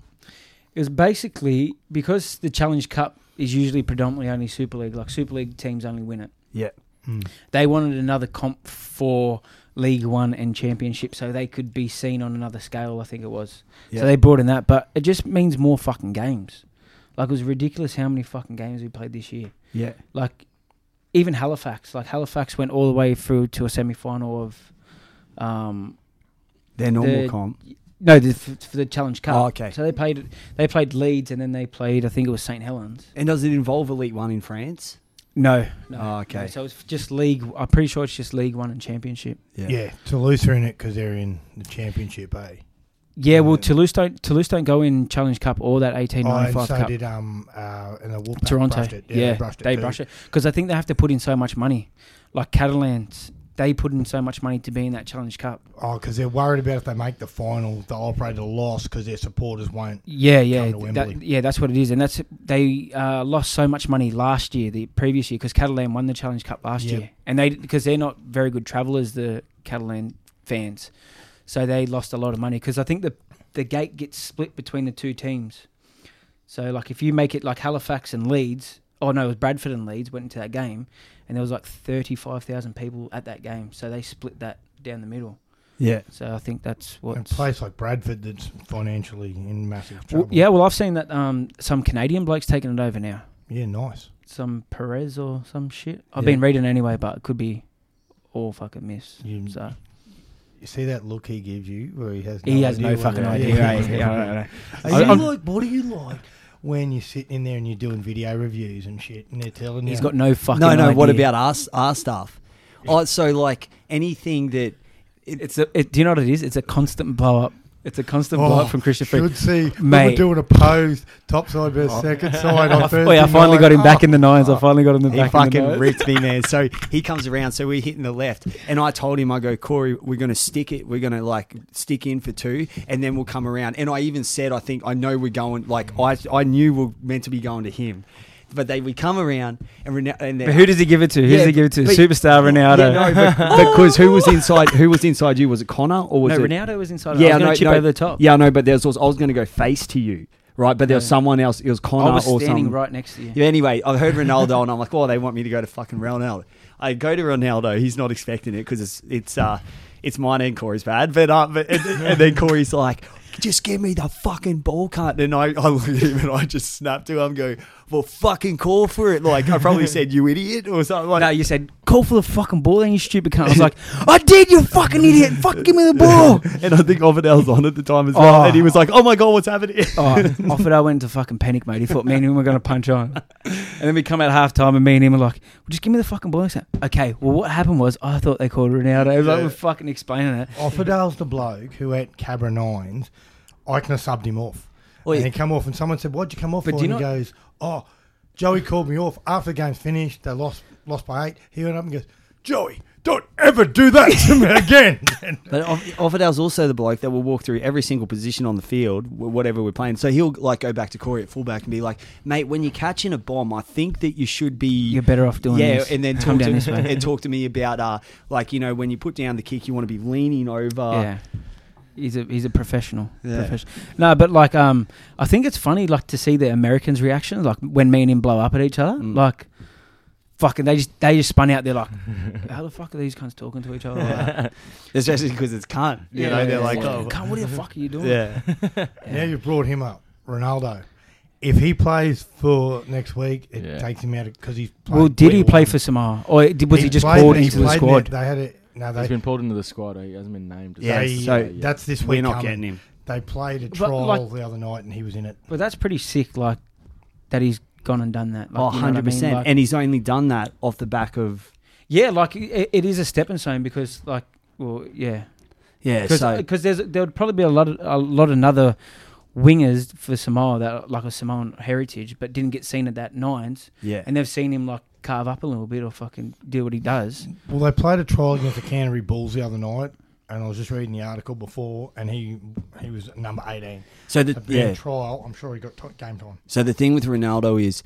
Speaker 6: it was basically because the Challenge Cup is usually predominantly only Super League. Like Super League teams only win it.
Speaker 5: Yeah.
Speaker 2: Mm.
Speaker 6: They wanted another comp for League One and Championship, so they could be seen on another scale. I think it was.
Speaker 5: Yeah.
Speaker 6: So they brought in that, but it just means more fucking games. Like it was ridiculous how many fucking games we played this year
Speaker 5: Yeah.
Speaker 6: like even Halifax, like Halifax went all the way through to a semi final of, um,
Speaker 5: Their normal
Speaker 6: The-
Speaker 5: comp.
Speaker 6: no, the, f- for the Challenge Cup.
Speaker 5: Oh, okay.
Speaker 6: So they played, they played Leeds, and then they played, I think it was St Helens.
Speaker 5: And does it involve Elite One in France?
Speaker 6: No, no.
Speaker 5: Oh, okay.
Speaker 6: No, so it's just league. I'm pretty sure it's just League One and Championship.
Speaker 2: Yeah, Toulouse are in it because they're in the championship, eh?
Speaker 6: Yeah, well, Toulouse don't Toulouse don't go in Challenge Cup or that eighteen
Speaker 2: Oh,
Speaker 6: ninety
Speaker 2: and
Speaker 6: five
Speaker 2: so
Speaker 6: Cup.
Speaker 2: did um uh and the Wolfpack
Speaker 6: Toronto,
Speaker 2: brushed it.
Speaker 6: yeah,
Speaker 2: they brushed it.
Speaker 6: they
Speaker 2: too.
Speaker 6: brush it because I think they have to put in so much money. Like Catalans, they put in so much money to be in that Challenge Cup.
Speaker 2: Oh, because they're worried about if they make the final, the operator lost because their supporters won't.
Speaker 6: Yeah, yeah,
Speaker 2: Come to
Speaker 6: that-
Speaker 2: Wembley.
Speaker 6: yeah. That's what it is, and that's they uh, lost so much money last year, the previous year, because Catalan won the Challenge Cup last
Speaker 2: Yeah.
Speaker 6: year, and they because they're not very good travellers, the Catalan fans, so they lost a lot of money because I think the the gate gets split between the two teams. So like if you make it like Halifax and Leeds, oh no, it was Bradford and Leeds went into that game, and there was like thirty five thousand people at that game, so they split that down the middle.
Speaker 5: Yeah.
Speaker 6: So I think that's what
Speaker 2: And a place like Bradford that's financially in massive
Speaker 6: Well,
Speaker 2: trouble.
Speaker 6: yeah, well, I've seen that um, some Canadian blokes taking it over now.
Speaker 2: yeah, nice.
Speaker 6: Some Perez or some shit. I've
Speaker 5: Yeah.
Speaker 6: been reading anyway, but it could be all fucking miss.
Speaker 2: You,
Speaker 6: So
Speaker 2: you see that look he gives you where he has no
Speaker 6: he has
Speaker 2: idea
Speaker 6: no
Speaker 2: what
Speaker 6: fucking
Speaker 2: you're
Speaker 6: idea.
Speaker 2: doing.
Speaker 6: Yeah, yeah, I don't know.
Speaker 2: Are
Speaker 6: I-
Speaker 2: you
Speaker 6: I'm-
Speaker 2: like, what do you like when you're sitting in there and you're doing video reviews and shit, and they're telling
Speaker 6: He's
Speaker 2: you
Speaker 6: got no fucking.
Speaker 5: No, no. What
Speaker 6: idea.
Speaker 5: about our, our stuff? Oh, so like anything that
Speaker 6: It's a. It, do you know what it is? It's a constant blow up. It's a constant blow up from Christian Freak.
Speaker 2: Should see we
Speaker 6: Mate.
Speaker 2: were doing a pose, top side versus second side on Thursday.
Speaker 6: Wait, Oh, I finally got him
Speaker 2: night.
Speaker 6: back in the nines. I finally got him
Speaker 5: he
Speaker 6: back in the
Speaker 5: fucking
Speaker 6: nines.
Speaker 5: ripped me, man. So he comes around. So we're hitting the left, and I told him, I go, Corey, we're gonna stick it. We're gonna like stick in for two, and then we'll come around. And I even said, I think I know we're going. Like I, I knew we're meant to be going to him, but they we come around and Rene- and
Speaker 6: But who does he give it to? Who does
Speaker 5: Yeah,
Speaker 6: he give it to?
Speaker 5: but-
Speaker 6: Superstar Ronaldo.
Speaker 5: Yeah, no, but because who was inside? Who was inside you? Was it Connor or was
Speaker 6: No,
Speaker 5: it
Speaker 6: Ronaldo was inside. I was going to chip over the top.
Speaker 5: Yeah, I know, but there's also I was going to go face to you, right? But there was
Speaker 6: Yeah.
Speaker 5: someone else. It was Connor
Speaker 6: I was
Speaker 5: or
Speaker 6: standing
Speaker 5: something.
Speaker 6: right next to you.
Speaker 5: Yeah. Anyway, I heard Ronaldo, and I'm like, oh, they want me to go to fucking Ronaldo. I go to Ronaldo. He's not expecting it because it's it's uh it's mine and Corey's bad. But uh, but and, and then Corey's like. Just give me the fucking ball cut. And I, I look at him and I just snap to him, go, well, fucking call for it. Like, I probably said, you idiot, or something like
Speaker 6: No, you said call for the fucking ball, and you stupid cunt. I was like, I did, you fucking idiot. Fuck, give me the ball.
Speaker 5: And I think Ovidel was on at the time as well.
Speaker 6: Oh.
Speaker 5: And he was like, oh my God, what's happening?
Speaker 6: Oh, off it, I went into fucking panic, mate. He thought me and him were going to punch on. And then we come out half time, and me and him were like, well, just give me the fucking ball. He's like, okay, well, what happened was I thought they called Ronaldo. It was like,
Speaker 5: Yeah.
Speaker 6: we're fucking explaining it.
Speaker 2: Offerdale's the bloke who at Cabra Nines, Eichner subbed him off.
Speaker 5: Well,
Speaker 2: and
Speaker 5: yeah.
Speaker 2: he come off, and someone said, "Why'd you come off?"
Speaker 6: But
Speaker 2: for?"
Speaker 6: do
Speaker 2: And
Speaker 6: you
Speaker 2: he goes, "Oh, Joey called me off after the game's finished. They lost, lost by eight. He went up and goes, "Joey, don't ever do that to me again." And
Speaker 5: But Offerdale's also the bloke that will walk through every single position on the field, wh- whatever we're playing. So he'll like go back to Corey at fullback and be like, "Mate, when you're catching a bomb, I think that you should be
Speaker 6: You're better off doing
Speaker 5: yeah."
Speaker 6: this.
Speaker 5: And then talk
Speaker 6: Come
Speaker 5: to
Speaker 6: down this way.
Speaker 5: and talk to me about uh, like you know when you put down the kick, you want to be leaning over.
Speaker 6: yeah. He's a he's a professional.
Speaker 5: Uh, Yeah.
Speaker 6: Profes- No, but like um, I think it's funny like to see the Americans' reactions, like when me and him blow up at each other,
Speaker 5: Mm.
Speaker 6: like fucking they just they just spun out. They're like, how the fuck are these cunts talking to each other? Like, that?"
Speaker 5: especially because it's cunt. You know, they're like, "Oh,
Speaker 6: "Cunt, what the fuck are you doing?
Speaker 5: yeah."
Speaker 2: now you've brought him up, Ronaldo. If he plays for next week, it
Speaker 4: Yeah.
Speaker 2: takes him out because he's. played
Speaker 6: Well, did he
Speaker 2: really
Speaker 6: play
Speaker 2: well.
Speaker 6: for Samoa, or did, was he, just
Speaker 2: played-
Speaker 6: called
Speaker 2: he
Speaker 6: into the
Speaker 2: played in
Speaker 6: squad?
Speaker 2: it. They had it. No,
Speaker 4: He's
Speaker 2: they.
Speaker 4: been pulled into the squad. eh? He hasn't been named. as
Speaker 6: uh,
Speaker 5: Yeah,
Speaker 2: they
Speaker 4: such,
Speaker 5: so
Speaker 4: eh, yet.
Speaker 2: that's this week.
Speaker 5: We're not
Speaker 2: coming.
Speaker 5: getting him.
Speaker 2: They played a
Speaker 6: But,
Speaker 2: trial
Speaker 6: like-
Speaker 2: the other night, and he was in it.
Speaker 6: But that's pretty sick, like that he's gone and done that. Like,
Speaker 5: Oh,
Speaker 6: you know what I mean?
Speaker 5: 100 percent.
Speaker 6: Like-
Speaker 5: And he's only done that off the back of
Speaker 6: yeah, like it, it is a stepping stone because, like, well, yeah,
Speaker 5: yeah.
Speaker 6: because
Speaker 5: So
Speaker 6: there's there would probably be a lot of a lot of another wingers for Samoa that are, like a Samoan heritage, but didn't get seen at that nines,
Speaker 5: yeah,
Speaker 6: and they've seen him like carve up a little bit or fucking do what he does.
Speaker 2: Well, they played a trial against the Canterbury Bulls the other night, and I was just reading the article before, and he he was number eighteen.
Speaker 5: so the
Speaker 2: Had been
Speaker 5: yeah.
Speaker 2: a trial. I'm sure he got t- game time.
Speaker 5: So the thing with Ronaldo is,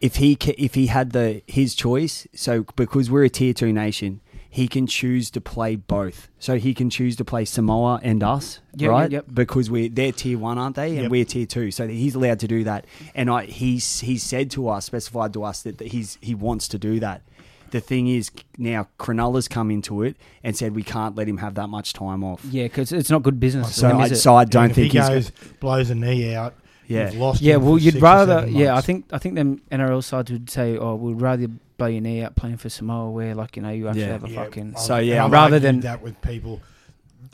Speaker 5: if he ca- if he had the his choice, so because we're a tier two nation, he can choose to play both. So he can choose to play Samoa and us,
Speaker 6: Yep,
Speaker 5: right?
Speaker 6: yep, yep.
Speaker 5: Because we they're tier one, aren't they? And
Speaker 2: Yep.
Speaker 5: we're tier two, so he's allowed to do that. And I he's he's said to us, specified to us that, that he's he wants to do that. The thing is now Cronulla's come into it and said we can't let him have that much time off.
Speaker 6: Yeah, because it's not good business.
Speaker 5: So
Speaker 6: for him,
Speaker 5: I,
Speaker 6: is it?
Speaker 5: so I don't
Speaker 2: And if
Speaker 5: think
Speaker 2: he
Speaker 5: he's
Speaker 2: goes blows a knee out.
Speaker 5: Yeah.
Speaker 2: you've lost.
Speaker 6: Yeah,
Speaker 2: him
Speaker 6: well,
Speaker 2: for
Speaker 6: you'd
Speaker 2: six or
Speaker 6: rather.
Speaker 2: seven
Speaker 6: Yeah, I
Speaker 2: months.
Speaker 6: think I think them NRL sides would say, "Oh, we'd rather blow your knee out playing for Samoa, where like you know you actually
Speaker 5: Yeah.
Speaker 6: have a
Speaker 2: Yeah,
Speaker 6: fucking
Speaker 2: I've-
Speaker 5: So,
Speaker 2: and
Speaker 5: yeah,
Speaker 2: I've
Speaker 6: rather
Speaker 2: argued
Speaker 6: than-
Speaker 2: that with people,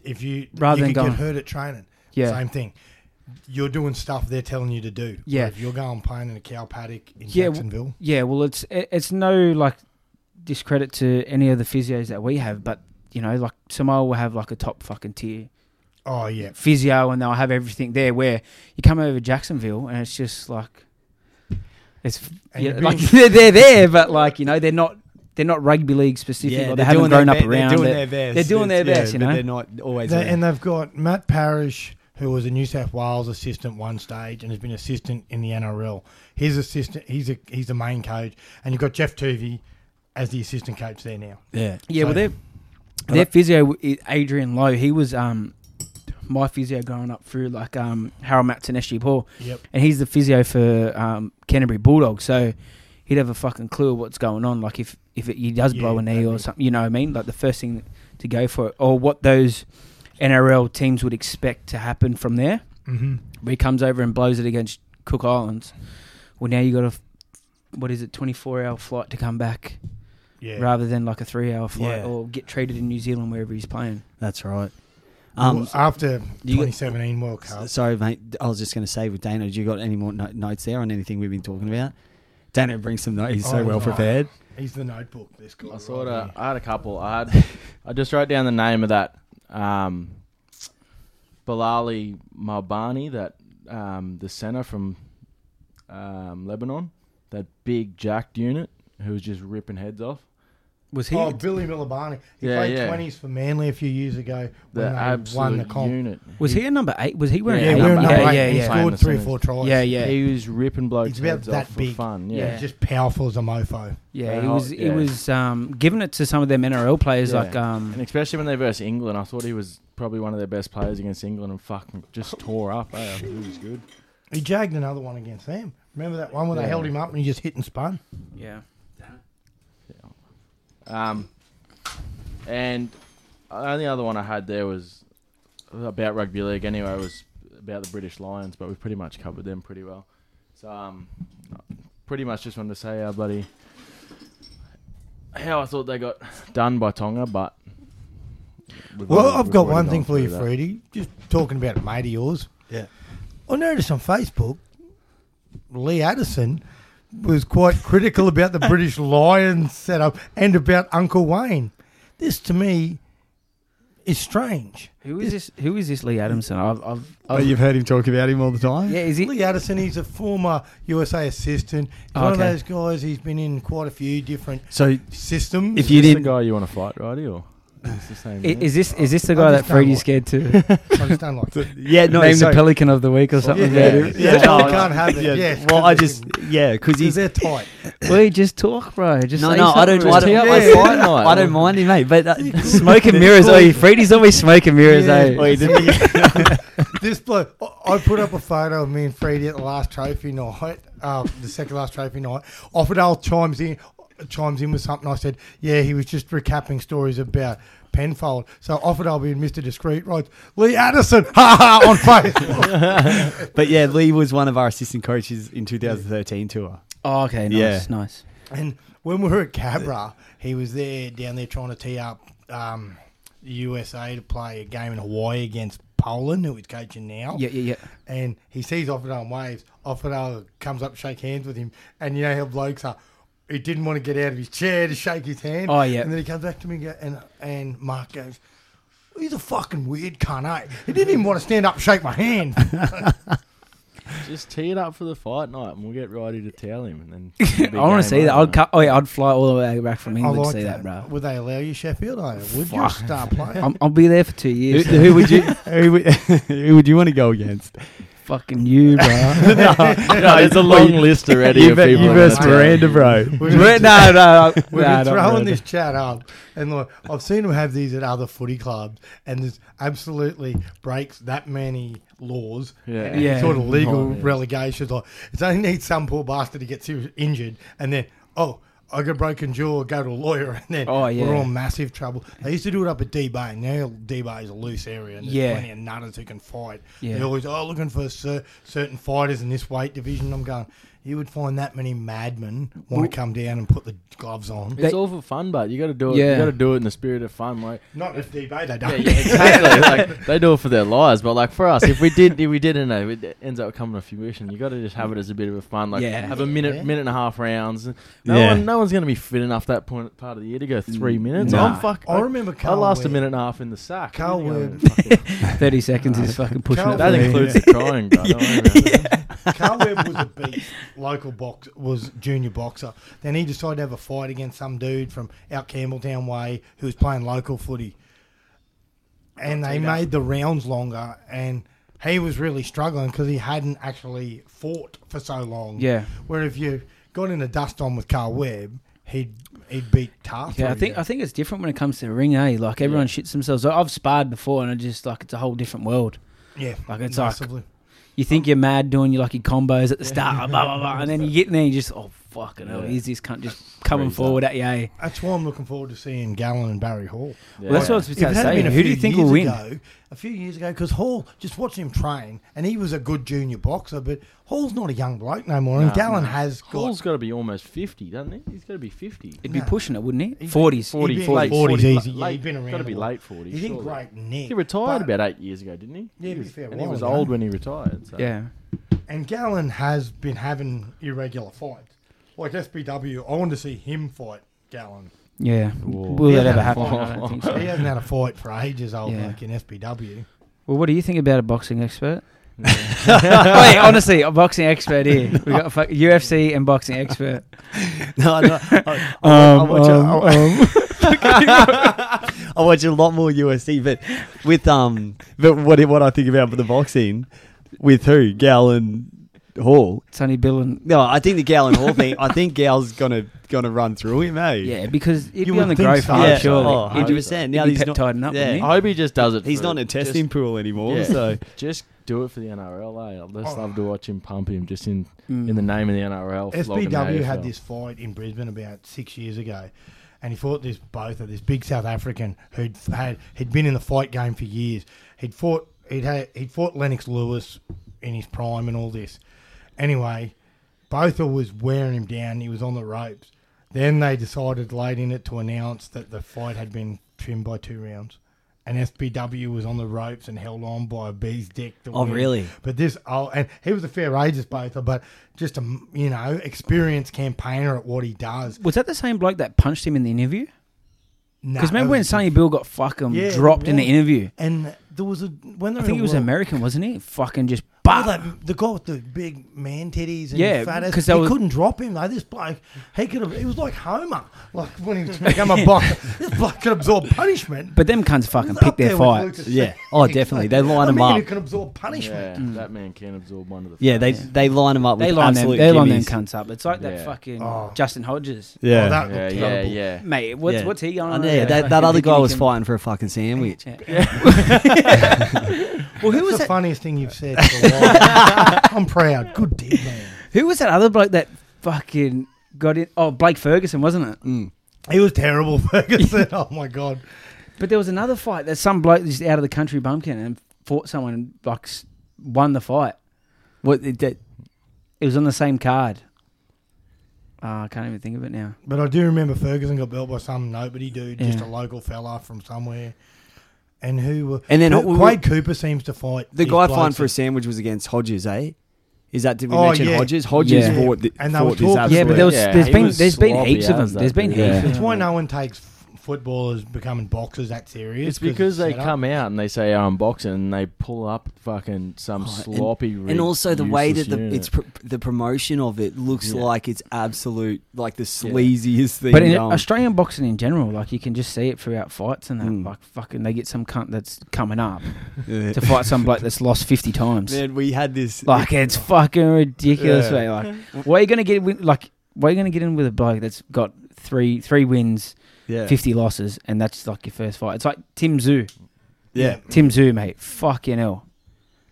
Speaker 2: if you
Speaker 6: Rather
Speaker 2: you
Speaker 6: than
Speaker 2: could
Speaker 6: going-
Speaker 2: get hurt at training,
Speaker 6: yeah."
Speaker 2: same thing. You're doing stuff they're telling you to do.
Speaker 6: Yeah.
Speaker 2: Where if you're going playing in a cow paddock in
Speaker 6: Yeah, w-
Speaker 2: Jacksonville,
Speaker 6: Yeah, well, it's it- it's no like discredit to any of the physios that we have, but you know, like Samoa will have like a top fucking tier
Speaker 2: Oh yeah,
Speaker 6: physio and they'll have everything there. Where you come over to Jacksonville and it's just like it's
Speaker 2: And
Speaker 6: yeah,
Speaker 2: you're
Speaker 6: like
Speaker 2: being-
Speaker 6: they're, they're there, but like you know they're not they're not rugby league specific. or they
Speaker 5: they're
Speaker 6: haven't
Speaker 5: doing
Speaker 6: grown
Speaker 5: their
Speaker 6: up
Speaker 5: be-
Speaker 6: around.
Speaker 5: They're doing
Speaker 6: it.
Speaker 5: their best.
Speaker 6: They're doing their
Speaker 5: It's-
Speaker 6: best, you
Speaker 5: but
Speaker 6: know?
Speaker 5: they're not always.
Speaker 2: They-
Speaker 5: there.
Speaker 2: and they've got Matt Parrish, who was a New South Wales assistant one stage and has been assistant in the NRL. His assistant, he's a he's the main coach, and you've got Jeff Tuvey as the assistant coach there now.
Speaker 5: yeah.
Speaker 6: yeah, well
Speaker 2: So-
Speaker 6: their their physio is Adrian Lowe. He was um my physio growing up through like um Harold Matz and SG Paul.
Speaker 2: Yep.
Speaker 6: and he's the physio for um, Canterbury Bulldogs, so he'd have a fucking clue of what's going on. Like if if it, he does
Speaker 2: Yeah,
Speaker 6: blow a knee or
Speaker 2: exactly.
Speaker 6: something, you know what I mean. Like the first thing to go for it, or what those NRL teams would expect to happen from there.
Speaker 2: Mm-hmm.
Speaker 6: But he comes over and blows it against Cook Islands. Well, now you got a what is it, twenty four hour flight to come back
Speaker 2: Yeah.
Speaker 6: rather than like a three hour flight
Speaker 5: Yeah.
Speaker 6: or get treated in New Zealand wherever he's playing.
Speaker 5: That's right.
Speaker 2: Well,
Speaker 5: Um,
Speaker 2: after
Speaker 5: you got-
Speaker 2: 2017 World Cup,
Speaker 5: s- sorry, mate. I was just going to say with Dana, do you got any more no- notes there on anything we've been talking about? Dana brings some notes. He's so
Speaker 2: Oh,
Speaker 5: well
Speaker 2: no.
Speaker 5: prepared.
Speaker 2: he's the notebook. This guy.
Speaker 4: I
Speaker 2: right
Speaker 4: sort of.
Speaker 2: here.
Speaker 4: I had a couple. I had. I just wrote down the name of that um, Bilali Malbani, that um, the center from um, Lebanon, that big jacked unit who was just ripping heads off.
Speaker 6: Was he?
Speaker 2: Oh, Billy Milibani. He
Speaker 4: Yeah,
Speaker 2: played
Speaker 4: yeah.
Speaker 2: 20s for Manly a few years ago
Speaker 4: The
Speaker 2: when they
Speaker 4: absolute
Speaker 2: won the comp.
Speaker 4: unit.
Speaker 6: was he a number eight? Was he
Speaker 2: Yeah,
Speaker 6: wearing?
Speaker 4: Yeah,
Speaker 6: eight?
Speaker 2: we
Speaker 4: number
Speaker 2: were number
Speaker 4: eight.
Speaker 2: eight.
Speaker 6: yeah,
Speaker 2: he
Speaker 6: yeah,
Speaker 2: scored
Speaker 4: Famous,
Speaker 2: three or
Speaker 4: isn't it?
Speaker 2: four tries.
Speaker 6: yeah, yeah.
Speaker 4: He was ripping blokes
Speaker 2: He's about
Speaker 4: heads
Speaker 2: that
Speaker 4: off for
Speaker 2: big.
Speaker 4: fun.
Speaker 2: He's
Speaker 4: Yeah.
Speaker 2: just powerful as a mofo.
Speaker 6: Yeah,
Speaker 4: They're
Speaker 6: he
Speaker 4: hot,
Speaker 6: was. He
Speaker 4: yeah.
Speaker 6: was um, giving it to some of them NRL players,
Speaker 4: Yeah.
Speaker 6: like um,
Speaker 4: And especially when they versus England, I thought he was probably one of their best players against England and fucking just tore up. eh? He was good.
Speaker 2: He jagged another one against them. Remember that one where they
Speaker 4: Yeah.
Speaker 2: held him up and he just hit and spun?
Speaker 6: yeah,
Speaker 4: Um, and the only other one I had there was about rugby league. Anyway, it was about the British Lions, but we've pretty much covered them pretty well. So, um, pretty much just wanted to say how bloody how I thought they got done by Tonga, but we've
Speaker 2: Well,
Speaker 4: already-
Speaker 2: I've
Speaker 4: we've
Speaker 2: got
Speaker 4: already
Speaker 2: one
Speaker 4: gone
Speaker 2: thing for you,
Speaker 4: through that.
Speaker 2: Freddie. Just talking about a mate of yours.
Speaker 5: Yeah.
Speaker 2: I noticed on Facebook, Lee Addison was quite critical about the British Lions setup and about Uncle Wayne. This to me is strange.
Speaker 6: Who is this? Who is this Lee Adamson? I've, I've,
Speaker 5: Oh,
Speaker 6: I've
Speaker 5: you've heard him talk about him all the time.
Speaker 6: yeah, is he?
Speaker 2: Lee Addison, he's a former USA assistant. He's
Speaker 6: Oh,
Speaker 2: one
Speaker 6: okay.
Speaker 2: of those guys, he's been in quite a few different
Speaker 5: So
Speaker 2: systems.
Speaker 5: if you
Speaker 4: Is this the
Speaker 5: didn't,
Speaker 4: guy you want to fight, righty, or it's the same?
Speaker 6: i-
Speaker 4: man?
Speaker 6: Is this is this the
Speaker 2: I'm
Speaker 6: guy that
Speaker 2: just done
Speaker 6: Freddie's
Speaker 2: what-
Speaker 6: scared to
Speaker 2: I just don't like that.
Speaker 5: yeah, no,
Speaker 6: name
Speaker 5: so-
Speaker 6: the Pelican of the week or something?
Speaker 2: Yeah,
Speaker 6: about
Speaker 2: yeah,
Speaker 6: it?
Speaker 2: yeah.
Speaker 5: No,
Speaker 2: You can't have it.
Speaker 5: yeah.
Speaker 2: Yes.
Speaker 5: Well, I just yeah, because
Speaker 2: Because
Speaker 5: he's
Speaker 2: they're tight.
Speaker 6: Lee, just talk, bro. Just
Speaker 5: no,
Speaker 6: say
Speaker 5: no. I
Speaker 6: something,
Speaker 5: don't.
Speaker 6: bro.
Speaker 5: I don't,
Speaker 4: Tee up
Speaker 5: I,
Speaker 4: my
Speaker 5: don't-
Speaker 4: fight night.
Speaker 5: I don't mind him, mate. But uh,
Speaker 6: Smoke and mirrors, oh, Freddie's always smoke and mirrors,
Speaker 2: Yeah.
Speaker 6: eh?
Speaker 5: Oh, he didn't.
Speaker 2: this bloke, I- I put up a photo of me and Freddie at the last trophy night, uh, the second last trophy night. Offerdale chimes in, chimes in with something. I said, "Yeah, he was just recapping stories about Penfold." So Offerdale being Mr. Discreet writes, "Lee Addison, ha ha," on Facebook.
Speaker 5: But yeah, Lee was one of our assistant coaches in 2013 tour.
Speaker 6: Oh, okay, nice,
Speaker 5: Yeah.
Speaker 6: nice.
Speaker 2: and when we were at Cabra, he was there down there trying to tee up um, the USA to play a game in Hawaii against Poland, who he's coaching now.
Speaker 6: Yeah, yeah, yeah.
Speaker 2: and he sees Offerdale and waves. Offerdale comes up, to shake hands with him, and you know how blokes are. He didn't want to get out of his chair to shake his hand.
Speaker 6: Oh, yeah.
Speaker 2: And then he comes back to me and go, and, and Mark goes, "He's a fucking weird cunt, eh? He didn't even want to stand up, and shake my hand."
Speaker 4: Just tee it up for the fight night, and we'll get righty to tell him. And
Speaker 6: I
Speaker 4: then
Speaker 6: want to see that. I'd cut, oh yeah, I'd fly all the way back from
Speaker 2: I
Speaker 6: England
Speaker 2: like
Speaker 6: to see that, bro.
Speaker 2: Would they allow you Sheffield? eh? Would you start playing?
Speaker 6: I'm, I'll be there for two
Speaker 5: Who,
Speaker 6: years.
Speaker 5: who would you? Who would, who would you want to go against?
Speaker 6: Fucking you,
Speaker 4: No,
Speaker 6: bro.
Speaker 4: it's a long list already.
Speaker 5: you
Speaker 4: of
Speaker 5: ve-
Speaker 4: people
Speaker 5: you
Speaker 4: that
Speaker 5: versus
Speaker 4: are-
Speaker 5: Miranda, bro.
Speaker 2: We're
Speaker 6: no, no, no.
Speaker 2: We've been
Speaker 6: nah, not
Speaker 2: throwing
Speaker 6: really.
Speaker 2: this chat up, and look, I've seen them have these at other footy clubs, and this absolutely breaks that many laws.
Speaker 4: Yeah.
Speaker 2: and
Speaker 6: Yeah.
Speaker 2: Sort of legal
Speaker 4: Oh, yeah.
Speaker 2: relegations. Like, it's only needs some poor bastard to get serious, injured, and then oh. I got a broken jaw, go to a lawyer, and then
Speaker 6: Oh, yeah.
Speaker 2: we're all in massive trouble. They used to do it up at D Bay. Now D Bay is a loose area, and there's
Speaker 6: Yeah.
Speaker 2: plenty of nutters who can fight.
Speaker 6: Yeah.
Speaker 2: They're always oh looking for cer- certain fighters in this weight division. I'm going, You would find that many madmen want to come down and put the gloves on.
Speaker 4: It's
Speaker 6: They-
Speaker 4: all for fun, but you got to do it.
Speaker 6: Yeah.
Speaker 4: You got to do it in the spirit of fun, like.
Speaker 2: Not with DB, they don't.
Speaker 4: Yeah, yeah, exactly. like they do it for their lives, but like for us, if we did, if we didn't know, it ends up coming to fruition. You got to just have it as a bit of a fun, like
Speaker 6: Yeah.
Speaker 4: have a minute,
Speaker 2: Yeah.
Speaker 4: minute and a half rounds. No
Speaker 3: Yeah.
Speaker 4: one, no one's going to be fit enough that point part of the year to go three minutes.
Speaker 3: Nah.
Speaker 4: I'm fuck.
Speaker 2: I
Speaker 4: I,
Speaker 2: remember
Speaker 4: I
Speaker 2: Carl
Speaker 4: last a
Speaker 2: Webb.
Speaker 4: minute and a half in the sack.
Speaker 2: Carl
Speaker 4: You know,
Speaker 2: Webb.
Speaker 4: fucking-
Speaker 6: 30 seconds is fucking pushing
Speaker 2: Carl
Speaker 6: it.
Speaker 4: that
Speaker 2: Yeah.
Speaker 4: includes the trying, bro. Don't worry about it.
Speaker 2: Carl Webb was a beast. Local box was junior boxer. Then he decided to have a fight against some dude from out Campbelltown way who was playing local footy. And they made the rounds longer, and he was really struggling because he hadn't actually fought for so long.
Speaker 6: Yeah.
Speaker 2: Where if you got in a dust on with Carl Webb, he'd he'd beat tough.
Speaker 6: Yeah, I think I think it's different when it comes to the ring, eh? Like everyone shits themselves. I've sparred before, and I just like it's a whole different world.
Speaker 2: yeah,
Speaker 6: like, it's like-
Speaker 2: massively.
Speaker 6: You think you're mad doing your like your combos at the start, blah blah blah, and then you get in there, and you just oh fucking hell,
Speaker 4: Yeah.
Speaker 6: is this cunt just coming
Speaker 4: crazy.
Speaker 6: forward at you? Eh?
Speaker 2: That's why I'm looking forward to seeing Gallen and Barry Hall.
Speaker 4: Yeah.
Speaker 6: Well, that's what I was
Speaker 2: If it
Speaker 6: about to
Speaker 2: had
Speaker 6: say.
Speaker 2: been a
Speaker 6: Who do
Speaker 2: few
Speaker 6: you think
Speaker 2: years
Speaker 6: will win?
Speaker 2: Ago, a few years ago, because Hall, just watching him train, and he was a good junior boxer, but Hall's not a young bloke no more, and
Speaker 4: Nah,
Speaker 2: Gallen
Speaker 4: nah.
Speaker 2: has got.
Speaker 4: Hall's got to be almost fifty, doesn't he? He's got to be fifty.
Speaker 6: It'd be
Speaker 2: No.
Speaker 6: pushing it, wouldn't it?
Speaker 2: He'd be-
Speaker 6: Forties.
Speaker 2: he'd be
Speaker 4: 40,
Speaker 2: in
Speaker 4: 40,
Speaker 2: 40s
Speaker 4: 40,
Speaker 2: easy.
Speaker 4: late-
Speaker 2: he'd been around.
Speaker 4: gotta be
Speaker 2: a lot.
Speaker 4: late 40s,
Speaker 2: He didn't
Speaker 4: surely.
Speaker 2: great Nick.
Speaker 4: He retired
Speaker 2: but-
Speaker 4: about eight years ago, didn't he?
Speaker 2: Yeah,
Speaker 4: He
Speaker 2: but
Speaker 4: was-
Speaker 2: a fair
Speaker 4: and he
Speaker 2: while
Speaker 4: was
Speaker 2: ago.
Speaker 4: old when he retired. So.
Speaker 6: Yeah.
Speaker 2: And Gallen has been having irregular fights. Like SBW, I want to see him fight Gallen.
Speaker 6: Yeah. Will that ever happen? I don't think so.
Speaker 2: He hasn't had a fight for ages, old
Speaker 6: Yeah.
Speaker 2: like in SBW.
Speaker 6: Well, what do you think about a boxing expert? Wait, honestly, a boxing expert here. We got a fuck, UFC and boxing expert.
Speaker 5: No, no. I, I,
Speaker 4: Um,
Speaker 5: I, watch a, I, I watch a lot more USC, but with um, but what what I think about for the boxing, with who Galen Hall.
Speaker 6: Sonny Bill and
Speaker 5: No, I think the Galen Hall thing. I think Gal's gonna gonna run through him, eh?
Speaker 6: yeah, because he'd
Speaker 2: You
Speaker 6: be on the
Speaker 2: would think
Speaker 6: growth
Speaker 2: so.
Speaker 6: path,
Speaker 5: yeah,
Speaker 6: surely.
Speaker 5: oh,
Speaker 6: He'd be-
Speaker 5: 100%. Now
Speaker 6: he'd
Speaker 5: he's
Speaker 6: be
Speaker 5: not-
Speaker 6: tightened up,
Speaker 5: yeah.
Speaker 6: wouldn't he?
Speaker 4: I hope he just does it.
Speaker 5: He's
Speaker 4: for-
Speaker 5: not in a testing pool anymore,
Speaker 4: Yeah.
Speaker 5: so
Speaker 4: Just do it for the NRL. Eh? I just
Speaker 2: Oh.
Speaker 4: love to watch him pump him just in,
Speaker 6: Mm.
Speaker 4: in the name of the NRL. flogging the
Speaker 2: SBW had
Speaker 4: AFL.
Speaker 2: this fight in Brisbane about six years ago, and he fought this both of this big South African who'd f- had he'd been in the fight game for years. He'd fought he'd had he'd fought Lennox Lewis in his prime and all this. Anyway, Botha was wearing him down. He was on the ropes. Then they decided late in it to announce that the fight had been trimmed by two rounds. And SPW was on the ropes and held on by a bee's dick. to
Speaker 5: Oh,
Speaker 2: win.
Speaker 5: really?
Speaker 2: But this, oh, and he was a fair ages both, but just a you know experienced campaigner at what he does.
Speaker 6: Was that the same bloke that punched him in the interview?
Speaker 2: Nah,
Speaker 6: Because remember
Speaker 2: it
Speaker 6: when
Speaker 2: was-
Speaker 6: Sonny Bill got fucking
Speaker 2: Yeah, it
Speaker 6: dropped in the
Speaker 2: was.
Speaker 6: interview?
Speaker 2: and there was a when
Speaker 6: I think he was
Speaker 2: American.
Speaker 6: American, wasn't he? Fucking just
Speaker 2: Oh,
Speaker 6: bah.
Speaker 2: that, the guy with the big man titties and
Speaker 6: Yeah,
Speaker 2: fat ass.
Speaker 6: 'cause
Speaker 2: He
Speaker 6: that was-
Speaker 2: couldn't drop him though. This bloke, he could have. He was like Homer, like when he was become a boxer. this bloke could absorb punishment.
Speaker 6: But them cunts fucking
Speaker 2: He's
Speaker 6: pick
Speaker 2: up
Speaker 6: their
Speaker 2: there with
Speaker 6: fights.
Speaker 2: Lucas
Speaker 5: yeah.
Speaker 2: Smith.
Speaker 5: Oh, definitely. They line
Speaker 2: I
Speaker 5: him
Speaker 2: mean,
Speaker 5: up.
Speaker 2: He can absorb
Speaker 4: Yeah,
Speaker 2: punishment.
Speaker 4: that man can absorb one of the.
Speaker 5: Yeah, they they line him up with
Speaker 6: They line them,
Speaker 5: absolute
Speaker 6: they line them
Speaker 5: gimmies.
Speaker 6: cunts up. It's like that
Speaker 4: Yeah.
Speaker 6: fucking
Speaker 2: Oh.
Speaker 6: Justin Hodges.
Speaker 5: Yeah.
Speaker 2: Oh, that
Speaker 4: Yeah,
Speaker 2: looked
Speaker 4: yeah,
Speaker 2: terrible.
Speaker 4: yeah.
Speaker 6: Mate, what's,
Speaker 5: Yeah.
Speaker 6: what's he
Speaker 5: I
Speaker 6: on?
Speaker 5: know, that,
Speaker 6: about?
Speaker 5: that
Speaker 6: Fucking
Speaker 5: other guy
Speaker 6: bikini
Speaker 5: was
Speaker 6: can-
Speaker 5: fighting for a fucking sandwich.
Speaker 6: well, who
Speaker 2: That's
Speaker 6: was
Speaker 2: the
Speaker 6: that?
Speaker 2: funniest thing you've said. For a while. I'm proud. Good dig, man.
Speaker 6: Who was that other bloke that fucking got in? Oh, Blake Ferguson, wasn't it?
Speaker 2: He was terrible, Ferguson. oh my god.
Speaker 6: But there was another fight that some bloke just out of the country bumpkin and fought someone and like s- won the fight.
Speaker 5: What? it- That,
Speaker 6: It was on the same card. Ah, I can't even think of it now.
Speaker 2: But I do remember Ferguson got built by some nobody dude, just
Speaker 6: Yeah.
Speaker 2: a local fella from somewhere. And who? were-
Speaker 5: And then
Speaker 2: Qu-
Speaker 5: who-
Speaker 2: Quade Cooper seems to fight
Speaker 5: the
Speaker 2: these
Speaker 5: guy
Speaker 2: blokes
Speaker 5: fighting for a
Speaker 2: that-
Speaker 5: sandwich was against Hodges, eh? Is that did we
Speaker 2: Oh,
Speaker 5: mention
Speaker 2: yeah.
Speaker 5: Hodges? Hodges
Speaker 6: Yeah.
Speaker 5: fought, the,
Speaker 2: And they were
Speaker 5: fought this
Speaker 2: talking-
Speaker 5: absolute.
Speaker 6: Yeah, but there was,
Speaker 4: Yeah,
Speaker 6: there's
Speaker 4: he
Speaker 6: been
Speaker 4: was
Speaker 6: there's been
Speaker 4: sloppy
Speaker 6: heaps of
Speaker 4: as
Speaker 6: them.
Speaker 4: that
Speaker 6: There's been
Speaker 4: dude. Yeah.
Speaker 6: heaps.
Speaker 2: It's
Speaker 6: Of
Speaker 2: why
Speaker 6: them.
Speaker 2: no one takes f- footballers becoming boxers that serious.
Speaker 4: It's because they
Speaker 2: set up.
Speaker 4: come out and they say "Oh, I'm boxing, and they pull up fucking
Speaker 5: Oh,
Speaker 4: some
Speaker 5: and-
Speaker 4: sloppy.
Speaker 5: and also the way that
Speaker 4: useless
Speaker 5: the
Speaker 4: unit.
Speaker 5: it's pr- the promotion of it looks
Speaker 4: Yeah.
Speaker 5: like it's absolute like the
Speaker 4: Yeah.
Speaker 5: sleaziest thing.
Speaker 6: But in
Speaker 5: going.
Speaker 6: Australian boxing in general, like you can just see it throughout fights and that.
Speaker 4: Hmm.
Speaker 5: Mm.
Speaker 6: Like fucking, they get some cunt that's coming up
Speaker 5: Yeah.
Speaker 6: to fight some bloke that's lost fifty times.
Speaker 5: man, we had this
Speaker 6: Like it's fucking ridiculous,
Speaker 5: Yeah.
Speaker 6: mate. Like, why are you gonna get with, like? Why are you gonna get in with a bloke that's got three three wins,
Speaker 5: yeah,
Speaker 6: fifty losses, and that's like your first fight? It's like Tim Zoo,
Speaker 5: yeah,
Speaker 6: Tim Zoo, mate. Fucking hell,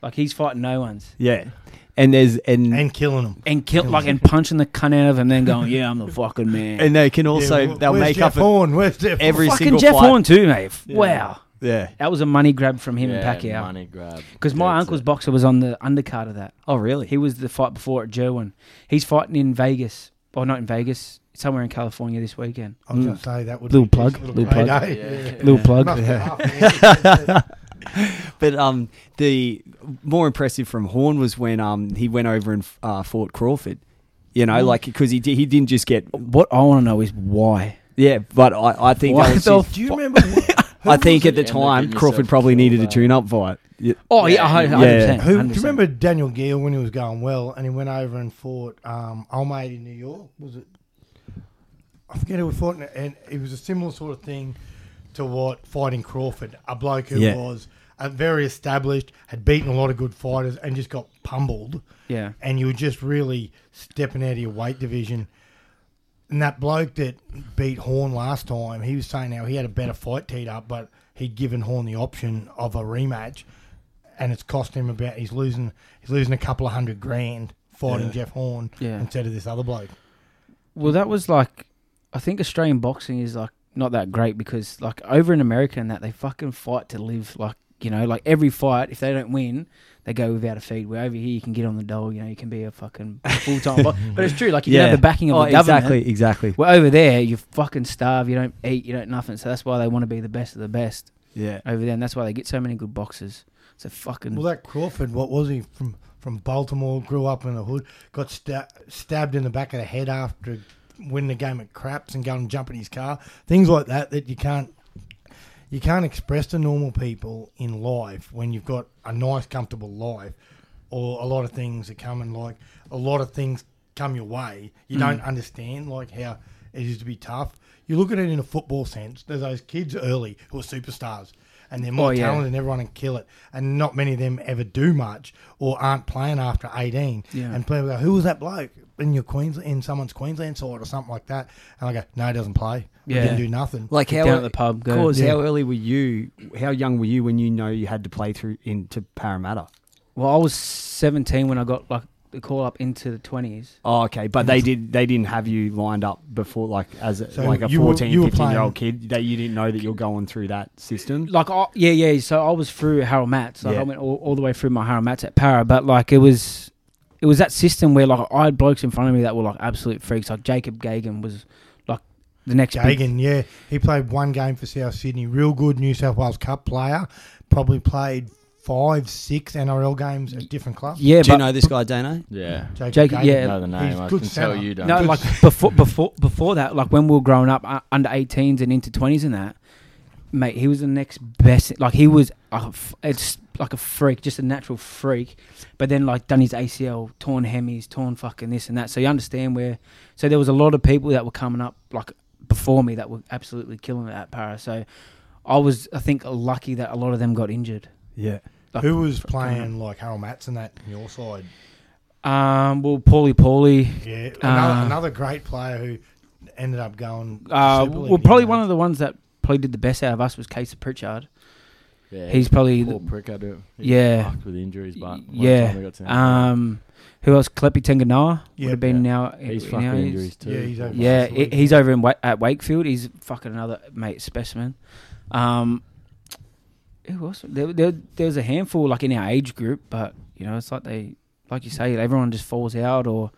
Speaker 6: like he's fighting no ones
Speaker 5: yeah, and there's and and,
Speaker 2: and killing them.
Speaker 6: and kill like and punching the cunt out of him, then going, yeah, I'm the fucking man.
Speaker 5: they can also
Speaker 2: Yeah, wh-
Speaker 5: they'll
Speaker 2: where's
Speaker 5: make
Speaker 2: Jeff
Speaker 5: up a,
Speaker 2: Horn? Where's Jeff
Speaker 5: every
Speaker 6: fucking
Speaker 5: single
Speaker 6: Jeff
Speaker 5: fight.
Speaker 6: Horn too, mate. Wow,
Speaker 3: Yeah.
Speaker 6: That was a money grab from him
Speaker 4: yeah,
Speaker 6: and Pacquiao.
Speaker 4: Money grab.
Speaker 6: Because my
Speaker 4: That's
Speaker 6: uncle's
Speaker 4: it.
Speaker 6: boxer was on the undercard of that.
Speaker 5: Oh, really?
Speaker 6: He was the fight before at Jerwin. He's fighting in Vegas, or not in Vegas, somewhere in California this weekend.
Speaker 2: I was going
Speaker 5: Mm.
Speaker 2: to say that would
Speaker 6: Little
Speaker 2: be a
Speaker 6: plug, little plug.
Speaker 2: payday.
Speaker 4: Yeah.
Speaker 6: Little plug.
Speaker 2: Must be
Speaker 5: Yeah.
Speaker 2: half, man.
Speaker 5: But um, the more impressive from Horn was when um he went over and uh, fought Crawford. You know, like because he di- he didn't just get
Speaker 6: What I want to know is why.
Speaker 5: yeah, but I, I think
Speaker 6: Why
Speaker 5: that was
Speaker 6: the
Speaker 5: just,
Speaker 2: Do you remember?
Speaker 5: I think
Speaker 4: was
Speaker 5: at the
Speaker 4: it in that
Speaker 5: time
Speaker 4: got
Speaker 5: Crawford
Speaker 4: yourself
Speaker 5: probably
Speaker 4: killed
Speaker 5: needed a
Speaker 4: by?
Speaker 5: tune-up fight. Yeah.
Speaker 6: Oh yeah,
Speaker 4: Yeah,
Speaker 6: a
Speaker 4: yeah.
Speaker 6: hundred percent.
Speaker 2: Who, do you
Speaker 6: 100%.
Speaker 2: remember Daniel Gill when he was going well and he went over and fought um, Almade in New York? Was it? I forget who we fought, and- and it was a similar sort of thing to what fighting Crawford, a bloke who
Speaker 5: Yeah.
Speaker 2: was uh, very established, had beaten a lot of good fighters, and just got pummeled.
Speaker 6: Yeah.
Speaker 2: And you were just really stepping out of your weight division. And that bloke that beat Horn last time, he was saying how he had a better fight teed up, but he'd given Horn the option of a rematch, and it's cost him about he's losing he's losing a couple of hundred grand fighting Jeff Horn
Speaker 6: Yeah.
Speaker 2: instead of this other bloke.
Speaker 6: Well, that was like, I think Australian boxing is like not that great because like over in America and that they fucking fight to live. Like you know, like every fight, if they don't win, they go without a feed. Where over here, you can get on the dole. You know, you can be a fucking full time. but it's true. Like you can have the backing of
Speaker 5: oh,
Speaker 6: the government.
Speaker 5: exactly, exactly.
Speaker 6: Well, over there, you fucking starve. You don't eat. You don't nothing. So that's why they want to be the best of the best
Speaker 5: Yeah,
Speaker 6: over there, and that's why they get so many good boxers. It's a fucking
Speaker 2: Well, that Crawford, what was he from? From Baltimore, grew up in the hood, got sta- stabbed in the back of the head after winning a game at craps and going and jumping his car. Things like that that you can't you can't express to normal people in life when you've got a nice, comfortable life, or a lot of things are coming. Like a lot of things come your way.
Speaker 6: Mm.
Speaker 2: You don't understand like how it is to be tough. You look at it in a football sense. There's those kids early who are superstars, and they're more
Speaker 6: Oh, yeah.
Speaker 2: talented than everyone and kill it. And not many of them ever do much or aren't playing after 18.
Speaker 6: Yeah.
Speaker 2: And people go, "Who was that bloke?" In your Queensland, in someone's Queensland side or something like that, and I go, "No, he doesn't play. He
Speaker 6: Yeah.
Speaker 2: didn't do nothing."
Speaker 5: like
Speaker 6: Get
Speaker 5: how
Speaker 6: down at the pub, go.
Speaker 5: Cause
Speaker 2: Yeah.
Speaker 5: how early were you? How young were you when you know you had to play through into Parramatta?
Speaker 6: Well, I was 17 when I got like the call up into the 20s.
Speaker 5: Oh, okay, but they did. They didn't have you lined up before, like as a,
Speaker 2: So
Speaker 5: like a
Speaker 2: you were-
Speaker 5: 14,
Speaker 2: you were
Speaker 5: 15 year old
Speaker 2: playing-
Speaker 5: kid that you didn't know that you're going through that system.
Speaker 6: Like, I, yeah, yeah. So I was through Harold Matts. Like,
Speaker 5: Yeah.
Speaker 6: I went all, all the way through my Harold Matts at Para, but like it was, it was that system where like I had blokes in front of me that were like absolute freaks. Like Jacob Gagan was like the next big-
Speaker 2: Jagan, yeah. He played one game for South Sydney. Real good New South Wales Cup player. Probably played five, six NRL games at different clubs.
Speaker 6: Yeah,
Speaker 5: Do
Speaker 6: but
Speaker 5: you know this guy, Dano?
Speaker 4: Yeah.
Speaker 6: Jagan,
Speaker 2: Gagan.
Speaker 6: yeah.
Speaker 4: Know the name.
Speaker 2: He's
Speaker 4: I
Speaker 2: good
Speaker 4: can
Speaker 2: centre.
Speaker 4: tell you don't.
Speaker 6: No, like before before before that, like when we were growing up, uh, under 18s and into 20s and that, mate, he was the next best. Like he was, a f- it's like a freak, just a natural freak. But then like done his ACL, torn hemis, torn fucking this and that. So you understand where. So there was a lot of people that were coming up like before me that were absolutely killing it at Para. So I was, I think, lucky that a lot of them got injured.
Speaker 5: Yeah.
Speaker 6: Like,
Speaker 2: Who was playing like Harold Matts and that on your side?
Speaker 6: Um, well, Paulie, Paulie.
Speaker 2: Yeah. Another,
Speaker 6: Uh,
Speaker 2: another great player who ended up going.
Speaker 6: Uh, well, probably one of the ones that probably did the best out of us was Casey Pritchard.
Speaker 4: yeah,
Speaker 6: He's probably
Speaker 4: poor prick. I do. He's
Speaker 6: Yeah.
Speaker 4: fucked with injuries, but by the time we
Speaker 6: yeah.
Speaker 4: got to him,
Speaker 6: Um, who else? Klepi Tenganawa
Speaker 2: Yeah,
Speaker 6: would have been now.
Speaker 4: he's
Speaker 6: now
Speaker 4: fucked with injuries too.
Speaker 2: Yeah, he's over.
Speaker 6: Yeah,
Speaker 2: Absolutely.
Speaker 6: he- he's over in Wa- at Wakefield. He's fucking another mate specimen. Um, who else? There, there, there was a handful like in our age group, but you know, it's like they, like you say, everyone just falls out, or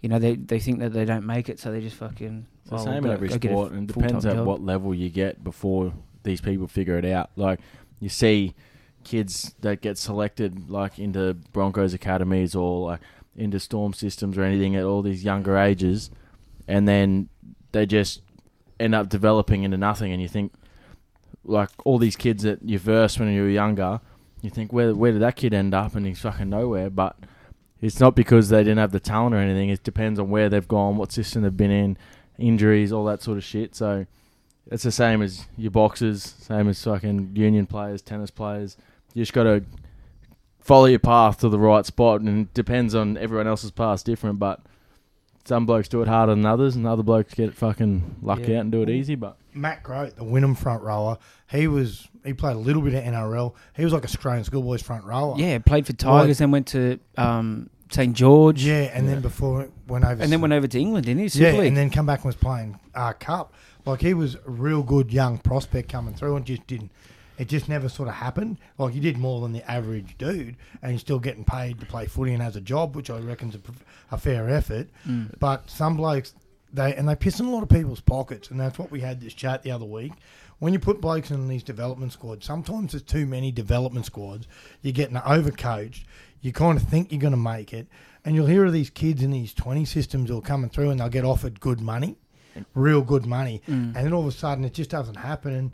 Speaker 6: you know, they they think that they don't make it, so they just fucking.
Speaker 4: It's the
Speaker 6: well,
Speaker 4: same
Speaker 6: go-
Speaker 4: in every
Speaker 6: go get a
Speaker 4: sport, and it
Speaker 6: full-time
Speaker 4: depends at
Speaker 6: job.
Speaker 4: what level you get before these people figure it out. Like you see kids that get selected, like into Broncos academies or like into Storm systems or anything at all these younger ages, and then they just end up developing into nothing. And you think, like all these kids that you versed when you were younger, you think where where did that kid end up? And he's fucking nowhere. But it's not because they didn't have the talent or anything. It depends on where they've gone, what system they've been in, injuries, all that sort of shit. So it's the same as your boxers, same as fucking union players, tennis players. You just got to follow your path to the right spot, and it depends on everyone else's path different. But some blokes do it harder than others, and other blokes get fucking lucky
Speaker 6: Yeah.
Speaker 4: out and do it easy. But
Speaker 2: Matt Grote, the Wynnum front rower. He was. He played a little bit of NRL. He was like Australian schoolboys front rower.
Speaker 6: Yeah, played for Tigers, then went to um, St George.
Speaker 2: Yeah, and then before it went over.
Speaker 6: and then went over to England, didn't he? Super
Speaker 2: Yeah,
Speaker 6: League.
Speaker 2: and then come back and was playing uh, cup. Like he was a real good young prospect coming through, and just didn't. It just never sort of happened. Like he did more than the average dude, and he's still getting paid to play footy and has a job, which I reckon's a, pr- a fair effort. But some blokes, they and they piss in a lot of people's pockets, and that's what we had this chat the other week. When you put blokes in these development squads, sometimes there's too many development squads. You're getting overcoached. You kind of think you're going to make it, and you'll hear of these kids in these 20 systems who are coming through, and they'll get offered good money real good money. And then all of a sudden, it just doesn't happen. And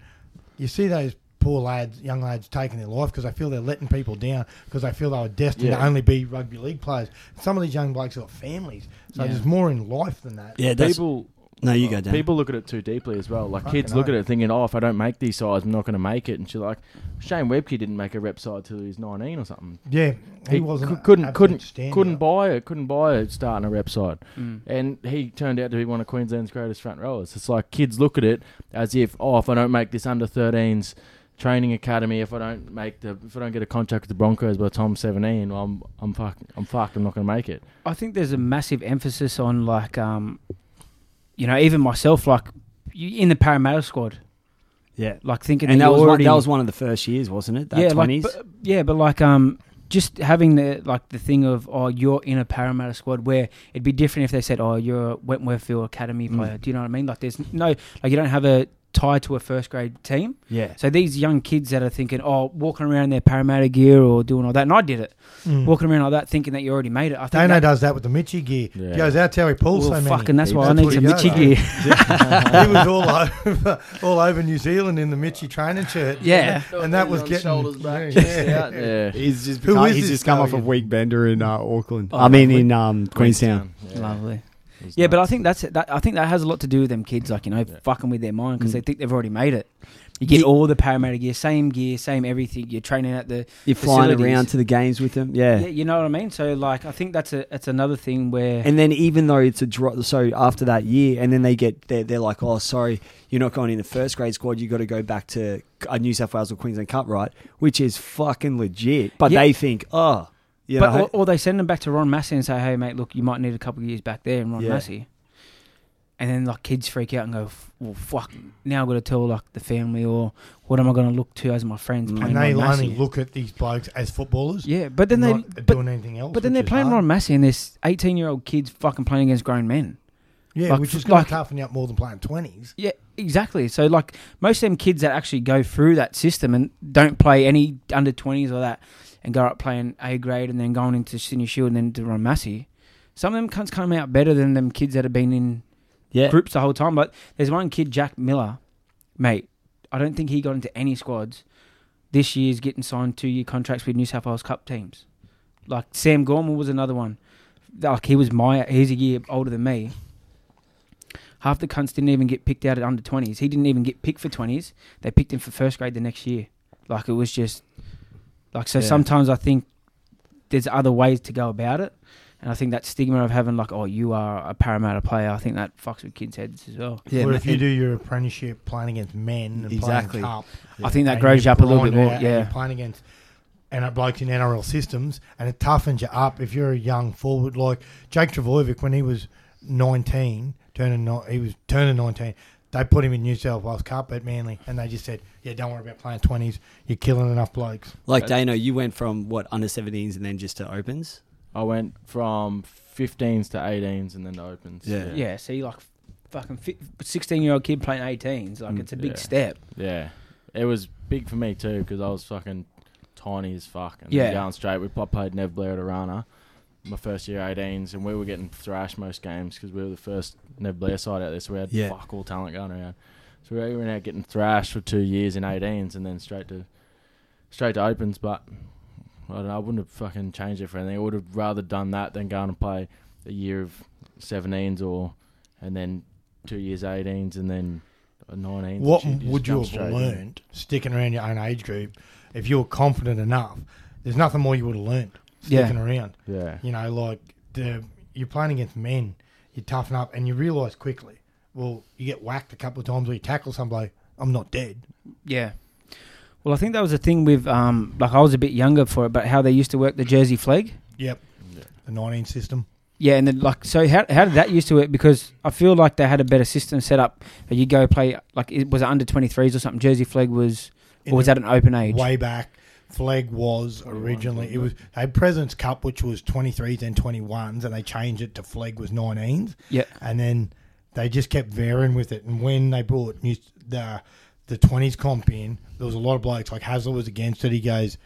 Speaker 2: you see those poor lads, young lads, taking their life because they feel they're letting people down because they feel they were destined to
Speaker 4: Yeah.
Speaker 2: only be rugby league players. Some of these young blokes have got families, so
Speaker 6: Yeah.
Speaker 2: there's more in life than that.
Speaker 5: Yeah, that's,
Speaker 4: People
Speaker 5: no, you go down.
Speaker 4: People look at it too deeply as well. Like
Speaker 2: Fucking
Speaker 4: kids look
Speaker 2: hell.
Speaker 4: at it thinking, "Oh, if I don't make these sides, I'm not going to make it." And she's like, "Shane Webke didn't make a rep side till he was 19 or something.
Speaker 2: Yeah, he, wasn't
Speaker 4: cou-
Speaker 2: a-
Speaker 4: couldn't
Speaker 2: absolute
Speaker 4: couldn't
Speaker 2: standout.
Speaker 4: couldn't buy it. Couldn't buy it starting a rep side.
Speaker 6: Mm.
Speaker 4: And he turned out to be one of Queensland's greatest front rowers. It's like kids look at it as if, "Oh, if I don't make this under 13s training academy, if I don't make the, if I don't get a contract with the Broncos by the time I'm 17, well, I'm I'm fucked. I'm fucked. I'm not going to make it."
Speaker 6: I think there's a massive emphasis on like, um, you know, even myself, like you, in the Parramatta squad,
Speaker 5: yeah.
Speaker 6: like thinking
Speaker 5: And
Speaker 6: that,
Speaker 5: that
Speaker 6: you're
Speaker 5: was, one,
Speaker 6: already,
Speaker 5: that was one of the first years, wasn't it? That
Speaker 6: yeah,
Speaker 5: 20s?
Speaker 6: Like, but, yeah, but like um, just having the like the thing of oh, you're in a Parramatta squad where it'd be different if they said oh, you're a Wentworthville Academy player. Do you know what I mean? Like there's no like you don't have a tie to a first grade team.
Speaker 5: yeah.
Speaker 6: So these young kids that are thinking oh, walking around in their Parramatta gear or doing all that, and I did it,
Speaker 2: Mm.
Speaker 6: walking around like that, thinking that you already made it. I think
Speaker 2: Dano
Speaker 6: that-
Speaker 2: does that with the Mitchie gear.
Speaker 4: Yeah.
Speaker 2: He goes out to how he pulls
Speaker 6: well,
Speaker 2: so many.
Speaker 6: fucking, that's why I
Speaker 2: That's
Speaker 6: need
Speaker 2: what
Speaker 6: some
Speaker 2: he
Speaker 6: Mitchie
Speaker 2: does,
Speaker 6: gear.
Speaker 2: he was all over, all over New Zealand in the Mitchie training shirt.
Speaker 6: Yeah.
Speaker 2: and that was getting
Speaker 4: shoulders back,
Speaker 2: yeah,
Speaker 4: chest out. Yeah.
Speaker 3: He's just
Speaker 2: Who
Speaker 3: become,
Speaker 2: is
Speaker 3: he's
Speaker 2: this
Speaker 3: just come off a
Speaker 2: guy?
Speaker 3: week bender in uh, Auckland.
Speaker 6: Oh,
Speaker 5: I mean, in um, Queenstown.
Speaker 6: Lovely. Yeah, but I think that's it. That, I think that has a lot to do with them kids, like you know,
Speaker 4: Yeah.
Speaker 6: fucking with their mind because
Speaker 5: Mm.
Speaker 6: they think they've already made it. You get
Speaker 5: Ye-
Speaker 6: all the paramedic gear, same gear, same everything. You're training at the,
Speaker 5: You're flying
Speaker 6: Facilities.
Speaker 5: around to the games with them.
Speaker 6: yeah.
Speaker 5: Yeah.
Speaker 6: you know what I mean. So like, I think that's a that's another thing where
Speaker 5: And then even though it's a drop, so after that year, and then they get they're, they're like, oh, sorry, you're not going in the first grade squad. You got to go back to a New South Wales or Queensland Cup, right? Which is fucking legit. But
Speaker 6: Yeah.
Speaker 5: they think, oh, you
Speaker 6: but
Speaker 5: know,
Speaker 6: or, or they send them back to Ron Massey and say, hey mate, look, you might need a couple of years back there, and Ron
Speaker 5: Yeah.
Speaker 6: Massey. And then like kids freak out and go, "F- well, fuck, now I've got to tell like the family or what am I going to look to as my friends
Speaker 5: Mm.
Speaker 2: And
Speaker 6: playing
Speaker 2: they
Speaker 6: Ron Massey?
Speaker 2: only look at these blokes as footballers.
Speaker 6: yeah, but then they
Speaker 2: not
Speaker 6: but
Speaker 2: doing anything else.
Speaker 6: But then
Speaker 2: which
Speaker 6: they're
Speaker 2: is
Speaker 6: playing
Speaker 2: hard.
Speaker 6: Ron Massey and there's 18 year old kids fucking playing against grown men.
Speaker 2: Yeah,
Speaker 6: Like,
Speaker 2: which is
Speaker 6: f-
Speaker 2: going
Speaker 6: like-
Speaker 2: to toughen you up more than playing twenties.
Speaker 6: Yeah, exactly. So, like, most of them kids that actually go through that system and don't play any under 20s or that and go up playing A grade and then going into Sydney Shield and then to Ron Massey, some of them cunts come out better than them kids that have been in
Speaker 5: yeah,
Speaker 6: groups the whole time. But there's one kid, Jack Miller, mate, I don't think he got into any squads. This year's getting signed two year contracts with New South Wales Cup teams. Like Sam Gorman was another one. Like he was my he's a year older than me. Half the cunts didn't even get picked out at under twenties. He didn't even get picked for twenties. They picked him for first grade the next year. Like it was just like so
Speaker 5: Yeah.
Speaker 6: sometimes I think there's other ways to go about it. And I think that stigma of having like, oh, you are a Parramatta player, I think that fucks with kids' heads as well.
Speaker 5: yeah,
Speaker 2: or
Speaker 5: ma-
Speaker 2: if you do your apprenticeship playing against men and
Speaker 5: Exactly.
Speaker 2: playing cup,
Speaker 6: I think that
Speaker 2: and
Speaker 6: grows you
Speaker 2: you're
Speaker 6: up a little bit
Speaker 2: grinded out
Speaker 6: more.
Speaker 2: and you're
Speaker 6: Yeah.
Speaker 2: playing against and it blokes in NRL systems, and it toughens you up if you're a young forward like Jake Travojevic when he was nineteen, turning ni- he was turning nineteen. They put him in New South Wales Cup at Manly, and they just said, "Yeah, don't worry about playing twenties. You're killing enough blokes."
Speaker 5: like Dano, you went from what under 17s and then just to opens.
Speaker 4: I went from 15s to 18s and then to opens.
Speaker 5: Yeah.
Speaker 6: Yeah. see, like fucking fi- 16 year old kid playing 18s. Like,
Speaker 4: Mm,
Speaker 6: it's a big
Speaker 4: yeah.
Speaker 6: step.
Speaker 4: Yeah. It was big for me too because I was fucking tiny as fuck. And
Speaker 6: Yeah.
Speaker 4: then Down straight, we pl- played Nev Blair at Arana my first year 18s and we were getting thrashed most games because we were the first Nev Blair side out there. So we had
Speaker 5: Yeah.
Speaker 4: fuck all talent going around. So we were out getting thrashed for two years in 18s and then straight to straight to opens. But I don't know, I wouldn't have fucking changed it for anything. I would have rather done that than going and play a year of 17s or and then two years 18s and then. a 19s.
Speaker 2: What
Speaker 4: Shit, just
Speaker 2: would you
Speaker 4: jump
Speaker 2: have
Speaker 4: straight in.
Speaker 2: learned sticking around your own age group if you were confident enough? There's nothing more you would have learned
Speaker 6: Yeah.
Speaker 2: sticking around.
Speaker 4: Yeah.
Speaker 2: You know, like the you're playing against men, you toughen up, and you realise quickly. Well, you get whacked a couple of times, or you tackle somebody. I'm not dead.
Speaker 6: Yeah. Well, I think that was the thing with, um, like, I was a bit younger for it, but how they used to work the Jersey flag.
Speaker 2: Yep. The 19 system.
Speaker 6: Yeah, and then like so, how how did that used to work? Because I feel like they had a better system set up. You go play like it was under twenty threes or something. Jersey flag was
Speaker 2: in
Speaker 6: Or was
Speaker 2: the-
Speaker 6: that an open age?
Speaker 2: way back. Flag was originally it was they had Presidents Cup, which was twenty threes and twenty ones, and they changed it to flag was nineteens.
Speaker 6: Yep.
Speaker 2: and then they just kept varying with it. And when they brought new, the the twenties comp in, there was a lot of blokes like Hazler was against it. He goes,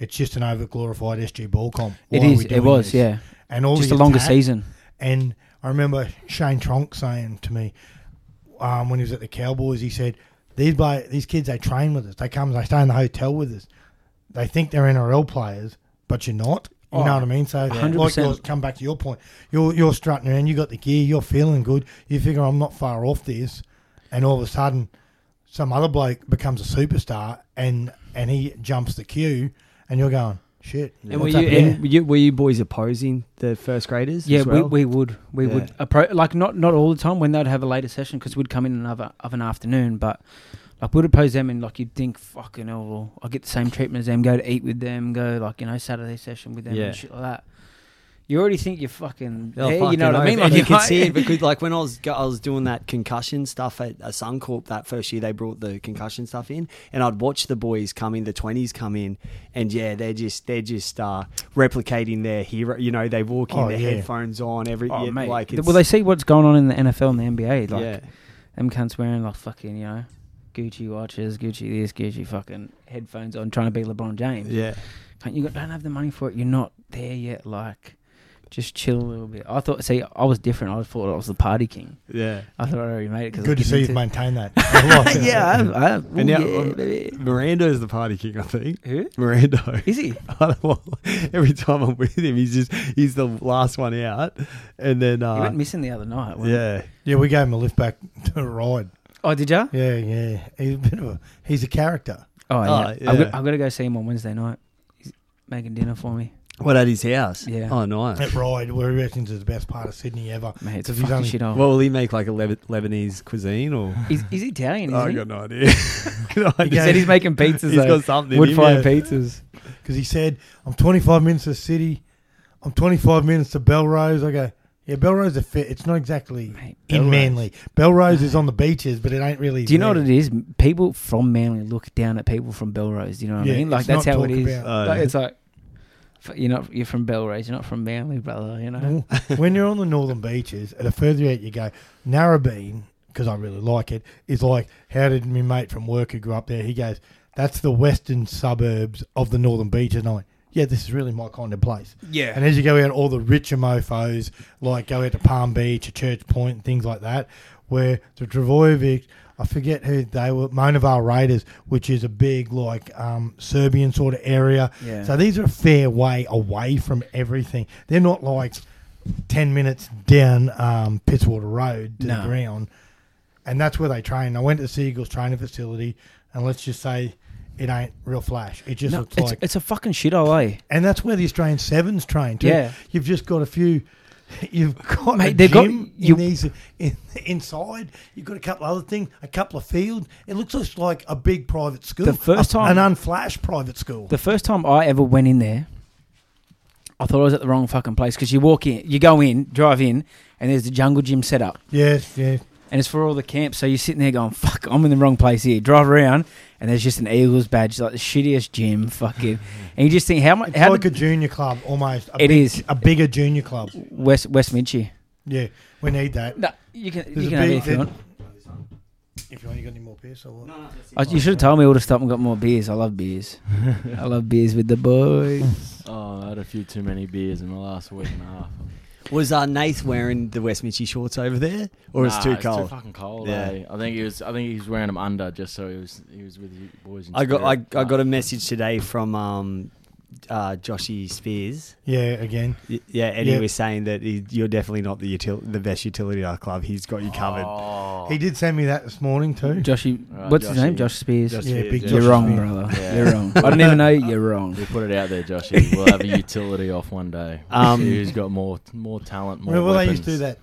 Speaker 2: "It's just an over glorified SG ball comp."
Speaker 6: It
Speaker 2: Why are
Speaker 6: is.
Speaker 2: we
Speaker 6: It
Speaker 2: doing
Speaker 6: was.
Speaker 2: this?"
Speaker 6: Yeah.
Speaker 2: and all
Speaker 6: Just
Speaker 2: the
Speaker 6: a longer
Speaker 2: attack-
Speaker 6: season.
Speaker 2: And I remember Shane Tronk saying to me um, when he was at the Cowboys, he said, "These by these kids, they train with us. They come, they stay in the hotel with us. They think they're NRL players, but you're not." You know what I mean? So, like,
Speaker 6: 100%.
Speaker 2: yours- come back to your point. You're you're strutting around. You got the gear. You're feeling good. You figure I'm not far off this, and all of a sudden, some other bloke becomes a superstar, and and he jumps the queue, and you're going shit.
Speaker 5: And were
Speaker 2: what's
Speaker 5: you,
Speaker 2: happening here?"
Speaker 5: and were you were you boys opposing the first graders?
Speaker 6: Yeah,
Speaker 5: as well?
Speaker 6: we, we would we
Speaker 5: Yeah.
Speaker 6: would appro- like not not all the time when they'd have a later session because we'd come in another of an afternoon, but like we'd oppose them and like you'd think fucking hell, well, I get the same treatment as them, go to eat with them, go like you know Saturday session with them
Speaker 4: Yeah.
Speaker 6: and shit like that. You already think you're fucking
Speaker 5: Oh,
Speaker 6: there, you
Speaker 5: fucking
Speaker 6: know what I
Speaker 5: oath.
Speaker 6: mean?
Speaker 5: And you could
Speaker 6: might-
Speaker 5: see it because, like, when I was go- I was doing that concussion stuff at uh, Suncorp that first year, they brought the concussion stuff in, and I'd watch the boys come in, the twenties come in, and yeah, they're just they're just uh, replicating their hero. You know, they walk in,
Speaker 2: Oh,
Speaker 5: their
Speaker 2: yeah.
Speaker 5: headphones on, every
Speaker 6: Oh,
Speaker 5: yeah,
Speaker 6: mate.
Speaker 5: like,
Speaker 6: Th-
Speaker 5: it's,
Speaker 6: well, they see what's going on in the NFL and the NBA. Like
Speaker 5: yeah,
Speaker 6: them cunts wearing like fucking you know Gucci watches, Gucci this, Gucci fucking headphones on, trying to be LeBron James.
Speaker 5: yeah,
Speaker 6: Can't you don't have the money for it. You're not there yet. Like, just chill a little bit. I thought. See, I was different. I thought I was the party king.
Speaker 5: yeah.
Speaker 6: I thought I already made it. Cause I
Speaker 2: Good to
Speaker 6: was
Speaker 2: see you've
Speaker 6: getting
Speaker 2: maintained that. I like
Speaker 6: into-
Speaker 2: that.
Speaker 6: yeah, I have. I have. Ooh,
Speaker 5: And now- um,
Speaker 6: yeah, baby.
Speaker 5: Miranda is the party king, I think.
Speaker 6: Who
Speaker 5: Miranda.
Speaker 6: is he?
Speaker 5: I don't want- Every time I'm with him, he's just he's the last one out, and then
Speaker 6: you
Speaker 5: uh,
Speaker 6: went missing the other night. wasn't you?
Speaker 5: yeah,
Speaker 2: Yeah, we gave him a lift back to a ride.
Speaker 6: Oh, did ya?
Speaker 2: Yeah, yeah. He's a bit of a he's a character.
Speaker 6: Oh, yeah.
Speaker 5: Oh,
Speaker 6: I've,
Speaker 5: yeah.
Speaker 6: got, I've got to go see him on Wednesday night. He's making dinner for me.
Speaker 5: what at his house?
Speaker 6: Yeah.
Speaker 5: oh nice.
Speaker 2: That ride where he reckons is the best part of Sydney ever.
Speaker 6: Mate, it's a
Speaker 2: 'Cause he's
Speaker 6: fucking
Speaker 2: only-
Speaker 6: shit hole.
Speaker 5: What will he make like a Leb- Lebanese cuisine or?
Speaker 6: he's, he's Italian,
Speaker 5: I
Speaker 6: isn't
Speaker 5: got no idea. No
Speaker 6: he? He
Speaker 5: idea.
Speaker 6: said he's making pizzas.
Speaker 5: oh, He's
Speaker 6: though.
Speaker 5: got something. in
Speaker 6: Wood
Speaker 5: him,
Speaker 6: fire
Speaker 5: yeah.
Speaker 6: pizzas.
Speaker 2: Because he said, I'm 25 minutes to the city. I'm 25 minutes to Belrose. I go, yeah, Belrose a fit. It's not exactly
Speaker 6: Mate,
Speaker 2: in
Speaker 6: Belrose.
Speaker 2: Manly. Belrose is on the beaches, but it ain't really.
Speaker 6: Do you know what
Speaker 2: there.
Speaker 6: it is? M- People from Manly look down at people from Belrose. Do you know what
Speaker 2: Yeah,
Speaker 6: I mean? Like
Speaker 2: it's
Speaker 6: that's
Speaker 2: not
Speaker 6: how it
Speaker 2: talk
Speaker 6: is.
Speaker 2: about-
Speaker 5: Oh,
Speaker 6: Like,
Speaker 5: yeah.
Speaker 6: It's like f- you're not you're from Belrose. You're not from Manly, brother. You
Speaker 2: Mm.
Speaker 6: know.
Speaker 2: when you're on the northern beaches, the further out you go, Narrabeen, because I really like it, is like, how did my mate from work who grew up there? He goes, that's the western suburbs of the northern beaches. And I went, yeah, this is really my kind of place.
Speaker 6: Yeah.
Speaker 2: And as you go out, all the richer mofos, like go out to Palm Beach, or Church Point, and things like that, where the Dravojevic, I forget who they were, Monavar Raiders, which is a big, like, um, Serbian sort of area.
Speaker 6: Yeah.
Speaker 2: So these are a fair way away from everything. They're not like 10 minutes down um, Pitswater Road to
Speaker 6: No.
Speaker 2: the ground. And that's where they train. I went to the Seagulls training facility, and let's just say it ain't real flash. It just
Speaker 6: No,
Speaker 2: looks
Speaker 6: it's,
Speaker 2: like
Speaker 6: it's a fucking shithole, eh?
Speaker 2: and that's where the Australian sevens train too.
Speaker 6: Yeah.
Speaker 2: you've just got a few. You've got
Speaker 6: Mate,
Speaker 2: a
Speaker 6: they've
Speaker 2: gym
Speaker 6: got-
Speaker 2: in
Speaker 6: you-
Speaker 2: these in, inside. You've got a couple other things, a couple of fields. It looks just like a big private school.
Speaker 6: The first
Speaker 2: a-
Speaker 6: time-
Speaker 2: an unflashed private school.
Speaker 6: The first time I ever went in there, I thought I was at the wrong fucking place because you walk in, you go in, drive in, and there's the jungle gym set up,
Speaker 2: yes, yes.
Speaker 6: and it's for all the camps. So you're sitting there going, "Fuck, I'm in the wrong place here." Drive around, and there's just an Eagles badge, like the shittiest gym, fucking. and you just think, how much?
Speaker 2: It's
Speaker 6: How
Speaker 2: like a
Speaker 6: did
Speaker 2: junior club almost. A
Speaker 6: It
Speaker 2: big,
Speaker 6: is.
Speaker 2: a bigger junior club.
Speaker 6: West West Minchie?
Speaker 2: Yeah, we need that.
Speaker 6: No, you can
Speaker 2: There's
Speaker 6: you
Speaker 2: a
Speaker 6: can have
Speaker 2: big-
Speaker 6: it if you want.
Speaker 2: If you only got any more beers or what?
Speaker 6: I, Uh, you should have told me all the stuff and got more beers. I love beers. I love beers with the boys.
Speaker 4: Oh, I had a few too many beers in the last week and a half.
Speaker 5: Was uh, Nath wearing the West Mitchie shorts over there, or it's
Speaker 4: Nah,
Speaker 5: too cold?
Speaker 4: Too fucking cold.
Speaker 5: Yeah.
Speaker 4: eh? I think he was. I think he was wearing them under just so he was. He was with you boys. In
Speaker 5: I got I,
Speaker 4: spirit.
Speaker 5: I got a message today from um, uh, Joshy Spears.
Speaker 2: Yeah, again.
Speaker 5: Y- Yeah, and
Speaker 2: Yeah.
Speaker 5: he was saying that he, you're definitely not the util- the best utility at our club. He's got you covered.
Speaker 4: Oh.
Speaker 2: He did send me that this morning too.
Speaker 6: Joshy,
Speaker 4: Right,
Speaker 6: what's his
Speaker 4: Joshy.
Speaker 6: name? Josh Spears.
Speaker 5: Josh
Speaker 2: yeah,
Speaker 5: Spears,
Speaker 2: big
Speaker 5: yeah.
Speaker 2: Josh
Speaker 6: You're wrong,
Speaker 2: Smith.
Speaker 6: brother.
Speaker 4: Yeah.
Speaker 6: You're wrong. I didn't even know you're wrong.
Speaker 4: We put it out there, Joshy. We'll have a utility off one day.
Speaker 5: Um,
Speaker 4: Um, who's got more more talent? More
Speaker 2: Remember when they
Speaker 4: weapons.
Speaker 2: used to do that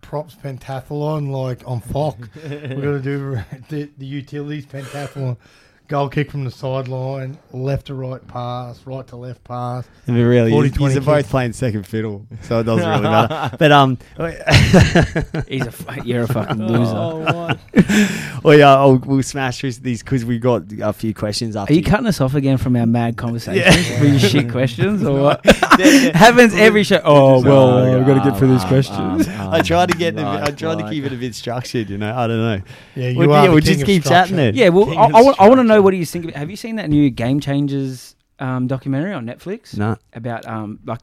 Speaker 2: props pentathlon like on Fox? We're gonna do the, the utilities pentathlon. goal kick from the sideline, left to right pass, right to left pass.
Speaker 5: It really
Speaker 2: 40,
Speaker 5: is.
Speaker 2: 20
Speaker 5: These are both
Speaker 2: kick.
Speaker 5: playing second fiddle, so it doesn't really matter. But um,
Speaker 6: He's a fu- you're a
Speaker 2: Oh.
Speaker 6: fucking loser.
Speaker 5: well, Oh, yeah, I'll, we'll smash through these because we got a few questions after.
Speaker 6: Are you cutting us off again from our mad conversations
Speaker 5: Yeah.
Speaker 6: for your shit questions or what? Happens every show. Oh
Speaker 4: uh,
Speaker 5: uh,
Speaker 6: well, I've got to get through these questions.
Speaker 5: I tried to get, it a bit- I tried to keep it a bit structured. You know, I don't know.
Speaker 2: Yeah, you
Speaker 5: Well,
Speaker 2: are.
Speaker 5: yeah,
Speaker 2: the
Speaker 5: we'll
Speaker 2: king
Speaker 5: just
Speaker 2: of
Speaker 5: keep
Speaker 2: structure.
Speaker 5: chatting it.
Speaker 6: Yeah, well,
Speaker 2: King
Speaker 6: I,
Speaker 2: of
Speaker 6: want to know
Speaker 2: structure.
Speaker 6: what you think. Of it. Have you seen that new Game Changers um, documentary on Netflix
Speaker 5: No.
Speaker 6: about um, like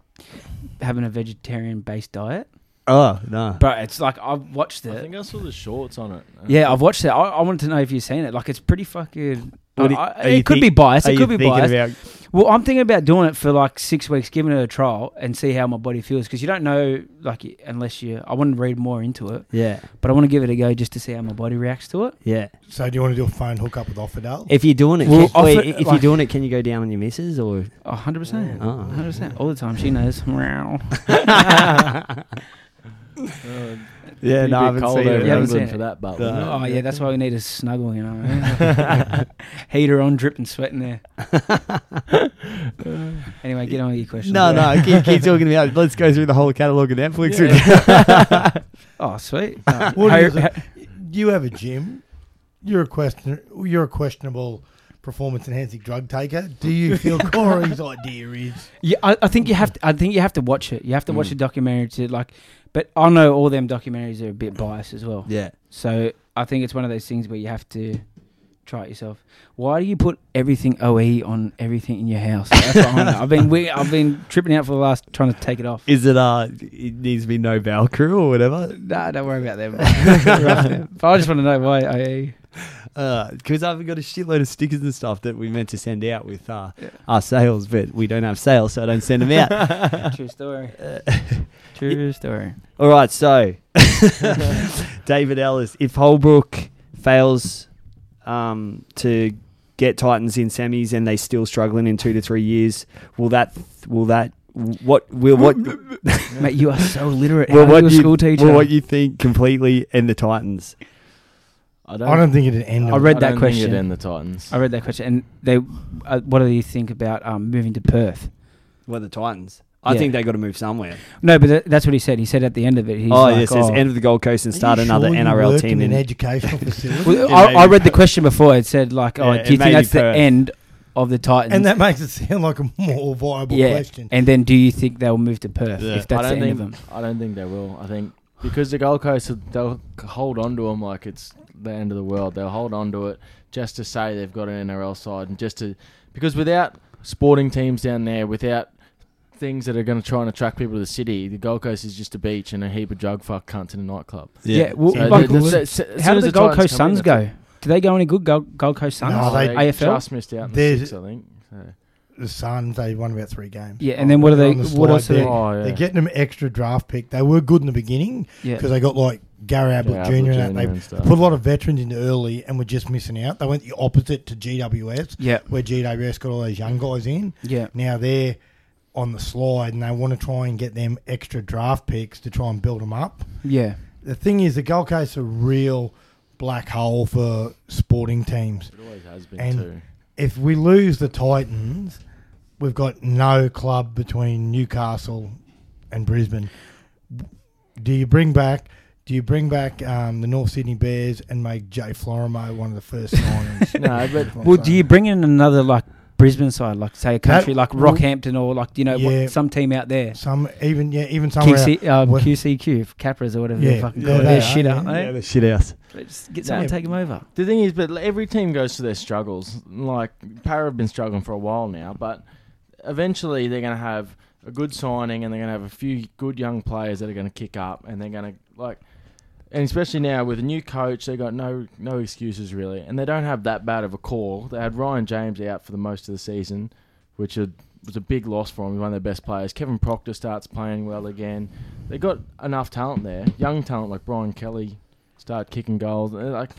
Speaker 6: having a vegetarian based diet?
Speaker 5: Oh no.
Speaker 6: But it's like I've watched
Speaker 4: I
Speaker 6: it.
Speaker 4: think I saw the shorts on it.
Speaker 6: Yeah, I've watched it. I, I wanted to know if you've seen it. Like, it's pretty fucking.
Speaker 5: What do you-
Speaker 6: I- I-
Speaker 5: are you
Speaker 6: it could be
Speaker 5: think-
Speaker 6: biased.
Speaker 5: Are
Speaker 6: It
Speaker 5: you
Speaker 6: could be
Speaker 5: thinking
Speaker 6: biased.
Speaker 5: about-
Speaker 6: well, I'm thinking about doing it for like six weeks, giving it a trial, and see how my body feels. Because you don't know, like, unless you. I want to read more into it,
Speaker 5: yeah,
Speaker 6: but I want to give it a go just to see how my body reacts to it.
Speaker 5: yeah.
Speaker 2: So do you want to do a phone hookup with Offerdale?
Speaker 5: If you're doing it,
Speaker 6: Well,
Speaker 5: can- wait,
Speaker 6: offer-
Speaker 5: if you're
Speaker 6: like-
Speaker 5: doing it, can you go down on your missus or?
Speaker 6: A hundred percent,
Speaker 5: Oh.
Speaker 6: A hundred percent, all the time. She knows. Meow.
Speaker 4: Uh,
Speaker 5: yeah, no, I haven't
Speaker 4: cold
Speaker 5: seen
Speaker 4: over
Speaker 5: it.
Speaker 4: in
Speaker 6: You haven't
Speaker 4: England
Speaker 6: seen
Speaker 4: for
Speaker 6: it.
Speaker 4: that, but
Speaker 5: No.
Speaker 6: oh yeah, that's why we need a snuggle. You know, man. heater on, dripping sweat in there. anyway, get on with your questions.
Speaker 5: No, no, keep, keep talking about. it. Let's go through the whole catalog of Netflix.
Speaker 6: Oh sweet. No.
Speaker 2: What
Speaker 6: How-
Speaker 2: is it?
Speaker 6: how-
Speaker 2: you have a gym. You're a question. You're a questionable performance enhancing drug taker. Do you feel Corey's idea is?
Speaker 6: Yeah, I, I think you have. To, I think you have to watch it. You have to watch
Speaker 4: Mm.
Speaker 6: a documentary to like. But I know all them documentaries are a bit biased as well.
Speaker 5: yeah,
Speaker 6: So I think it's one of those things where you have to try it yourself. Why do you put everything OE on everything in your house? That's what I wanna know. I've been we, I've been tripping out for the last trying to take it off.
Speaker 5: is it? Uh, it needs to be no bowel crew or whatever.
Speaker 6: Nah, don't worry about them. but I just want to know why E. OE.
Speaker 5: because I've got a shitload of stickers and stuff that we meant to send out with uh,
Speaker 6: Yeah.
Speaker 5: our sales, but we don't have sales, so I don't send them out.
Speaker 6: True story. True story.
Speaker 5: All right, so David Ellis, if Holbrook fails um, to get Titans in semis and they still struggling in two to three years, will that will that what will what
Speaker 6: Mate, you are so literate.
Speaker 5: will
Speaker 6: How
Speaker 5: what
Speaker 6: are you a
Speaker 5: you,
Speaker 6: school teacher?
Speaker 5: will what you think completely and the Titans?
Speaker 4: I
Speaker 2: I don't think it'd end.
Speaker 6: I
Speaker 2: on-
Speaker 6: read
Speaker 4: I
Speaker 6: that
Speaker 4: don't
Speaker 6: question.
Speaker 4: Think it in the Titans.
Speaker 6: I read that question, and they. Uh, what do you think about um, moving to Perth?
Speaker 5: Well, the Titans. I
Speaker 6: Yeah.
Speaker 5: think they got to move somewhere.
Speaker 6: No, but th- that's what he said. He said at the end of it. He's
Speaker 5: oh,
Speaker 6: like,
Speaker 5: yes, it's
Speaker 6: oh.
Speaker 5: end of the Gold Coast and
Speaker 2: Are
Speaker 5: start
Speaker 2: you
Speaker 5: another
Speaker 2: sure you
Speaker 5: NRL
Speaker 2: work
Speaker 5: team.
Speaker 2: in
Speaker 5: In
Speaker 2: an educational facility,
Speaker 6: Well,
Speaker 5: Yeah,
Speaker 6: I, I
Speaker 5: maybe.
Speaker 6: read the question before. It said like, "Oh,
Speaker 5: Yeah,
Speaker 6: do you
Speaker 5: it may
Speaker 6: think
Speaker 5: be
Speaker 6: that's the
Speaker 5: Perth.
Speaker 6: end of the Titans?"
Speaker 2: and that makes it sound like a more viable
Speaker 6: yeah.
Speaker 2: question.
Speaker 6: And then, do you think they'll move to Perth
Speaker 5: Yeah.
Speaker 6: if
Speaker 4: I
Speaker 6: that's the
Speaker 4: don't
Speaker 6: end
Speaker 4: think.
Speaker 6: of them?
Speaker 4: I don't think they will. I think because the Gold Coast they'll hold on to them like it's the end of the world. They'll hold on to it just to say they've got an NRL side and just to because without sporting teams down there, without things that are going to try and attract people to the city, the Gold Coast is just a beach and a heap of drug fuck cunts in a nightclub.
Speaker 6: Yeah. well,
Speaker 4: So
Speaker 6: like,
Speaker 4: the- the- so- so- as
Speaker 6: how
Speaker 4: soon
Speaker 6: did
Speaker 4: as
Speaker 6: the Gold
Speaker 4: Titans
Speaker 6: Coast
Speaker 4: come in,
Speaker 6: Suns
Speaker 4: that's
Speaker 6: go? Do they go any good? Gold, Gold Coast Suns?
Speaker 2: No,
Speaker 4: Oh,
Speaker 2: they-
Speaker 6: AFL?
Speaker 4: just missed out. In the
Speaker 2: There's-
Speaker 4: six, I think.
Speaker 2: The Suns they won about three games.
Speaker 6: Yeah, and then what are
Speaker 2: They're
Speaker 6: they-
Speaker 2: on the
Speaker 6: what
Speaker 2: slide
Speaker 6: else are they-
Speaker 2: there.
Speaker 4: Oh, yeah.
Speaker 2: They're getting them extra draft pick. They were good in the beginning
Speaker 6: yeah.
Speaker 2: because they got like Gary Ablett
Speaker 4: Yeah,
Speaker 2: Jr.
Speaker 4: Ablett
Speaker 2: and that.
Speaker 4: Jr. and
Speaker 2: They
Speaker 4: stuff.
Speaker 2: put a lot of veterans in early and were just missing out. They went the opposite to GWS,
Speaker 6: Yeah.
Speaker 2: where GWS got all those young guys in.
Speaker 6: Yeah.
Speaker 2: Now they're on the slide and they want to try and get them extra draft picks to try and build them up.
Speaker 6: Yeah.
Speaker 2: The thing is, the Gold Coast are a real black hole for sporting teams.
Speaker 4: It always has been
Speaker 2: And-
Speaker 4: too.
Speaker 2: If we lose the Titans, we've got no club between Newcastle and Brisbane. Do you bring back? Do you bring back um, the North Sydney Bears and make Jay Florimo one of the first signings?
Speaker 4: No, but
Speaker 2: That's what I'm
Speaker 6: Well, do
Speaker 2: saying.
Speaker 6: you bring in another like Brisbane side, like say a country like
Speaker 2: well,
Speaker 6: Rockhampton or like you know what-
Speaker 2: yeah.
Speaker 6: some team out there?
Speaker 2: some even yeah even somewhere
Speaker 6: QC, um,
Speaker 2: What-
Speaker 6: QCQ, Capras or whatever they're
Speaker 2: Yeah.
Speaker 6: fucking
Speaker 2: Yeah,
Speaker 6: called.
Speaker 2: they
Speaker 6: They're
Speaker 2: are,
Speaker 6: shit,
Speaker 2: yeah.
Speaker 6: aren't they?
Speaker 5: Yeah, the shit house.
Speaker 6: Just get someone
Speaker 4: Yeah.
Speaker 6: to take them over.
Speaker 4: The thing is, but every team goes through their struggles. Like Para have been struggling for a while now, but eventually they're going to have a good signing, and they're going to have a few good young players that are going to kick up, and they're going to like, and especially now with a new coach, they got no no excuses really, and they don't have that bad of a call. They had Ryan James out for the most of the season, which had- was a big loss for him. One of their best players, Kevin Proctor, starts playing well again. They got enough talent there, young talent like Brian Kelly, start kicking goals. And, Like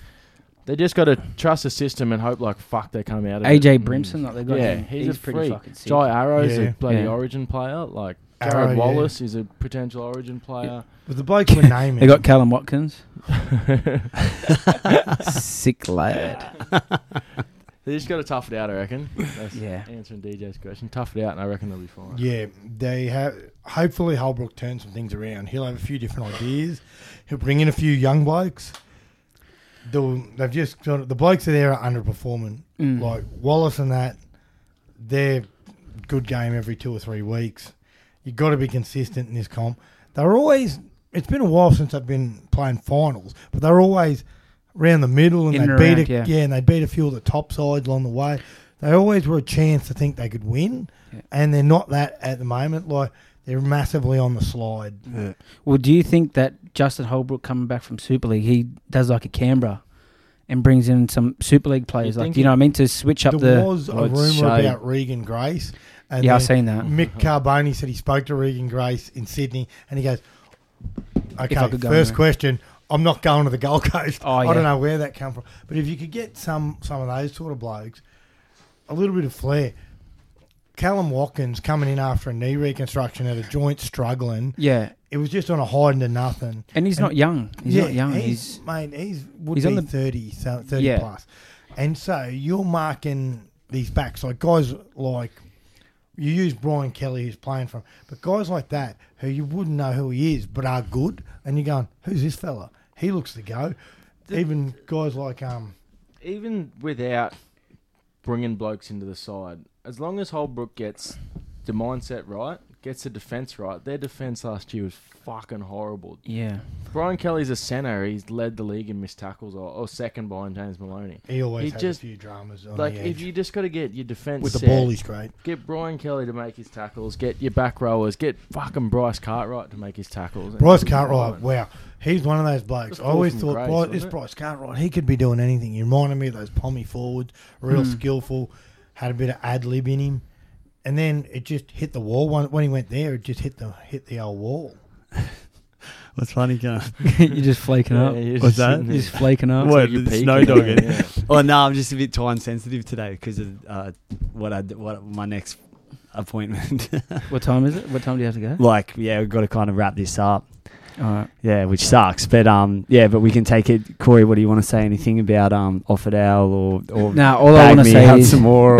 Speaker 4: they just got to trust the system and hope like fuck they come out of it.
Speaker 6: AJ
Speaker 4: Mm.
Speaker 6: Brimson, like they got
Speaker 4: yeah,
Speaker 6: him.
Speaker 4: he's, a
Speaker 6: pretty
Speaker 4: freak.
Speaker 6: fucking sick.
Speaker 4: Jai Arrow's
Speaker 2: Yeah.
Speaker 4: a bloody
Speaker 6: Yeah.
Speaker 4: Origin player. Like Jared
Speaker 2: Arrow, yeah.
Speaker 4: Wallace is a potential Origin player.
Speaker 2: But the bloke we're naming,
Speaker 6: They got Callum Watkins. Sick lad.
Speaker 4: They just got to tough it out, I reckon. That's
Speaker 6: Yeah.
Speaker 4: Answering DJ's question, tough it out, and I reckon they'll be fine.
Speaker 2: Yeah, they have. Hopefully, Holbrook turns some things around. He'll have a few different ideas. He'll bring in a few young blokes. They'll, they've just got, the blokes that are there are underperforming.
Speaker 6: Mm.
Speaker 2: Like Wallace and that, they're good game every two or three weeks. You've got to be consistent in this comp. They're always. It's been a while since I've been playing finals, but they're always around the middle and
Speaker 6: In
Speaker 2: they
Speaker 6: and
Speaker 2: beat
Speaker 6: around,
Speaker 2: a,
Speaker 6: yeah.
Speaker 2: and they beat a few of the top sides along the way. They always were a chance to think they could win,
Speaker 6: Yeah.
Speaker 2: and they're not that at the moment. Like they're massively on the slide.
Speaker 6: Well, do you think that Justin Holbrook coming back from Super League, he does like a Canberra and brings in some Super League players,
Speaker 4: You'd
Speaker 6: like
Speaker 4: think
Speaker 6: do you know what I mean, to switch up
Speaker 2: there
Speaker 6: the.
Speaker 2: was a
Speaker 4: Oh, it's
Speaker 2: rumor
Speaker 4: shade.
Speaker 2: about Regan Grace, and
Speaker 6: yeah, I've
Speaker 2: then
Speaker 6: seen that.
Speaker 2: Mick Carboni said he spoke to Regan Grace in Sydney, and he goes, "Okay,
Speaker 6: could go
Speaker 2: first
Speaker 6: anywhere."
Speaker 2: question." I'm not going to the Gold Coast.
Speaker 6: Oh,
Speaker 2: I
Speaker 6: yeah.
Speaker 2: don't know where that come from. But if you could get some some of those sort of blokes, a little bit of flair. Callum Watkins coming in after a knee reconstruction at a joint struggling.
Speaker 6: Yeah,
Speaker 2: It was just on a hide into nothing.
Speaker 6: and he's not young. He's
Speaker 2: yeah,
Speaker 6: not young. He's,
Speaker 2: He's, mate. He's would
Speaker 6: he's
Speaker 2: be
Speaker 6: on the-
Speaker 2: 30, so 30
Speaker 6: Yeah.
Speaker 2: plus. and so you're marking these backs like guys like you use Brian Kelly who's playing from, but guys like that who you wouldn't know who he is but are good, and you're going, who's this fella? He looks the go. Even guys like um,
Speaker 4: even without bringing blokes into the side, as long as Holbrook gets the mindset right, gets the defence right, their defence last year was fucking horrible.
Speaker 6: yeah,
Speaker 4: Brian Kelly's a centre. He's led the league in missed tackles or, or second behind James Maloney.
Speaker 2: he always
Speaker 4: He
Speaker 2: has
Speaker 4: just-
Speaker 2: a few dramas on
Speaker 4: Like,
Speaker 2: the
Speaker 4: if
Speaker 2: edge.
Speaker 4: you just got to get your defence
Speaker 2: with the
Speaker 4: set,
Speaker 2: ball, he's great.
Speaker 4: get Brian Kelly to make his tackles, get your back rowers, get fucking Bryce Cartwright to make his tackles.
Speaker 2: Bryce Cartwright, wow, he's one of those blokes.
Speaker 4: Just
Speaker 2: I always
Speaker 4: awesome
Speaker 2: thought
Speaker 4: grace,
Speaker 2: Bryce,
Speaker 4: wasn't
Speaker 2: this
Speaker 4: it?
Speaker 2: Bryce Cartwright, he could be doing anything. He reminded me of those pommy forwards, real skillful, had a bit of ad lib in him, and then it just hit the wall. When, when he went there, it just hit the hit the old wall.
Speaker 5: What's funny, going?
Speaker 6: you're just flaking
Speaker 4: Yeah,
Speaker 6: up.
Speaker 4: he was
Speaker 5: What's
Speaker 4: just
Speaker 5: that?
Speaker 4: sitting
Speaker 6: You're
Speaker 4: there.
Speaker 6: just flaking up.
Speaker 4: It's
Speaker 5: What?
Speaker 4: you're
Speaker 5: the
Speaker 4: peeking.
Speaker 5: snow dog in?
Speaker 4: Yeah.
Speaker 5: Oh no, I'm just a bit time sensitive today because of uh, what I d- what my next appointment.
Speaker 6: What time is it? What time do you have to go?
Speaker 5: like, yeah, we've got to kind of wrap this up.
Speaker 6: All right.
Speaker 5: Yeah, which sucks, but um, yeah, but we can take it. Corey, what do you want to say? Anything about um, offered owl or or
Speaker 6: Now, all I
Speaker 5: bag
Speaker 6: want to
Speaker 5: me
Speaker 6: say
Speaker 5: out
Speaker 6: is
Speaker 5: some more?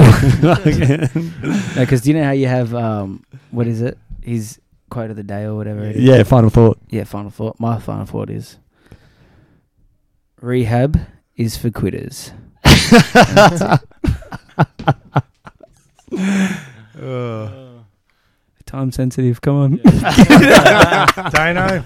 Speaker 6: because do you know how you have um, what is it? His quote of the day or whatever. it is.
Speaker 5: yeah, final thought.
Speaker 6: Yeah, final thought. My final thought is rehab is for quitters. Uh, Time sensitive. Come on.
Speaker 2: Dano,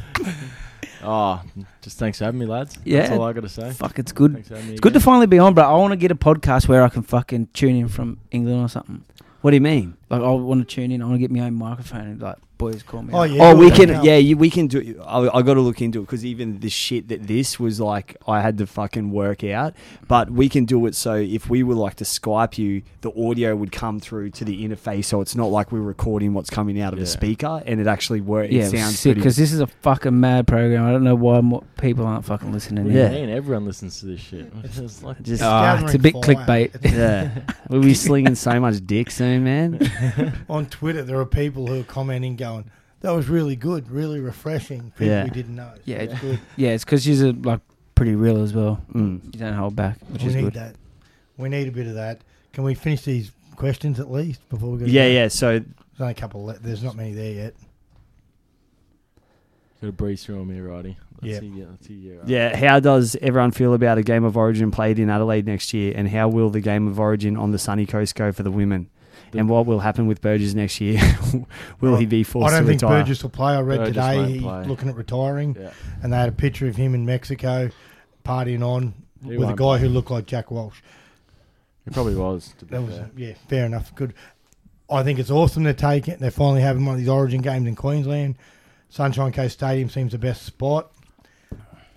Speaker 4: Oh, just thanks for having me, lads. That's
Speaker 6: Yeah.
Speaker 4: all I got to say.
Speaker 6: Fuck, it's good.
Speaker 4: Thanks for having me
Speaker 6: It's good to
Speaker 4: again.
Speaker 6: finally be on, bro. I want to get a podcast where I can fucking tune in from England or something.
Speaker 5: What do you mean?
Speaker 6: Like, I want to tune in. I want to get my own microphone and like, boys, call me.
Speaker 2: oh
Speaker 6: up.
Speaker 2: yeah,
Speaker 5: oh, we
Speaker 2: you're
Speaker 5: can.
Speaker 2: welcome.
Speaker 5: Yeah, you, we can do. it. I, I got to look into it because even the shit that this was like, I had to fucking work out. But we can do it. So if we were like to Skype you, the audio would come through to the interface, so it's not like we're recording what's coming out of
Speaker 4: Yeah.
Speaker 5: the speaker, and it actually works.
Speaker 6: Yeah,
Speaker 5: it sounds
Speaker 6: sick.
Speaker 5: pretty.
Speaker 6: Because this is a fucking mad program. I don't know why more people aren't fucking listening.
Speaker 5: Yeah.
Speaker 4: Yeah, man, everyone listens to this shit. It's like,
Speaker 5: Just,
Speaker 6: Ah, it's a bit
Speaker 2: Gathering fire.
Speaker 6: clickbait.
Speaker 2: It's-
Speaker 5: yeah, we'll be slinging so much dick soon, man.
Speaker 2: on Twitter, there are people who are commenting going, "That was really good, really refreshing." People
Speaker 5: Yeah.
Speaker 2: we didn't know. So
Speaker 6: Yeah.
Speaker 2: it's good.
Speaker 6: Yeah, it's because she's a, like pretty real as well.
Speaker 5: Mm.
Speaker 6: You don't hold back, which
Speaker 2: we
Speaker 6: is
Speaker 2: need
Speaker 6: good.
Speaker 2: that. We need a bit of that. Can we finish these questions at least before we go? to
Speaker 5: Yeah,
Speaker 2: bed?
Speaker 5: yeah. So
Speaker 2: There's only a couple. Left. There's not many there yet.
Speaker 4: Got a breeze through on me, righty.
Speaker 2: Yeah.
Speaker 4: That's a year- that's a year out.
Speaker 5: Yeah, how does everyone feel about a game of origin played in Adelaide next year? And how will the game of origin on the sunny coast go for the women? And what will happen with Burgess next year? will he be forced
Speaker 2: I don't
Speaker 5: to
Speaker 2: think
Speaker 5: retire?
Speaker 2: Burgess will play. I read
Speaker 4: Burgess
Speaker 2: today
Speaker 4: won't
Speaker 2: he's
Speaker 4: play.
Speaker 2: looking at retiring,
Speaker 4: Yeah.
Speaker 2: and they had a picture of him in Mexico partying on
Speaker 4: He
Speaker 2: with a
Speaker 4: won't
Speaker 2: guy
Speaker 4: play.
Speaker 2: who looked like Jack Walsh.
Speaker 4: It probably was. To be
Speaker 2: That was
Speaker 4: fair.
Speaker 2: yeah, fair enough. Good. I think it's awesome they're taking. it. They're finally having one of these Origin games in Queensland. Sunshine Coast Stadium seems the best spot,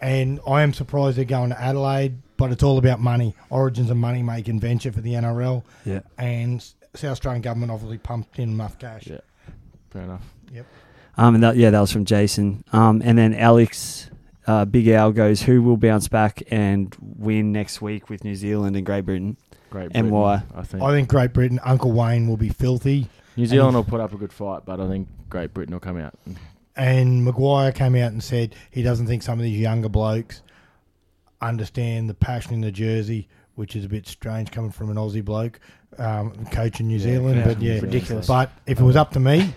Speaker 2: and I am surprised they're going to Adelaide. But it's all about money. Origin's a money making venture for the NRL,
Speaker 5: yeah.
Speaker 2: and S- South Australian government obviously pumped in enough cash.
Speaker 4: Yeah. Fair enough.
Speaker 5: Um, and that, yeah, that was from Jason. Um, and then Alex uh, Big Al goes, who will bounce back and win next week with New Zealand and Great Britain?
Speaker 4: Great.
Speaker 5: And
Speaker 4: Britain,
Speaker 5: why?
Speaker 4: I think
Speaker 2: I think Great Britain, Uncle Wayne will be filthy,
Speaker 4: New Zealand will put up a good fight, but I think Great Britain will come out.
Speaker 2: and Maguire came out and said he doesn't think some of these younger blokes understand the passion in the jersey which is a bit strange coming from an Aussie bloke, um, coach in New
Speaker 4: Yeah,
Speaker 2: Zealand.
Speaker 4: yeah,
Speaker 2: But yeah,
Speaker 4: ridiculous.
Speaker 2: But if it was up to me,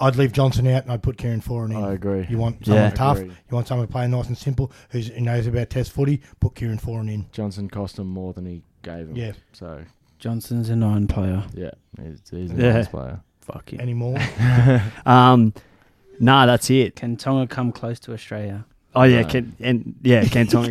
Speaker 2: I'd leave Johnson out and I'd put Kieran Foran in.
Speaker 4: I agree.
Speaker 2: You want
Speaker 5: Yeah.
Speaker 2: someone tough.
Speaker 4: Agreed.
Speaker 2: You want someone playing nice and simple who's, who knows about Test footy. Put Kieran Foran in.
Speaker 4: Johnson cost him more than he gave him.
Speaker 2: Yeah.
Speaker 4: So
Speaker 6: Johnson's a nine player.
Speaker 4: yeah, he's, he's a
Speaker 5: Yeah.
Speaker 4: nice player.
Speaker 6: Fuck it.
Speaker 2: Any more?
Speaker 5: Um, nah, that's it.
Speaker 6: Can Tonga come close to Australia?
Speaker 5: Oh yeah,
Speaker 4: No.
Speaker 5: Ken, and yeah, Ken Tonga.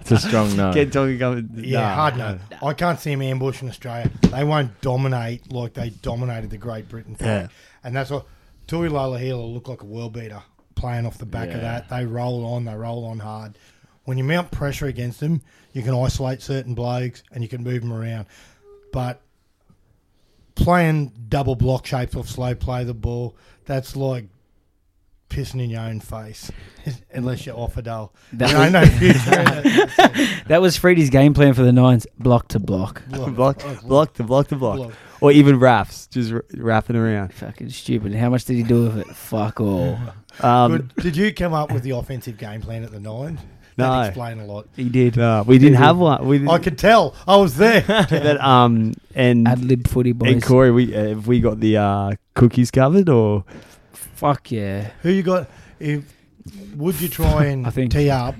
Speaker 4: It's a strong no.
Speaker 5: Ken Tonga coming.
Speaker 2: Yeah,
Speaker 5: nah.
Speaker 2: hard no. I can't see them ambushing Australia. They won't dominate like they dominated the Great Britain thing.
Speaker 5: Yeah.
Speaker 2: And that's what Tui Lalahila looked like a world beater playing off the back of
Speaker 4: Yeah.
Speaker 2: that. They roll on, they roll on hard. When you mount pressure against them, you can isolate certain blokes and you can move them around. But playing double block shapes off slow play the ball, that's like pissing in your own face, unless you're off a dull.
Speaker 6: That
Speaker 2: I
Speaker 6: was,
Speaker 2: know future. in it.
Speaker 6: that was Freddie's game plan for the Nines, block to block.
Speaker 2: Block,
Speaker 5: block,
Speaker 2: block,
Speaker 5: block to block to block,
Speaker 2: block.
Speaker 5: or even raps, just r- wrapping around.
Speaker 6: Fucking stupid. How much did he do with it? Fuck all.
Speaker 5: Um,
Speaker 2: Good. Did you come up with the offensive game plan at the nine?
Speaker 5: No.
Speaker 2: That explain a lot.
Speaker 5: He did. No, uh, we didn't have one. We didn't.
Speaker 2: I could tell. I was there.
Speaker 5: that, um, and
Speaker 6: Ad lib footy
Speaker 5: and
Speaker 6: boys.
Speaker 5: Corey, we uh, have we got the uh, cookies covered or
Speaker 6: Fuck yeah.
Speaker 2: Who you got? If would you try and
Speaker 6: I think-
Speaker 2: tee up?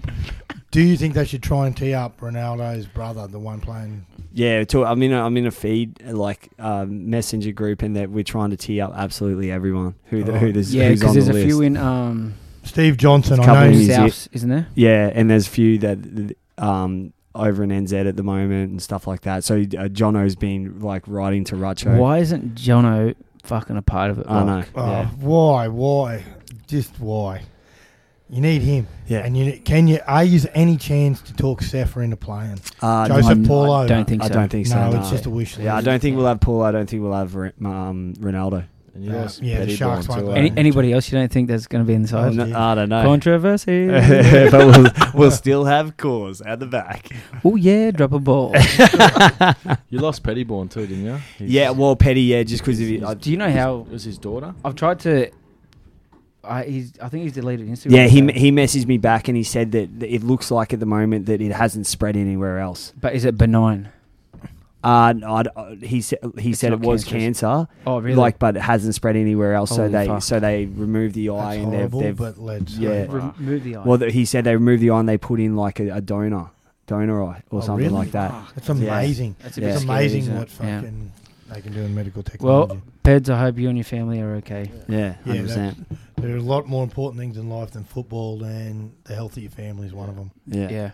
Speaker 2: Do you think they should try and tee up Ronaldo's brother, the one playing?
Speaker 5: yeah? To, I'm in. A, I'm in a feed uh, like um, messenger group, and that we're trying to tee up absolutely everyone who the,
Speaker 2: Oh.
Speaker 5: who there's
Speaker 6: Yeah,
Speaker 5: who's on
Speaker 6: because there's
Speaker 5: the list.
Speaker 6: a few in um,
Speaker 2: Steve Johnson.
Speaker 5: Couple
Speaker 2: I
Speaker 5: of
Speaker 2: know.
Speaker 5: years.
Speaker 2: he's-
Speaker 6: Souths, isn't there?
Speaker 5: yeah, and there's few that um over in NZ at the moment and stuff like that. So uh, Jono's been like writing to Rucho.
Speaker 6: Why isn't Jono fucking a part of it?
Speaker 5: I know.
Speaker 6: Like,
Speaker 2: Oh,
Speaker 5: yeah.
Speaker 2: Why? Why? Just why? You need him.
Speaker 5: Yeah.
Speaker 2: And you can you? Are you any chance to talk Sefer into playing?
Speaker 5: Uh, no,
Speaker 2: Joseph
Speaker 5: I'm-
Speaker 2: Paulo.
Speaker 6: I don't think
Speaker 5: I
Speaker 6: so.
Speaker 5: don't think so.
Speaker 2: no,
Speaker 5: no.
Speaker 2: it's just a wish list.
Speaker 5: yeah, I don't think we'll have Paulo. I don't think we'll have Re- um, Ronaldo.
Speaker 4: And you
Speaker 2: Yeah.
Speaker 4: lost
Speaker 2: Uh, Yeah, the
Speaker 4: Pettibone
Speaker 2: Sharks
Speaker 4: too,
Speaker 2: won't
Speaker 4: eh?
Speaker 2: let
Speaker 6: Any,
Speaker 2: him.
Speaker 6: anybody else you don't think that's going to be in the
Speaker 2: Oh,
Speaker 6: side?
Speaker 5: No,
Speaker 2: dear.
Speaker 5: I don't know.
Speaker 6: Controversy.
Speaker 5: but we'll, we'll still have cause at the back.
Speaker 6: oh yeah, drop a ball.
Speaker 4: You lost Pettyborn too, didn't you? He's-
Speaker 5: Yeah, well, Petty, yeah, just because of it. I-
Speaker 6: Do you know how?
Speaker 4: it was his daughter.
Speaker 6: I've tried to. I he's I think he's deleted Instagram.
Speaker 5: Yeah, he
Speaker 6: so-
Speaker 5: he messaged me back and he said that that it looks like at the moment that it hasn't spread anywhere else.
Speaker 6: But is it benign?
Speaker 5: Uh, no, I d- uh, he said he
Speaker 6: It's
Speaker 5: said it
Speaker 6: not
Speaker 5: was
Speaker 6: cancerous.
Speaker 5: cancer,
Speaker 6: Oh really?
Speaker 5: like, but it hasn't spread anywhere else. so
Speaker 6: Holy
Speaker 5: they
Speaker 6: fuck.
Speaker 5: so they removed the
Speaker 2: That's
Speaker 5: eye and
Speaker 2: horrible,
Speaker 5: they've, they've
Speaker 2: but let's
Speaker 5: yeah.
Speaker 6: remove the eye.
Speaker 5: well, th- he said they removed the eye and they put in like a, a donor donor eye or
Speaker 2: Oh,
Speaker 5: something
Speaker 2: really?
Speaker 5: like that.
Speaker 6: Fuck,
Speaker 2: It's amazing.
Speaker 6: that's a
Speaker 5: Yeah.
Speaker 6: bit
Speaker 2: It's
Speaker 6: scary,
Speaker 2: amazing
Speaker 6: isn't
Speaker 2: what
Speaker 6: it? Yeah.
Speaker 2: fucking they can do in medical technology.
Speaker 6: Well, Beds. I hope you and your family are okay.
Speaker 5: Yeah,
Speaker 2: Yeah,
Speaker 5: hundred percent.
Speaker 2: there are a lot more important things in life than football, and the health of your family is one of them.
Speaker 5: Yeah.
Speaker 6: Yeah.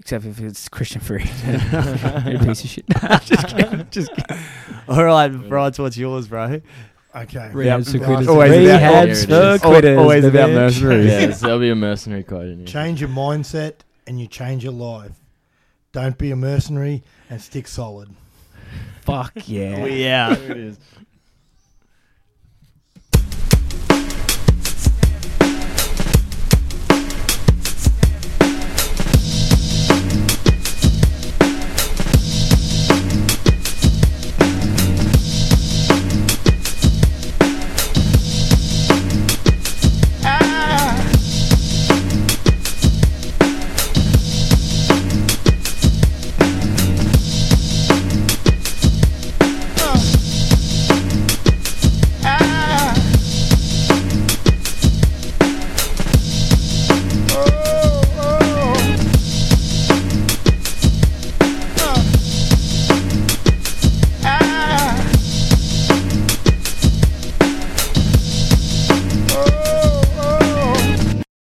Speaker 6: Except if it's Christian Free, you piece of shit. just kidding. Just kidding.
Speaker 5: All right, Brides, what's yours, bro?
Speaker 2: Okay.
Speaker 6: Rehab's for quitters.
Speaker 5: Always about-
Speaker 6: Rehab's
Speaker 4: There it
Speaker 6: for
Speaker 4: is.
Speaker 6: quitters.
Speaker 5: Always
Speaker 6: the
Speaker 5: about
Speaker 6: bitch.
Speaker 5: mercenaries.
Speaker 4: yeah, so that'll be a mercenary quote. In here.
Speaker 2: Change your mindset, and you change your life. Don't be a mercenary and stick solid.
Speaker 6: Fuck yeah.
Speaker 5: yeah.
Speaker 4: There it is.